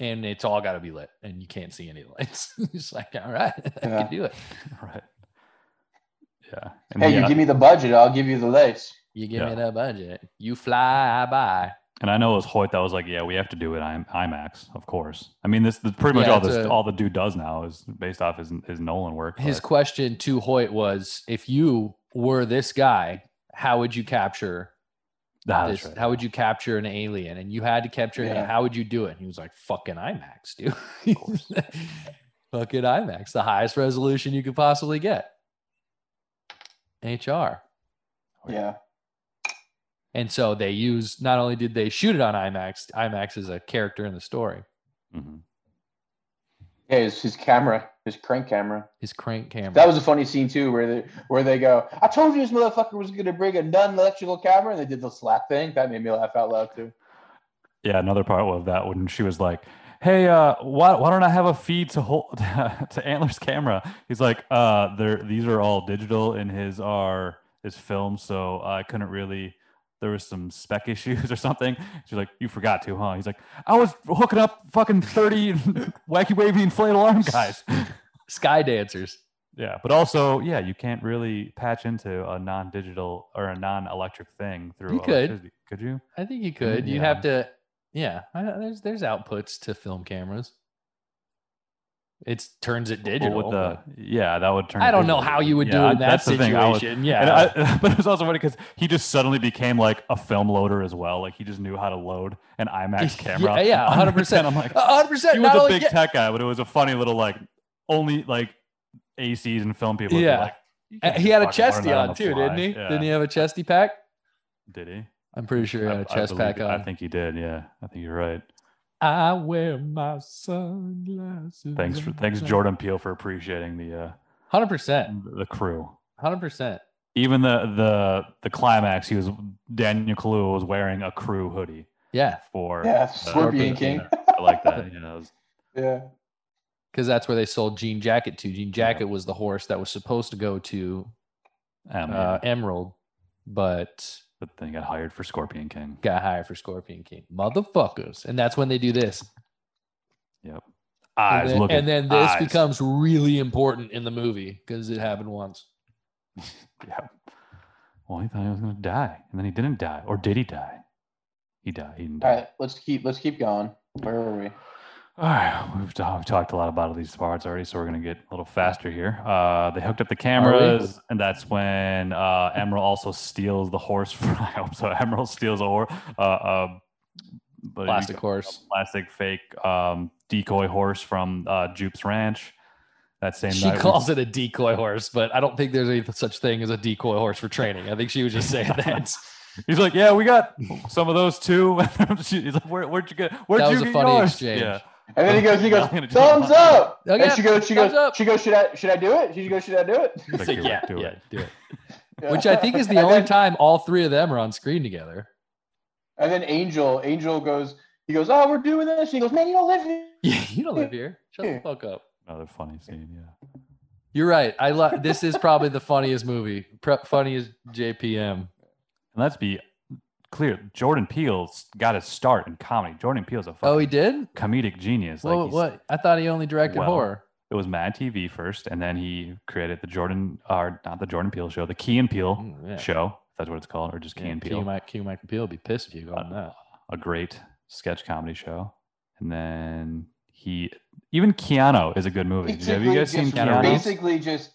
and it's all got to be lit, and you can't see any lights. <laughs> it's like, all right, I Yeah. can do it. right. Yeah. And uh, Hey, yeah, you give me the budget, I'll give you the lights. You give Yeah. me that budget, you fly by. and I know it was Hoyt that was like, "Yeah, we have to do it." I'm IMAX, of course. I mean, this, this pretty much Yeah, all it's this a- all the dude does now is based off his his Nolan work. His but- question to Hoyt was, if you were this guy, how would you capture Ah, that's this? right. How would you capture an alien? And you had to capture it. Yeah. How would you do it? And he was like, fucking IMAX, dude. <laughs> course. fucking IMAX, the highest resolution you could possibly get. HR. Oh, Yeah. And so they use not only did they shoot it on IMAX, IMAX is a character in the story. Mhm. Yeah, his, his camera, his crank camera. His crank camera. That was a funny scene too, where they where they go, "I told you this motherfucker was gonna bring a non-electrical camera," and they did the slap thing. That made me laugh out loud too. Yeah, another part of that when she was like, "Hey, uh, why why don't I have a feed to hold <laughs> to Antler's camera?" He's like, "Uh, they're these are all digital, and his are his film, so I couldn't really." There was some spec <laughs> issues or something. She's like, "You forgot to, huh?" He's like, "I was hooking up fucking thirty <laughs> wacky wavy inflatable arm guys." Sky Dancers. Yeah, but also, yeah, you can't really patch into a non-digital or a non-electric thing through You could. electricity, could you? I think you could. You'd yeah. have to, yeah. I, there's there's outputs to film cameras. It turns it But digital. with the but yeah, that would turn. I it don't know digital. how you would do Yeah, it in that that's the situation. thing, I was- And yeah, I, <laughs> but it was also funny because he just suddenly became like a film loader as well. Like he just knew how to load an IMAX Yeah, camera. <laughs> yeah, 100%. I'm like, hundred he percent. was Not a only big get- tech guy, but it was a funny little like only like ACs and film people. would be Yeah. like, "You uh, can't he just had a fucking learn chesty that on the too, fly." didn't he? Yeah. Didn't he have a chesty pack? Did he? I'm pretty sure he had a chest believe pack it- I on. think he did. Yeah, I think you're right. I wear my sunglasses. Thanks, for, thanks Jordan Peele for appreciating the Hundred uh, percent. the crew. Hundred percent. Even the the the climax, he was Daniel Kaluuya was wearing a crew hoodie Yeah, for Yeah, uh, Scorpion King. I like <laughs> that. You know, it was- <laughs> Yeah. because that's where they sold Jean Jacket to. Jean Jacket was the horse that was supposed to go to um, uh, Emerald, but but then got hired for Scorpion King. got hired for Scorpion King. Motherfuckers. And that's when they do this. Yep. And Eyes then, looking. and then this eyes. becomes really important in the movie because it happened once. Yep. Well, he thought he was gonna die, and then he didn't die, or did he die? He died. He didn't All die. right, let's keep let's keep going. Where were we? All right, we've, ta- we've talked a lot about all these parts already, so we're gonna get a little faster here. Uh, they hooked up the cameras, and that's when uh, Emerald also steals the horse from. <laughs> I hope so. Emerald steals a horse, uh, uh, but you Plastic got Horse. a plastic fake um, decoy horse from uh, Jupe's ranch. That same She night, we- calls it a decoy horse, but I don't think there's any such thing as a decoy horse for training. I think she was just <laughs> saying that. <laughs> He's like, "Yeah, we got some of those too." <laughs> She- He's like, Where, "Where'd you get? Where'd That you was a get funny yours?" exchange. Yeah, <laughs> And then he goes, he goes, I'm gonna do thumbs mine." up. Okay, And she goes, she goes, Oh, thumbs up. she goes, should I should I do it? She goes, should I do it? He's It's like, like, "Do it, yeah, do yeah, it." do it. Which I think is the <laughs> And only then- time all three of them are on screen together. <laughs> And then Angel, Angel goes, he goes, oh, we're doing this. He goes, man, you don't live here. you don't live here. Shut the fuck up. Another funny scene. Yeah, You're right. I love this is probably the funniest movie. Prep funniest JPM. and let's be clear: Jordan Peele's got his start in comedy. Jordan Peele's a fucking Oh, he did? comedic genius. What, like he's- what? I thought he only directed Well, horror. It was Mad TV first, and then he created the Jordan, or not the Jordan Peele show, the Key and Peele Mm, yeah. show. if That's what it's called, or just Key Yeah, and Key Peele. Mike, Key Mike and Peele would be pissed if you go on Uh, that. a great sketch comedy show. And then he, even Keanu is a good movie. Have you guys seen just, Keanu? Basically, just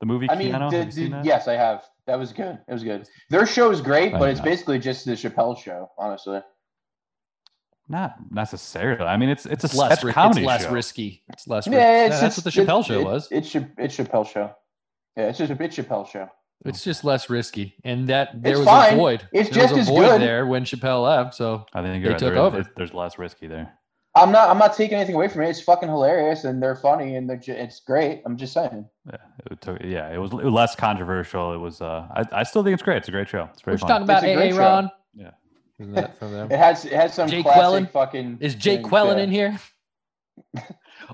The movie I mean, Keanu. the, Have you seen the- that? yes, I have. That was good. It was good. Their show is great, I but have it's not. basically just the Chappelle show, honestly. Not necessarily. I mean, it's it's a It's less, sketch ri- comedy it's less show. risky. It's less risky. Yeah, it's that's just- what the Chappelle it's- show it- was. It's Cha- it's Chappelle show. Yeah, it's just a it's Chappelle show. it's just less risky. And that there It's was a fine. void. It's there just was as a void good. there when Chappelle left. So I think They you're right. took There is- over. there's- there's less risky there. I'm not I'm not taking anything away from it. It's fucking hilarious and they're funny and they're ju- it's great. I'm just saying. Yeah, it took. Yeah, it was l- less controversial. It was. Uh, I, I still think it's great. It's a great show. It's we're very just funny. talking about It's a AA great show. Ron. Yeah. <laughs> Isn't that from them? It has it has some Jake classic Quellen? fucking Is Jake things, Quellen yeah. in <laughs> here?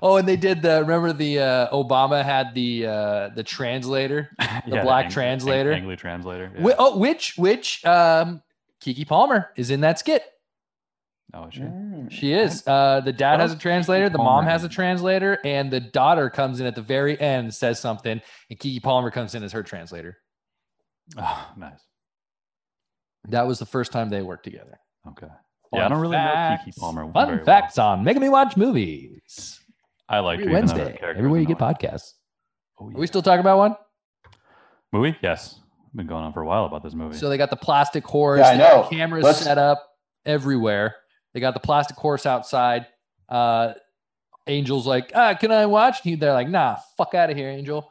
oh, and they did the remember the uh, Obama had the uh, the translator. Yeah, black Ang- translator. Ang- Angly translator. Whi- yeah. oh, which which um, Kiki Palmer is in that skit. Oh, is she? <sighs> Mm. She is. Uh, the dad Well, has a translator. The Palmer. mom has a translator, and the daughter comes in at the very end, and says something, and Kiki Palmer comes in as her translator. Oh, nice. That was the first time they worked together. Okay. Fun yeah, I don't really know facts. Kiki Palmer. very Fun well. facts on Making Me Watch Movies. I like Every Wednesday, everywhere you get podcasts. Oh, Are we still talking about one? movie? Yes, been going on for a while about this movie. So they got the plastic horse. Yeah, I they got know. Cameras Let's- set up everywhere. They got the plastic horse outside. Uh, Angel's like, ah, can I watch? He, they're like, nah, fuck out of here, Angel.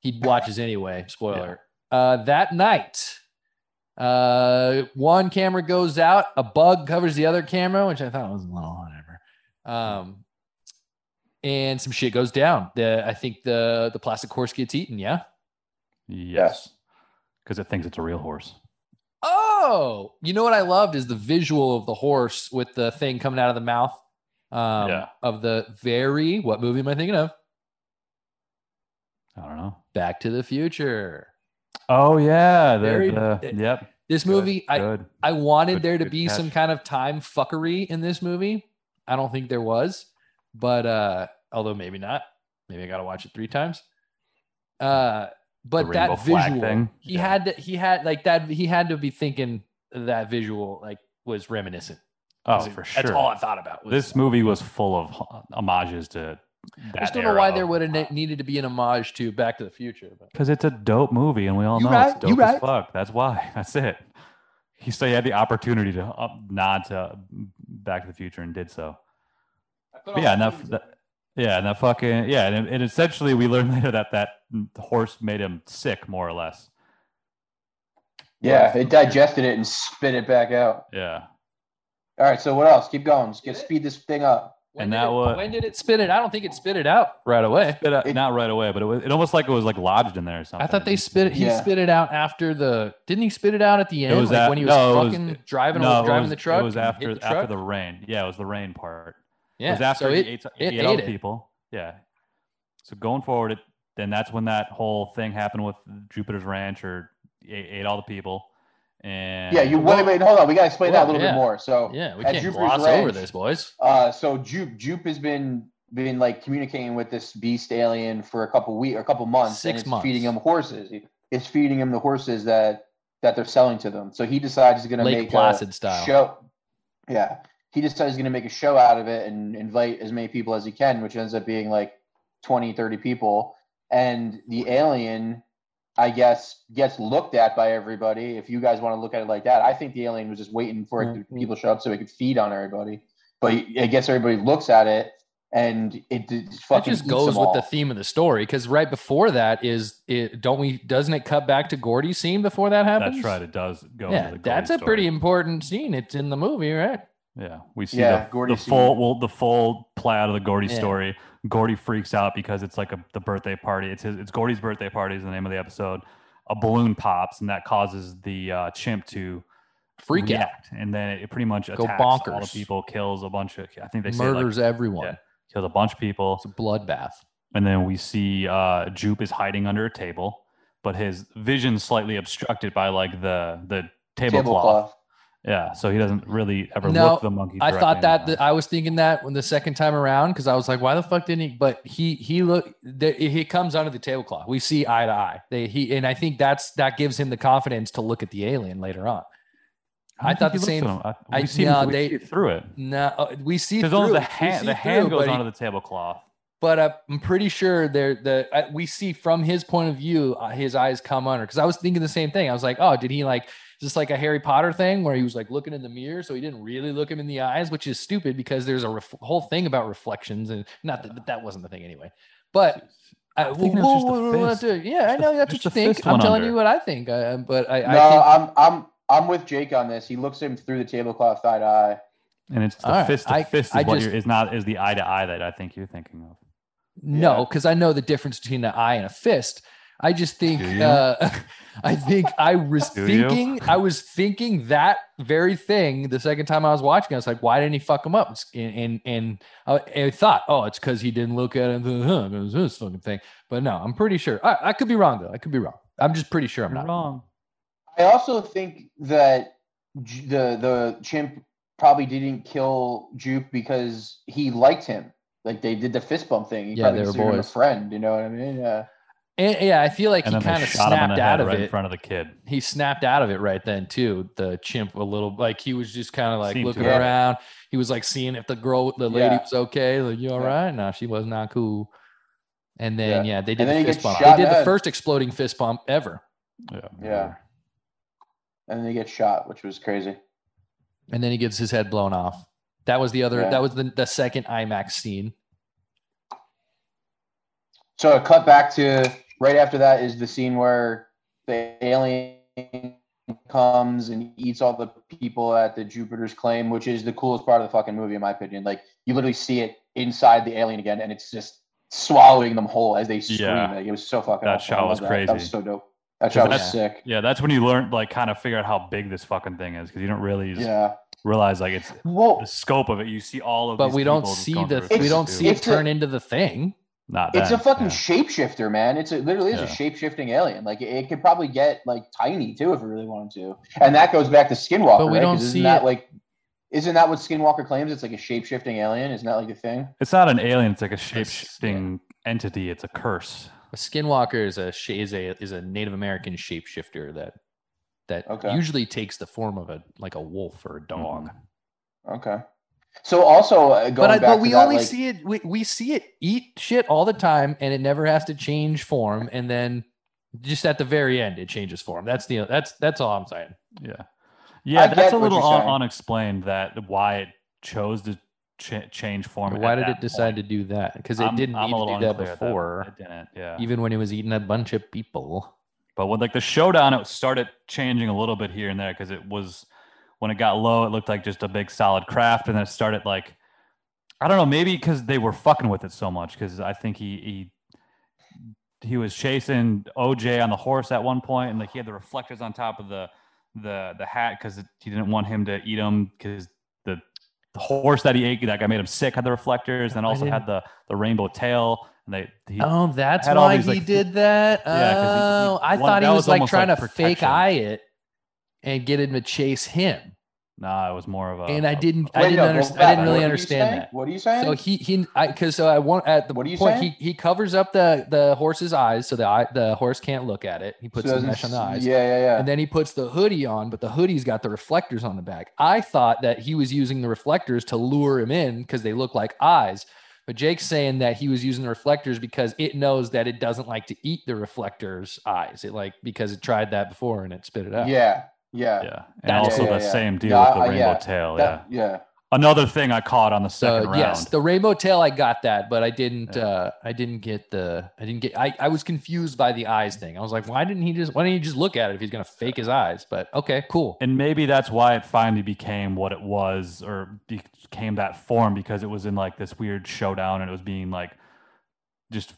He watches anyway. Spoiler. Uh, that night, uh, one camera goes out. A bug covers the other camera, which I thought was a little whatever. Um, and some shit goes down. The I think the the plastic horse gets eaten. Yeah. yes, because it thinks it's a real horse. Oh, you know what I loved is the visual of the horse with the thing coming out of the mouth. Um, Yeah. Of the very what movie am I thinking of? I don't know. Back to the Future. Oh yeah, the, Very- the- it- yep. This good, movie, I good. I wanted Good- there to good be catch. some kind of time fuckery in this movie. I don't think there was, but uh, although maybe not, maybe I got to watch it three times. Uh, but rainbow that flag visual, thing? he Yeah. had to, he had like that he had to be thinking that visual like was reminiscent. Oh, 'Cause it- for sure. That's all I thought about. was- this movie was full of ho- homages to. That I just don't know why there would not have needed to be an homage to Back to the Future. But Because it's a dope movie, and we all You know right, it's you dope right. as fuck. That's why. <laughs> That's it. He still had the opportunity to uh, nod to mm, Back to the Future and did so. But yeah, enough. That, yeah, and that fucking yeah, and, and essentially we learned <laughs> later that that horse made him sick, more or less. Yeah, it digested it and spit it back out. Yeah, All right, so what else? Keep going. Just get speed this thing up. When and did that it- was- when did it spit it? I don't think it spit it out right away. But, uh, It- not right away, but it was it almost like it was like lodged in there or something. I thought they spit it. He Yeah. spit it out after the. Didn't he spit it out at the end? was like at- when he was no, it was- fucking driving No, it driving was- the truck. It was and hit after the after truck? the rain. Yeah, it was the rain part. Yeah. It was after so he it, ate, it he ate all ate the it. people. Yeah. So going forward, it, then that's when that whole thing happened with Jupiter's Ranch, or he ate, ate all the people. And Yeah, you wait, wait, hold on. We gotta explain that a Well, little yeah. bit more. So, yeah, we at can't Jupiter's gloss over Ranch. this, boys. uh, so Jupe, Jupe has been been like communicating with this beast alien for a couple week or a couple months, and Six it's months. feeding him horses. It's feeding him the horses that that they're selling to them. So he decides he's gonna Lake make a Placid style. show. Yeah, he decides he's gonna make a show out of it and invite as many people as he can, which ends up being like 20, 30 people. And the alien, I guess, gets looked at by everybody. If you guys want to look at it like that, I think the alien was just waiting for it Mm-hmm. to- people to show up so it could feed on everybody. But I guess everybody looks at it and it just That fucking just eats goes them with all. the theme of the story because right before that is it. Don't we? Doesn't it cut back to Gordy's scene before that happens? that's right. It does go. Yeah, into the that's a Gordy pretty story. important scene. It's in the movie, right? Yeah, we see Yeah, the, Gordy the scene. full well, the full play out of the Gordy Yeah. story. Gordy freaks out because it's like a the birthday party. It's his, it's Gordy's birthday party is the name of the episode. A balloon pops and that causes the uh, chimp to Freak out. react, and then it pretty much Go attacks all the bonkers. people, kills a bunch of. I think they say like, murders everyone. Yeah. kills a bunch of people, It's a bloodbath. and then we see uh, Jupe is hiding under a table, but his vision slightly obstructed by like the the tablecloth. Tablecloth. Yeah, so he doesn't really ever No, look the monkey. I directly thought in that the eye. I was thinking that when the second time around because I was like, why the fuck didn't he? But he he look the, he comes under the tablecloth. We see eye to eye. They he and I think that's that gives him the confidence to look at the alien later on. I don't thought think the he looks same- at him. I, I- we see him- no, we they- see it through it. No, uh, we see Because through, only the we hand, see the hand through, goes but he- onto the tablecloth. but uh, I'm pretty sure there the uh, we see from his point of view uh, his eyes come under because I was thinking the same thing. I was like, oh, did he like is this like a Harry Potter thing where he was like looking in the mirror so he didn't really look him in the eyes, which is stupid because there's a ref- whole thing about reflections and not that, that that wasn't the thing anyway. But I, I'm well, thinking it was just the well, well, fist. well, yeah, I Just the- know that's just what you the think. fist I'm went telling under. you what I think, uh, but I, No, I think I'm I'm I'm with Jake on this. He looks at him through the tablecloth side eye. And it's the All right, fist. The I- fist is I what just- you're, is not is the eye to eye that I think you're thinking of. No, Yeah. because I know the difference between an eye and a fist. I just think Do you? uh, <laughs> I think I was Do you? thinking I was thinking that very thing the second time I was watching. I was like, why didn't he fuck him up? It's- And and, and I, I thought, oh, it's because he didn't look at it. huh, it was This fucking thing. But no, I'm pretty sure. I, I could be wrong though. I could be wrong. I'm just pretty sure I'm You're not. wrong. I also think that j- the the chimp probably didn't kill Juke because he liked him. Like they did the fist bump thing. He Yeah, probably they were considered him a boys. friend. You know what I mean? Yeah. And, yeah, I feel like and he then kind they of shot him in snapped the out head of right in it. front of the kid. he snapped out of it right then too. The chimp a little like he was just kind of like Seemed looking to. Yeah. around. He was like seeing if the girl, the lady Yeah. was okay. Like you all Yeah. right? No, she was not cool. And then yeah, they did then the he fist gets bump. shot They in did the the head. first exploding fist bump ever. Yeah. Yeah. And then he gets shot, which was crazy. And then he gets his head blown off. That was the other. Yeah. That was the, the second IMAX scene. So a cut back to right after that is the scene where the alien comes and eats all the people at the Jupiter's claim, which is the coolest part of the fucking movie, in my opinion. Like you literally see it inside the alien again, and it's just swallowing them whole as they scream. Yeah. Like, it was so fucking. That awesome. I shot love was that. That crazy. was so dope. That shot was that's- sick. Yeah, that's when you learn, like, kind of figure out how big this fucking thing is because you don't really just Yeah. realize, like, it's Whoa. the scope of it. You see all of, But these we don't people just see going the through we fist don't too. see it It's a- turn into the thing. Not It's a then, fucking yeah. shapeshifter, man. It's a, it literally is Yeah. a shapeshifting alien. Like it, it could probably get like tiny too if it really wanted to. And that goes back to Skinwalker. But we right? don't 'Cause see isn't that it. like isn't that what Skinwalker claims? It's like a shapeshifting alien. Isn't that like a thing? It's not an alien. It's like a shape It's- shifting entity. It's a curse. A skinwalker is a sh- is a is a Native American shapeshifter that that Okay. usually takes the form of a like a wolf or a dog. Mhm. Okay. So also uh, going But I, back but to we that, only like- see it we, we see it eat shit all the time and it never has to change form and then just at the very end it changes form. That's the that's that's all I'm saying. Yeah. Yeah, get that's a what little you're un- saying. unexplained that why it chose to ch- change form. Why at did that it decide point. to do that? Because it I'm- didn't I'm need a to little do that unclear at before, It didn't, yeah. even when it was eating a bunch of people. But when like the showdown, it started changing a little bit here and there because it was when it got low, it looked like just a big solid craft, and then it started like I don't know, maybe because they were fucking with it so much because I think he he he was chasing OJ on the horse at one point, and like he had the reflectors on top of the the the hat because he didn't want him to eat him because the the horse that he ate that guy made him sick had the reflectors, and I also had didn't- the the rainbow tail, and they he, Oh, that's had all why these, he like, did that. Yeah, 'cause he- he oh, I wanted- thought he that was, was like almost trying like to fake protection. eye it and get him to chase him. nah, it was more of a and I a- didn't, Wait, I didn't, no, go understand, back. I didn't What really are you understand saying? that. What are you saying? So he he I because so I want at the What are you point saying? he he covers up the the horse's eyes so the eye, the horse can't look at it. He puts So the doesn't- mesh on the eyes. Yeah, yeah, yeah. And then he puts the hoodie on, but the hoodie's got the reflectors on the back. I thought that he was using the reflectors to lure him in because they look like eyes. But Jake's saying that he was using the reflectors because it knows that it doesn't like to eat the reflectors' eyes. It like because it tried that before and it spit it out. yeah, Yeah, yeah. and That's also it. the Yeah, yeah, yeah. same deal No, with the I- I- rainbow yeah, tail. That- yeah, yeah. another thing I caught on the second So round. Uh, yes, the rainbow tail, I got that, but I didn't. Yeah. uh I didn't get the. I didn't get. I I was confused by the eyes thing. I was like, why didn't he just? Why didn't he just look at it if he's gonna fake his eyes? But okay, cool. and maybe that's why it finally became what it was, or became that form because it was in like this weird showdown, and it was being like just,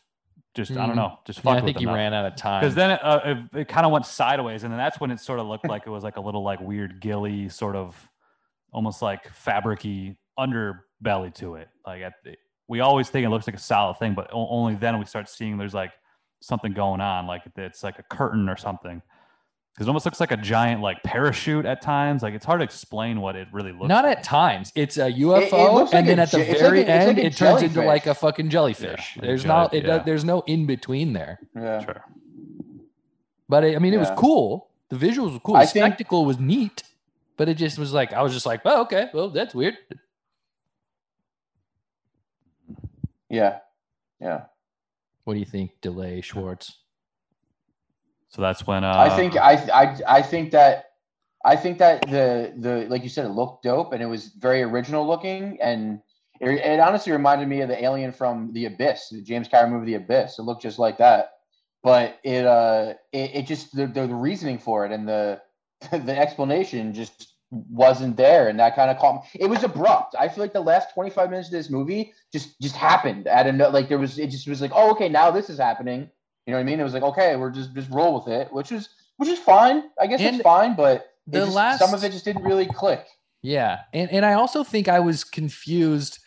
just I Hmm. don't know, just Yeah, fuck I think he ran out of time. because then it, uh, it, it kind of went sideways, and then that's when it sort <laughs> of looked like it was like a little like weird gilly sort of, almost like fabricy underbelly to it. Like at the, we always think it looks like a solid thing, but o- only then we start seeing there's like something going on, like it's like a curtain or something. Because it almost looks like a giant like parachute at times. Like it's hard to explain what it really looks. Not like. at times. It's a UFO, looks and like then a at the je- it's very like a- it's end, like a it turns into jellyfish. like a fucking jellyfish. like a there's not. jelly- It, do- yeah. There's no in between there. yeah. Sure. But I, I mean, it was Yeah. cool. The visuals were cool. I the think- spectacle was neat. But it just was like I was just like, oh, okay, well, that's weird. Yeah. Yeah. What do you think, Delay Schwartz? So that's when uh, I think I, I I think that I think that the the like you said it looked dope and it was very original looking and it, it honestly reminded me of the alien from the abyss the James Cameron movie the abyss it looked just like that but it uh it, it just the, the reasoning for it and the <laughs> the explanation just wasn't there and that kind of caught me. it was abrupt i feel like the last 25 minutes of this movie just just happened i don't know like there was it just was like oh okay now this is happening you know what I mean? It was like, okay, we're just just roll with it, which is which is fine. I guess And it's fine, but it the just- last- some of it just didn't really click. Yeah. And and I also think I was confused,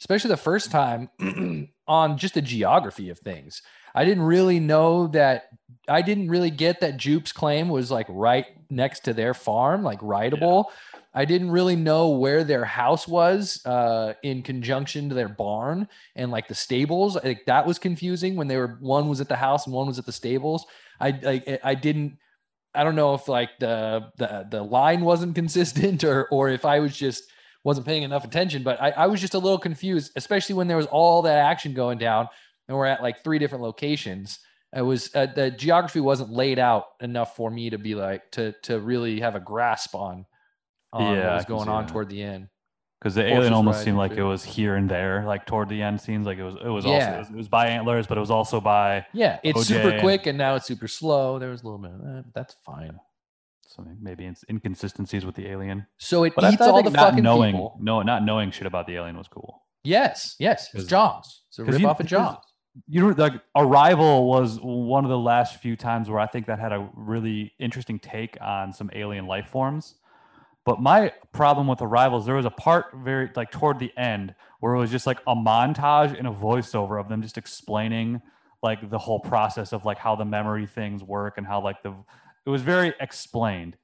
especially the first time <clears throat> on just the geography of things. I didn't really know that I didn't really get that Jupe's claim was like right next to their farm, like rideable. I didn't really know where their house was uh, in conjunction to their barn and like the stables. Like that was confusing when they were one was at the house and one was at the stables. I like I- I didn't I don't know if like the the the line wasn't <laughs> consistent or or if I was just wasn't paying enough attention, but I, I was just a little confused, especially when there was all that action going down and we're at like three different locations. It was uh, the geography wasn't laid out enough for me to be like to to really have a grasp on on Yeah, what I was can going see on that. toward the end. Because the Horses alien almost riding seemed like too. it was here and there, like toward the end scenes, like it was it was also Yeah. it was, it was by antlers, but it was also by Yeah, it's OJ super and- quick and now it's super slow. There was a little bit of that, but that's fine. some maybe in- inconsistencies with the alien. So it But eats I, thought all like the not fucking knowing, people. no, not knowing shit about the alien was cool. Yes, yes, it's 'Cause- Jaws. It's a 'cause you- rip off of because- Jaws. You know, like Arrival was one of the last few times where I think that had a really interesting take on some alien life forms. But my problem with Arrival is there was a part very like toward the end where it was just like a montage and a voiceover of them just explaining like the whole process of like how the memory things work and how like the it was very explained.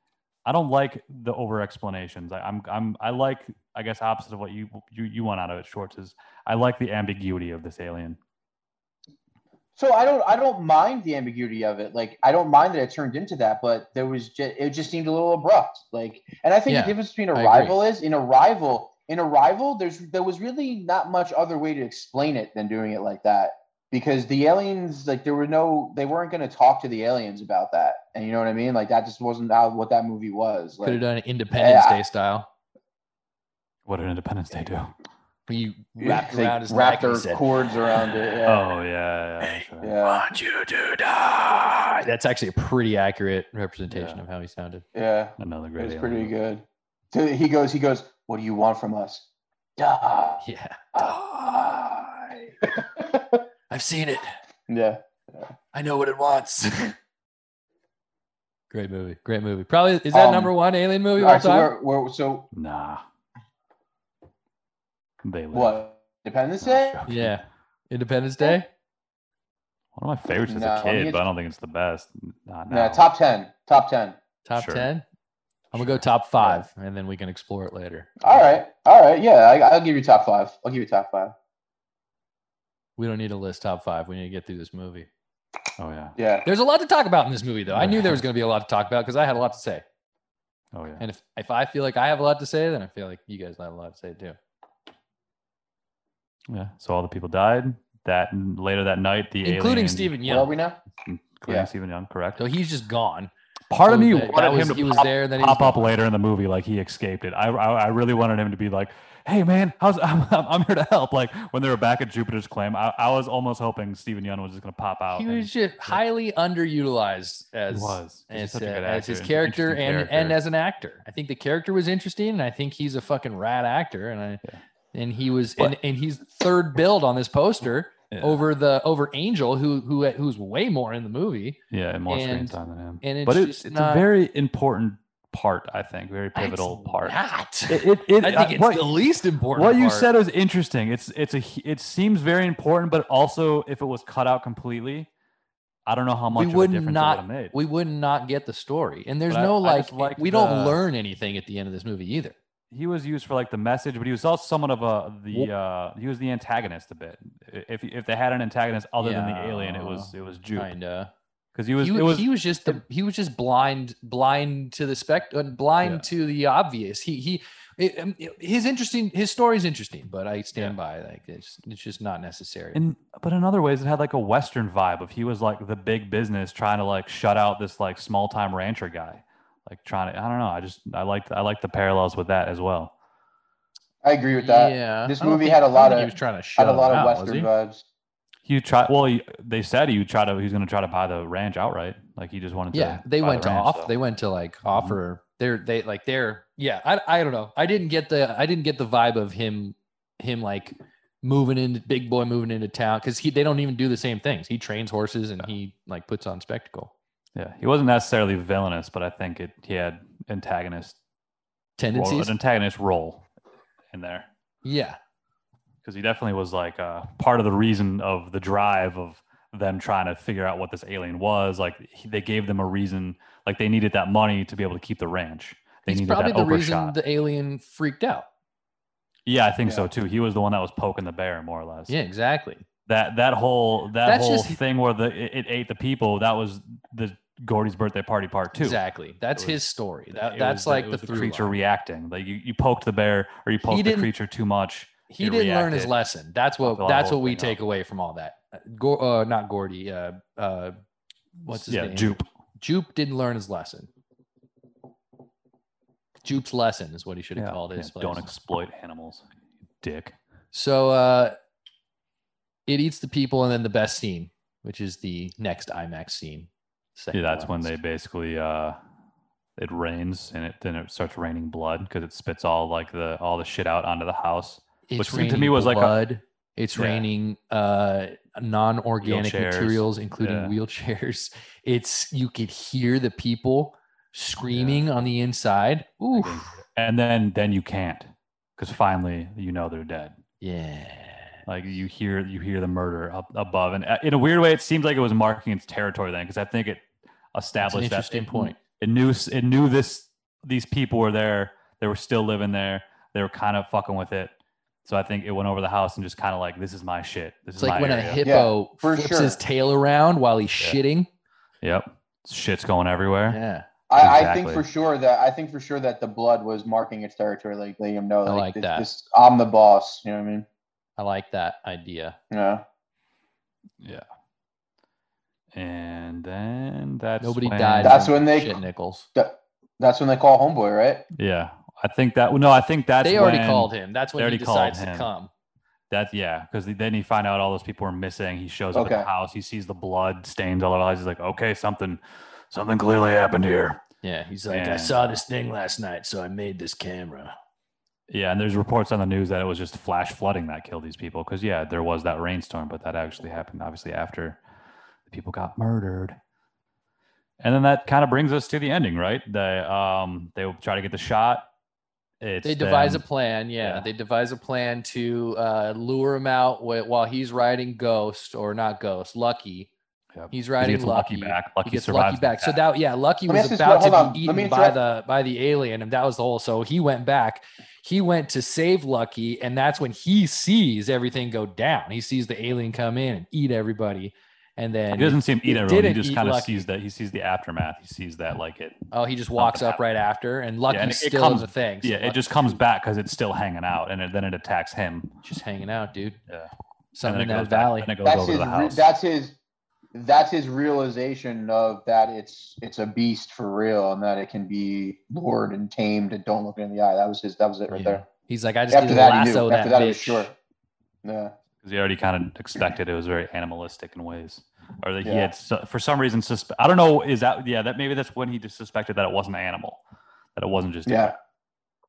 I don't like the over explanations. I, I'm I'm I like I guess opposite of what you you you want out of it. Schwartz is I like the ambiguity of this alien. So I don't I don't mind the ambiguity of it. Like I don't mind that it turned into that, but there was just it just seemed a little abrupt. Like and I think Yeah, the difference between I Arrival is in Arrival in Arrival there's there was really not much other way to explain it than doing it like that because the aliens like there were no they weren't going to talk to the aliens about that. And you know what I mean? Like that just wasn't how what that movie was. Could have Like done it Independence I- Day style. What did Independence Day do? Where you yeah, wrapped they around his neck wrapped and their he said, cords around <laughs> it. Yeah. Oh yeah, yeah, that's right. Yeah. want you to die. That's actually a pretty accurate representation Yeah. of how he sounded. Yeah. another It great. was alien pretty movie. good. So he goes he goes, "What do you want from us?" Die. Yeah. Die. I've seen it. yeah. I know what it wants. <laughs> Great movie. Great movie. Probably is that Um, number one alien movie of All all right, so, time? we're, we're, so Nah, they live. what? Independence No, I'm Day? joking. yeah. Independence Day? One of my favorites as No, I a mean, kid, it's- but I don't think it's the best. Not No. now. top ten. Top ten. Top Sure. ten? I'm gonna go Sure. top five and then we can explore it later. All right. All right. Yeah, I, I'll give you top five. I'll give you top five. We don't need to list top five. We need to get through this movie. Oh yeah. Yeah. There's a lot to talk about in this movie, though. I knew there was gonna be a lot to talk about because I had a lot to say. Oh yeah. And if, if I feel like I have a lot to say, then I feel like you guys have a lot to say too. Yeah. So all the people died. That later that night, the Including alien- Stephen Where are Young. we now? including Yeah. Stephen Young, correct? So he's just gone. Part of So me that- that wanted was- him to he was pop, there. Then he was pop up gone. later in the movie, like he escaped it. I, I I really wanted him to be like, "Hey man, how's <laughs> I'm, I'm I'm here to help." Like when they were back at Jupiter's claim, I, I was almost hoping Stephen Young was just gonna pop out. He and- was just highly underutilized as He was. He's as, such a uh, good as his actor. He's an character and interesting and character. as an actor. I think the character was interesting, and I think he's a fucking rad actor. And I Yeah. and he was But- and, and he's third build on this poster Yeah. over the over Angel, who who who's way more in the movie. Yeah, and more screen And- time than him. and but it's it- just it's not- a very important part, I think, very That's pivotal part. <laughs> not. It, it, it- uh, I think it's what, the least important. what you part. said was interesting. It's it's a hu- it seems very important, but also if it was cut out completely, I don't know how much of a would difference not- it would have made. we would not get the story, and there's But I- no I like just like we don't the- learn anything at the end of this movie either. he was used for like the message, but he was also somewhat of a the uh, he was the antagonist a bit. I- If if they had an antagonist other than the alien, it was it was Jude Kinda. because he was he, it was he was just the he was just blind blind to the spec uh, blind Yeah. to the obvious he he it, um, it- his interesting his story's interesting but i stand Yeah. by like it's it's just not necessary And but in other ways, it had like a Western vibe of he was like the big business trying to like shut out this like small time rancher guy, like trying to. I don't know. I just I liked I like the parallels with that as well. I agree with that. yeah this I don't movie think- had a I don't lot think he of- was trying to shut Had a lot him out, of was Western he? vibes. You try well. He, they said he would try to. He was going to try to buy the ranch outright. Like he just wanted. yeah to they buy went the to ranch, off so- they went to like Mm-hmm. offer they're they like they're yeah I, I don't know i didn't get the i didn't get the vibe of him him like moving into big boy moving into town because he they don't even do the same things he trains horses and he like puts on spectacle yeah, he wasn't necessarily villainous, but I think it he had antagonist role, tendencies an antagonist role in there yeah because he definitely was like uh, part of the reason of the drive of them trying to figure out what this alien was. Like he- they gave them a reason. Like they needed that money to be able to keep the ranch. They He's needed probably that the Oprah reason shot. the alien freaked out. yeah, I think so Yeah. too. He was the one that was poking the bear, more or less. Yeah, exactly. That that whole that That's whole just- thing where the it, it ate the people. That was the Gordy's birthday party part two. Exactly. That's It was- his story. That, It that's was like it the, was through creature line. reacting. Like you, you poked the bear or you poked the didn't- creature too much. he It didn't learn his reacted. lesson. That's Fucked a what lot of that's whole what we thing take up. away from all that. Uh, Go, uh, not Gordy. Uh, uh, what's his yeah, name? Jupe. Jupe didn't learn his lesson. Jupe's lesson is what he should have Yeah, called yeah, his. place. don't exploit animals, you dick. So uh, it eats the people, and then the best scene, which is the next IMAX scene. Yeah, second that's to when they last. basically uh, it rains and it then it starts raining blood because it spits all like the all the shit out onto the house. It's which seemed to me raining was like a- blood. it's Yeah. raining uh, non-organic Wheelchairs. materials, including Yeah. wheelchairs. <laughs> It's you could hear the people screaming on the inside. Ooh, couldn't And then then you can't because finally you know they're dead. yeah. Like you hear you hear the murder up above, and uh, in a weird way, it seems like it was marking its territory then because I think it That's an established that interesting it- point. It knew it knew this these people were there. They were still living there. They were kind of fucking with it. So I think it went over the house and just kind of like this is my shit. This It's is like my when area. a hippo for flips his sure. tail around while he's Yeah. shitting. Yep. Shit's going everywhere. Yeah, I, I think Exactly. for sure that I think for sure that the blood was marking its territory, like letting him know, I like, like this, that. this- I'm the boss. You know what I mean? I like that idea. Yeah. And then that's Nobody when- died. That's from when they- shit Nichols. That, that's when they call homeboy, right? Yeah. I think that no, I think that's they already when- called him. That's they when he already called decides him. to come. That yeah, because then you find out all those people are missing. He shows up at Okay. the house, he sees the blood stains all over the house. He's like, okay, something something clearly happened here. Yeah, he's like, "I And- saw this thing last night, so I made this camera. Yeah, and there's reports on the news that it was just flash flooding that killed these people. Because yeah, there was that rainstorm, but that actually happened obviously after the people got murdered. And then that kind of brings us to the ending, right? They um they try to get the shot. It's They devise them- a plan. Yeah, yeah. they devise a plan to uh, lure him out wh- while he's riding Ghost or not Ghost, Lucky. Yep. He's 'Cause he riding gets Lucky. Lucky back. He Lucky gets survives. Lucky the back. So attack. that yeah, Lucky Let me was ask this- about hold to on, be let me eaten by interrupt. the by the alien, and that was the whole. So he went back. He went to save Lucky, and that's when he sees everything go down. He sees the alien come in and eat everybody, and then he doesn't seem it eat everyone. He didn't just eat kind of Lucky. sees that he sees the aftermath. He sees that like it. Oh, he just walks Something up right after, and Lucky's and it- it still comes- in the thing. so Yeah, it Lucky's just comes back because it's still hanging out, and it, then it attacks him. just hanging out, dude. Yeah. Something in and then that it goes back- valley. then it goes That's over his. to the Re- house. that's his. That's his realization of that it's it's a beast for real and that it can be lured and tamed and don't look it in the eye. That was his. That was it right Yeah. there. He's like, I just need After to that, he lasso knew. that After that, he bitch. was sure. Yeah. because he already kind of expected it was very animalistic in ways, or that he Yeah. had su- for some reason suspe- I don't know. Is that yeah? That maybe that's when he just suspected that it wasn't an animal, that it wasn't just. a- Yeah.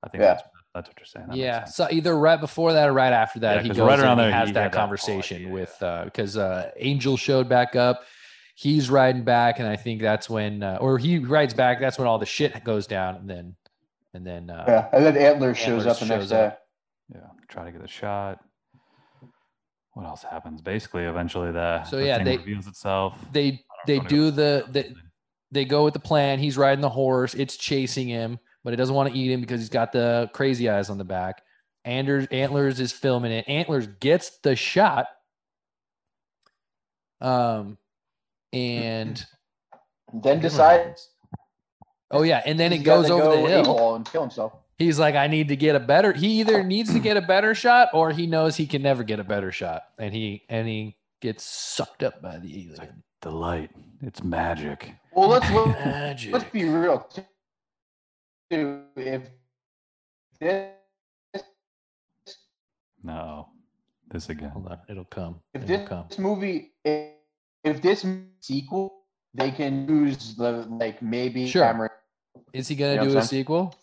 I think Yeah. that's that's what you're saying. that makes Yeah. sense. So either right before that or right after that, Yeah, he 'cause goes right in around and there, has he that had that whole conversation idea, with because uh, Angel showed back up. He's riding back, and I think that's when, uh, or he rides back. That's when all the shit goes down, and then, and then, uh, Yeah. And then Antler Antlers shows up the shows next up. day. yeah. Try to get the shot. What else happens? Basically, eventually the So, the yeah, thing they- reveals itself. they I don't they wanna do go- the the they go with the plan. He's riding the horse. It's chasing him, but it doesn't want to eat him because he's got the crazy eyes on the back. Anders Antlers is filming it. Antlers gets the shot. Um, and <clears throat> Then decide. Oh yeah, and then it he's gotta goes over go the hill. AWOL and kill himself. He's like, I need to get a better. He either needs to get a better shot, or he knows he can never get a better shot, and he and he gets sucked up by the alien. the light. It's magic. Well, let's let's- Magic. let's be real. Too, if this No, this again. Hold on, it'll come. if It'll this, come. this movie if, if this sequel they can use the like maybe Sure. Cameron. Is he gonna You know do what a I'm saying? sequel?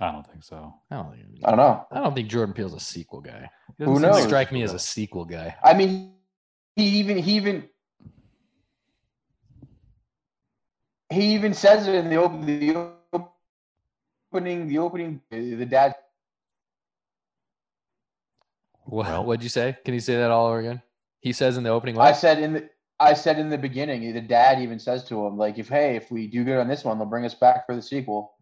I don't think so. I don't think. I don't know. I don't think Jordan Peele's a sequel guy. He Who doesn't Doesn't seem like knows? strike me as a sequel guy. I mean, he even he even he even says it in the open the opening the opening the dad. What, Well- what'd you say? Can you say that all over again? He says in the opening I line. said in the I said in the beginning, the dad even says to him, like, if hey, if we do good on this one, they'll bring us back for the sequel.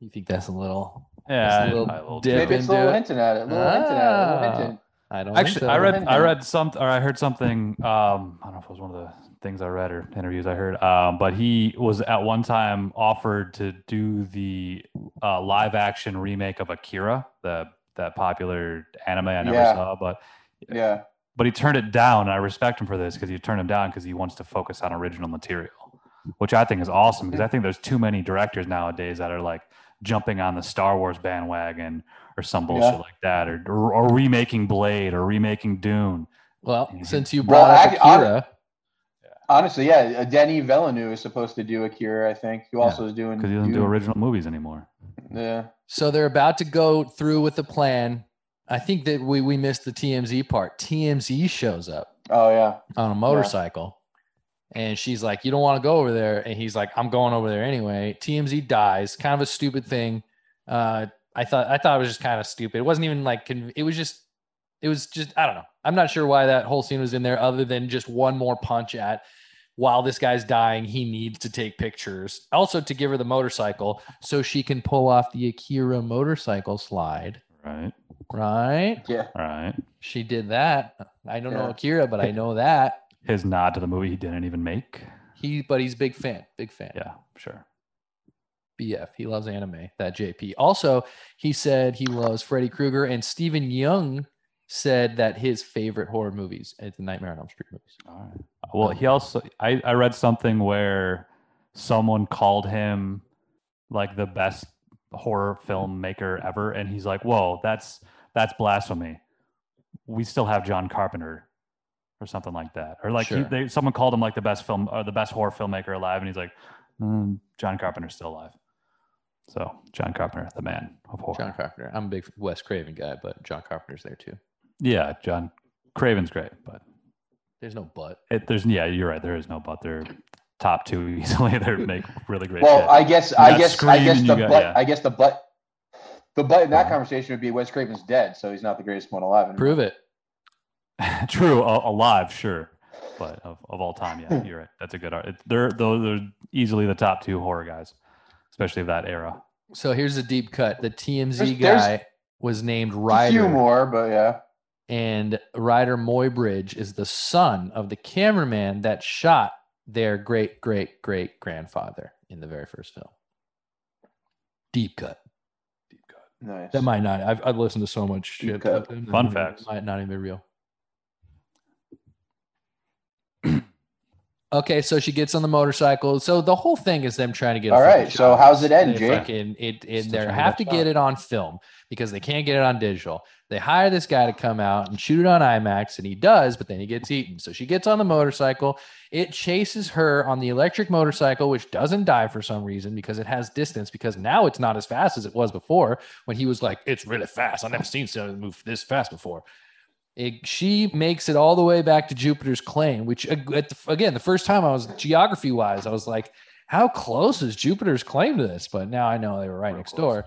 you think that's a little? Yeah, Just a I- little I will dip do it. Maybe in. it's a do little it. hinting at it. A little hinting at it. A little Ah. hinting. I don't. Actually, think so. I read I Mhm. read something or I heard something. Um, I don't know if it was one of the things I read or interviews I heard. Um, but he was at one time offered to do the uh, live action remake of Akira, the that popular anime I never Yeah. saw, but Yeah. but he turned it down. And I respect him for this because he turned him down because he wants to focus on original material, which I think is awesome because I think there's too many directors nowadays that are like jumping on the Star Wars bandwagon or some bullshit Yeah. like that, or, or or remaking Blade or remaking Dune. Well, Mhm. since you Well, brought up I- I- Akira, Honestly, yeah. Denny Villeneuve is supposed to do Akira, I think, who Yeah, also is doing. because he doesn't do original movies anymore. Yeah. so they're about to go through with the plan. I think that we we missed the TMZ part. TMZ shows up. Oh yeah. on a motorcycle. And she's like, You don't want to go over there. And he's like, I'm going over there anyway. TMZ dies. Kind of a stupid thing. Uh, I thought I thought it was just kind of stupid. It wasn't even like conv- it was just it was just I don't know. I'm not sure why that whole scene was in there other than just one more punch at while this guy's dying, he needs to take pictures. Also to give her the motorcycle so she can pull off the Akira motorcycle slide, Right. right? Yeah. All right. She did that. I don't know Yeah. Akira, but I know that. His nod to the movie he didn't even make. He, but he's a big fan, big fan. Yeah, sure. BF. He loves anime. That JP. Also, he said he loves Freddy Krueger, and Stephen Young said that his favorite horror movies is the Nightmare on Elm Street movies. All right. Well, he also I, I read something where someone called him like the best horror filmmaker ever, and he's like, "Whoa, that's that's blasphemy." We still have John Carpenter, or something like that, or like he, Sure. they, someone called him like the best film or the best horror filmmaker alive, and he's like, mm, "John Carpenter's still alive." So John Carpenter, the man of horror. John Carpenter. I'm a big Wes Craven guy, but John Carpenter's there too. Yeah, John Craven's great, but There's no but. it, there's yeah, you're right. There is no but. They're top two <laughs> easily. They make really great. Well, shit. I guess I got guess I Scream guess and the you got- butt yeah. I guess the butt the butt in that Yeah. conversation would be Wes Craven's dead, so he's not the greatest one alive. anymore. Prove it. <laughs> true a- alive, sure, but of, of all time, yeah, you're right. That's a good art. It, they're those are easily the top two horror guys, especially of that era. So here's a deep cut. The TMZ There's- there's- guy was named A few Ryder, more, but yeah. and Ryder Moybridge is the son of the cameraman that shot their great great great grandfather in the very first film. Deep cut. Nice. That might not. I've, I've listened to so much shit. Okay. about them that Fun might- facts. Might not even be real. <clears throat> okay, so she gets on the motorcycle. So the whole thing is them trying to get. a All fucking right, so how's it end, They Jake? fucking- it, it, Still they trying to have to get a get shot. it on film because they can't get it on digital. They hire this guy to come out and shoot it on IMAX, and he does, but then he gets eaten. So she gets on the motorcycle. It chases her on the electric motorcycle, which doesn't die for some reason because it has distance. Because now it's not as fast as it was before when he was like, "It's really fast. I've never seen someone move this fast before." It, she makes it all the way back to Jupiter's claim, which ag- at the, again, the first time I was geography wise, I was like, how close is Jupiter's claim to this? But now I know they were right Real next close.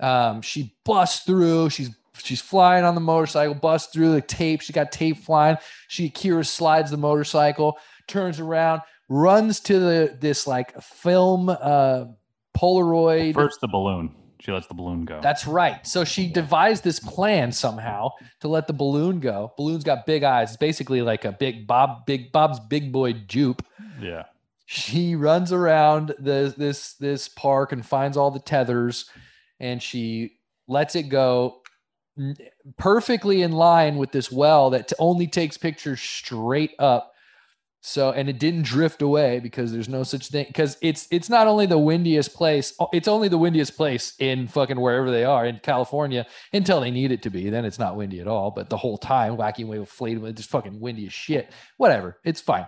door. Um, she busts through. She's she's flying on the motorcycle, busts through the tape. She got tape flying. She Akira slides the motorcycle, turns around, runs to the this like film uh, Polaroid First, the balloon. She lets the balloon go. that's right. So she devised this plan somehow to let the balloon go. Balloon's got big eyes. It's basically like a big Bob, big Bob's big boy jupe. yeah, She runs around the this this park and finds all the tethers, and she lets it go n- perfectly in line with this well that t- only takes pictures straight up. So and it didn't drift away because there's no such thing because it's it's not only the windiest place o- it's only the windiest place in fucking wherever they are in California until they need it to be then it's not windy at all but the whole time wacky wave flayed with just fucking windy as shit whatever it's fine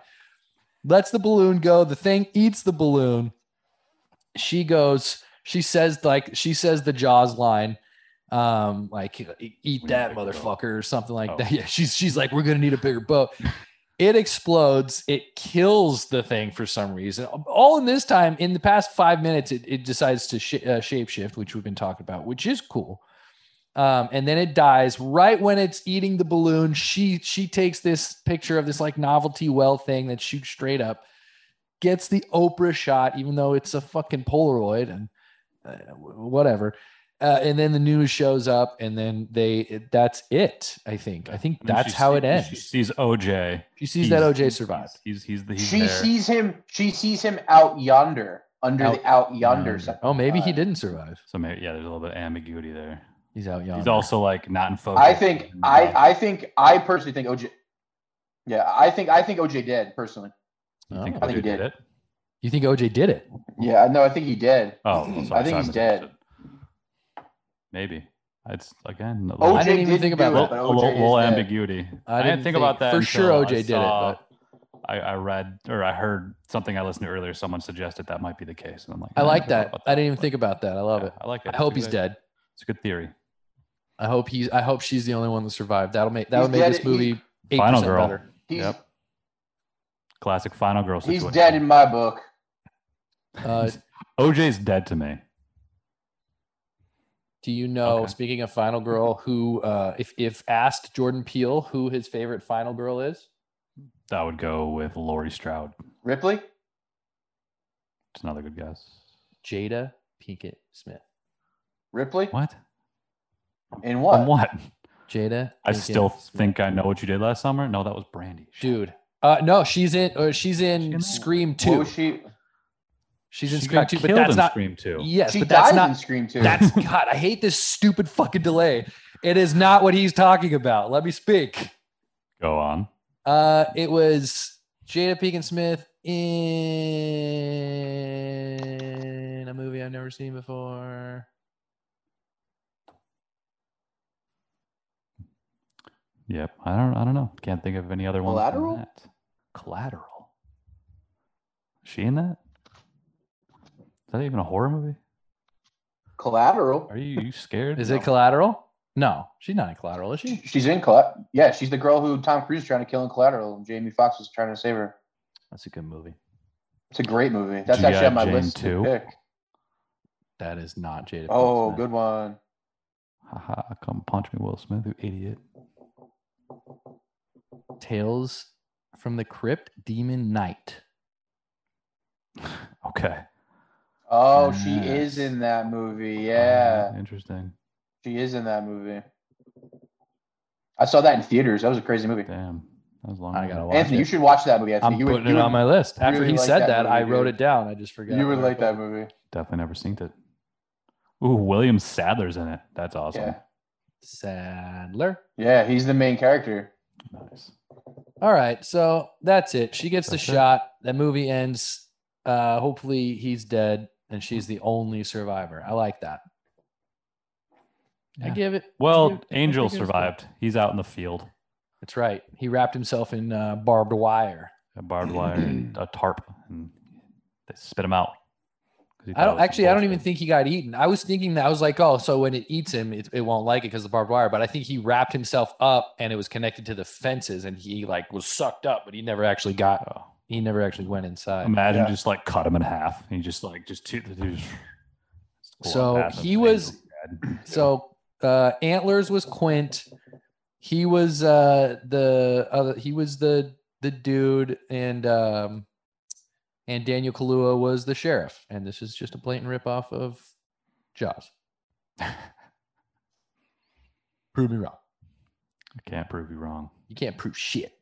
lets the balloon go the thing eats the balloon she goes she says like she says the jaws line um like eat need that a bigger boat. motherfucker or something like Oh. that <laughs> yeah she's she's like we're gonna need a bigger boat it explodes it kills the thing for some reason all in this time in the past five minutes it, it decides to sh- uh, shapeshift which we've been talking about which is cool um, and then it dies right when it's eating the balloon. She she takes this picture of this like novelty well thing that shoots straight up, gets the Oprah shot, even though it's a fucking Polaroid and uh, whatever. Uh, and then the news shows up, and then they it- that's it. I think I think And then that's she how see- it ends. She sees OJ. She sees that He's- OJ he's- survived. He's he's, the he's she there. sees him. She sees him out yonder, under the out yonder. yonder. something. Oh, maybe he Uh, didn't survive. so maybe yeah, there's a little bit of ambiguity there. He's out young. He's also like not in focus. I think. I. I think. I personally think OJ. Yeah, I think. I think OJ did personally. You think Oh. I think OJ he did did. it? You think OJ did it? Yeah, no, I think he did. Oh, well, sorry, I think sorry, he's dead. misunderstood. Maybe it's again a OJ little, I didn't even didn't think do about that. it, but a OJ little, is little dead. ambiguity. I I didn't didn't think about think- that. for sure OJ until I did it, saw- I, I read or I heard something I listened to earlier. Someone suggested that might be the case, and I'm like, I "Man, like never thought that. about I didn't even think about that. I love Yeah, it. I like it. I hope It's he's a good- dead. It's a good theory. I hope he's. I hope she's the only one that survived. That'll make that He's would make dead. this movie eight Final percent girl. better. He's Yep. Classic final girl he's situation. dead in my book. <laughs> Uh, OJ's dead to me. do you know? Okay. Speaking of Final Girl, who uh, if if asked Jordan Peele who his favorite Final Girl is? That would go with Laurie Stroud. Ripley. It's another good guess. Jada Pinkett Smith. Ripley. What? In From what? what? Jada. I Pinkett still Smith. think I know what you did last summer. No, that was Brandy. Shit. dude. Uh, no, she's in. Or she's in She in- Scream What Two. was she? she's in She Scream got Two, but killed that's in not. Scream Two. Yes, she but that's dies not. in Scream too. That's God. I hate this stupid fucking delay. It is not what he's talking about. Let me speak. Go on. Uh, it was Jada Pinkett Smith in a movie I've never seen before. Yep. I don't. I don't know. Can't think of any other ones. than Collateral? that. Collateral. Is she in that? Is that even a horror movie? Collateral. Are you, you scared? Is No. it Collateral? No, she's not in Collateral, is she? She's in Collateral. Yeah, she's the girl who Tom Cruise is trying to kill in Collateral. and Jamie Foxx was trying to save her. That's a good movie. It's a great movie. That's G.I. actually on my Jane list two. to pick. That is not Jada. Pinkett Oh, Smith. good one. Haha, come punch me, Will Smith, you idiot. Tales from the Crypt, Demon Knight. Okay. Oh, she Yes. is in that movie. Uh, Yeah, interesting. she is in that movie. I saw that in theaters. That was a crazy movie. Damn. That was long. I ago. gotta watch Anthony, you it. should watch that movie. Anthony, I'm you putting it on my list. After really he like said that that, I movie, wrote dude. it down. I just forgot. you would where I like put that it. movie. Definitely never seen it. Ooh, William Sadler's in it. That's awesome. Yeah. Sandler. Yeah, he's the main character. Nice. All right, so that's it. She gets the That's it. shot. That movie ends. Uh, hopefully, he's dead and she's the only survivor. I like that. I Yeah. give it. Well, I give- I Angel think it was good. survived. He's out in the field. That's right. He wrapped himself in uh, barbed wire. A barbed wire <clears throat> and a tarp, and they spit him out. 'Cause he thought I it don't was some actually. I don't even bullshit. think he got eaten. I was thinking that I was like, oh, so when it eats him, it, it won't like it because the barbed wire. But I think he wrapped himself up and it was connected to the fences, and he like was sucked up, but he never actually got. Oh. He never actually went inside. Imagine Yeah. just like cut him in half, and he just like just two. the dude just- <laughs> just So, blood path he of was- Angel's dead. So uh, antlers was Quint. He was uh, the other. He was the the dude, and um, and Daniel Kalua was the sheriff. And this is just a blatant ripoff of Jaws. <laughs> prove me wrong. I can't prove you wrong. You can't prove shit.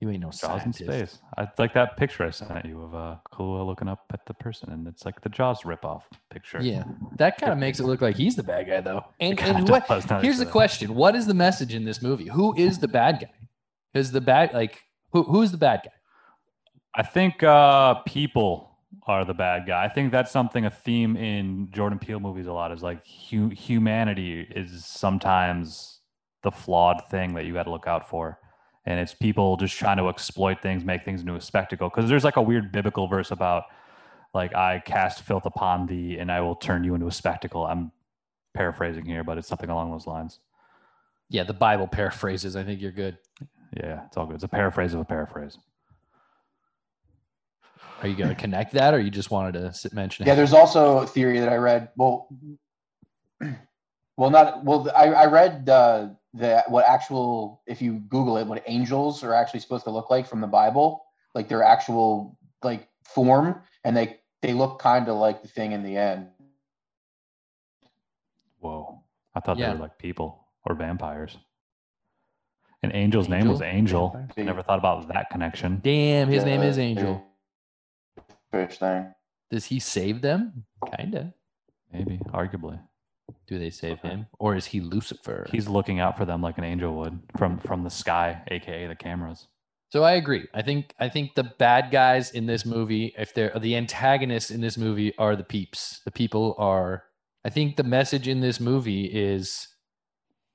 You ain't no Jaws in scientist. space. I like that picture I sent you of uh, Kalua looking up at the person, and it's like the Jaws ripoff picture. Yeah, that kind of makes it look like he's the bad guy, though. And and what? Here's Here's the question: What is the message in this movie? Who is the bad guy? Is the bad like who? Who's the bad guy? I think uh, people are the bad guy. I think that's something a theme in Jordan Peele movies a lot is like hu- humanity is sometimes the flawed thing that you got to look out for. And it's people just trying to exploit things, make things into a spectacle. Because there's like a weird biblical verse about, like, I cast filth upon thee and I will turn you into a spectacle. I'm paraphrasing here, but it's something along those lines. Yeah, the Bible paraphrases. I think you're good. Yeah, it's all good. It's a paraphrase of a paraphrase. Are you going to connect that, or you just wanted to sit, mention? Yeah, it? there's also a theory that I read. Well, <clears throat> Well, not well. th- I, I read uh, that what actual, if you Google it, what angels are actually supposed to look like from the Bible, like their actual like form, and they they look kind of like the thing in the end. Whoa. I thought Yeah. they were like people or vampires. An angel's name was Angel? Angel. Vampire? I never thought about that connection. Damn, his name is The Angel. Fish thing. Does he save them? Kinda. Maybe, arguably. Do they save Okay. him, or is he Lucifer? He's looking out for them like an angel would from from the sky, aka the cameras. So I agree. I think I think the bad guys in this movie, if they're the antagonists in this movie, are the peeps. The people are. I think the message in this movie is,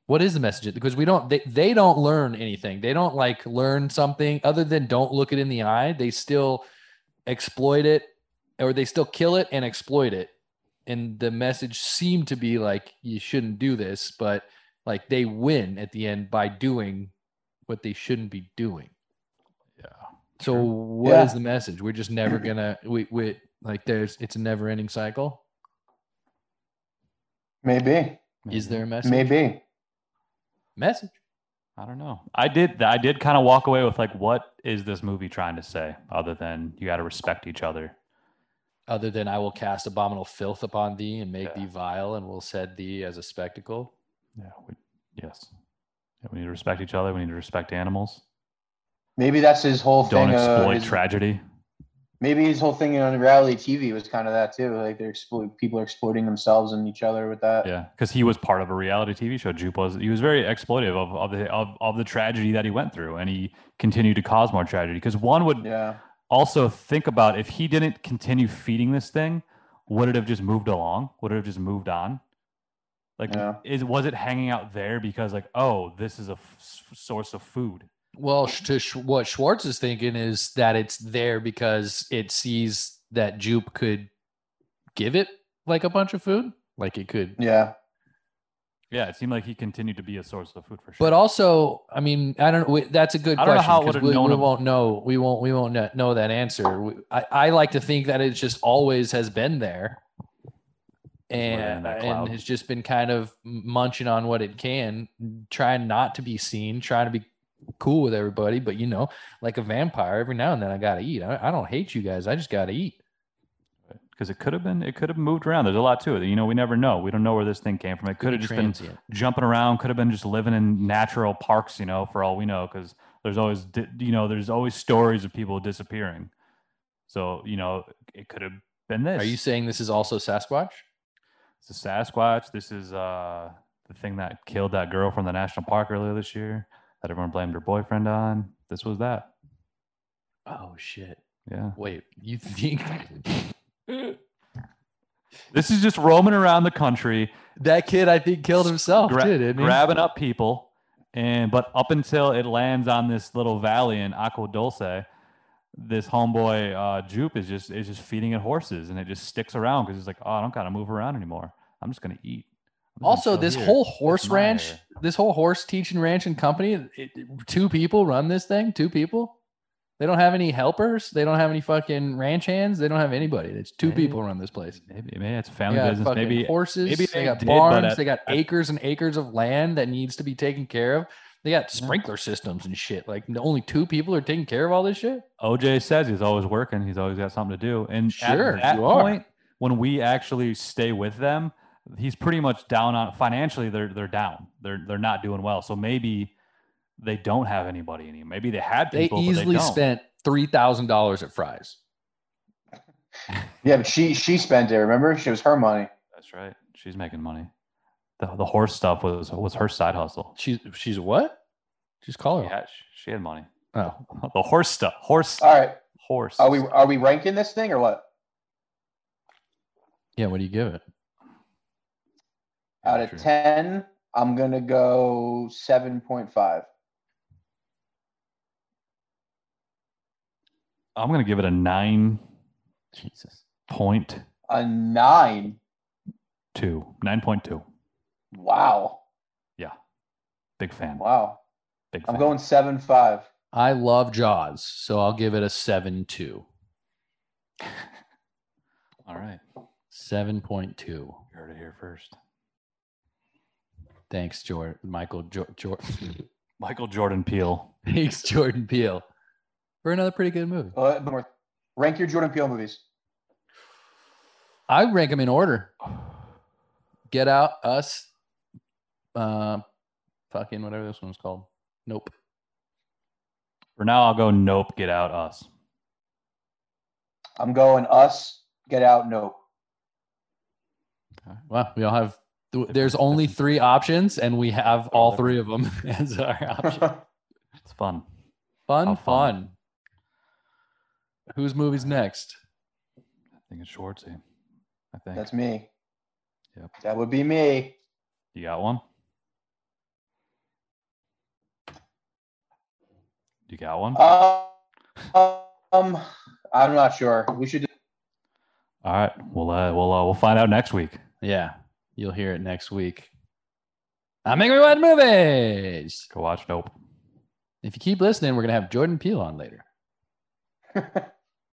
what is the message? Because we don't. They, they don't learn anything. They don't like learn something other than don't look it in the eye. They still exploit it, or they still kill it and exploit it. And the message seemed to be like you shouldn't do this, but like they win at the end by doing what they shouldn't be doing. Yeah. So Sure. what is Yeah. the message? We're just never gonna we we like there's it's a never ending cycle. Maybe, Is there a message? maybe. Message. I don't know. I did I did kind of walk away with like what is this movie trying to say other than you got to respect each other. Other than I will cast abominable filth upon thee and make Yeah. thee vile and will set thee as a spectacle. Yeah, we, yes. Yeah, we need to respect each other, we need to respect animals. Maybe that's his whole Don't thing. uh, exploit his- tragedy. Maybe his whole thing on reality TV was kind of that too. Like they're explo- people are exploiting themselves and each other with that. Yeah, because he was part of a reality TV show. Jupe was he was very exploitive of, of the of, of the tragedy that he went through, and he continued to cause more tragedy. Because one would yeah. also think about if he didn't continue feeding this thing, would it have just moved along? Would it have just moved on? Like, Yeah. is was it hanging out there because like, oh, this is a f- s- source of food? Well, sh- to sh- what Schwartz is thinking is that it's there because it sees that Jupe could give it like a bunch of food, like it could Yeah. Yeah, it seemed like he continued to be a source of food for sure. But also, I mean, I don't. We, that's a good I don't know question. how it 'cause would've we, known we ab- won't know. We won't. We won't kn- know that answer. We, I, I like to think that it just always has been there, living in and that and cloud. has just been kind of munching on what it can, trying not to be seen, trying to be cool with everybody. But you know, like a vampire, every now and then I gotta eat. I, I don't hate you guys. I just gotta eat. because it could have been, it could have moved around. There's a lot to it. You know, we never know. We don't know where this thing came from. It could have just been Transient. jumping around could have been just living in natural parks you know for all we know because there's always di- you know there's always stories of people disappearing so you know it could have been this Are you saying this is also Sasquatch? it's a sasquatch this is uh the thing that killed that girl from the national park earlier this year that everyone blamed her boyfriend on this was that Oh shit! yeah Wait, you think? this is just roaming around the country That kid, I think, killed himself gra- too, didn't he? grabbing up people and but up until it lands on this little valley in Aqua Dulce, this homeboy uh Jupe is just is just feeding it horses and it just sticks around because it's like, oh, I don't gotta move around anymore. I'm just gonna eat. I'm just gonna also, chill this here." whole horse my ranch, area. this whole horse teaching ranch and company, it, it- two people run this thing. Two people. They don't have any helpers. They don't have any fucking ranch hands. They don't have anybody. It's two Maybe- people run this place. maybe, maybe it's a They family got business. fucking Maybe horses. maybe they they got did, but barns. at- they got at- acres and acres of land that needs to be taken care of. They got sprinkler systems and shit. Like n- only two people are taking care of all this shit. OJ says he's always working, he's always got something to do. And Sure, at that you are. point, when we actually stay with them, he's pretty much down on financially they're they're down. They're they're not doing well. So maybe they don't have anybody any. Maybe they had They people, easily but they don't. spent three thousand dollars at Fry's. Yeah, but she she spent it. Remember, she was her money. That's right. She's making money. The, the horse stuff was was her side hustle. She's she's what? Just call her. Yeah, she had money. <laughs> Oh, The horse stuff. Horse. All right, Horse. are we are we ranking this thing or what? Yeah, what do you give it? Out of True. ten, I'm gonna go seven point five. I'm gonna give it a nine Jesus. point A nine. two. Nine point two. Wow, Big fan. wow. Big fan. I'm going seven five. I love Jaws, so I'll give it a 7 2. All right. 7.2. You heard it here first. Thanks, Jordan. Michael jo- <laughs> Jor- Michael Jordan Peele. Thanks, Jordan Peele, for another pretty good movie. Uh, but more- rank your Jordan Peele movies. I rank them in order. Get Out, Us, uh, fucking whatever this one's called. Nope. For now, I'll go. Nope. Get out. Us. I'm going Us, Get Out, Nope. Well, we all have. th- There's only three options, and we have all three of them <laughs> as our <laughs> option. It's fun. Fun, How fun. fun. Whose movie's next? I think it's Schwartzy. I think That's me. Yep. That would be me. you got one. You got one. Um, um, I'm not sure. We should. All right. We'll uh, we'll uh, we'll find out next week. Yeah, you'll hear it next week. I'm making me watch movies. Go watch. Nope. <laughs> If you keep listening, we're gonna have Jordan Peele on later.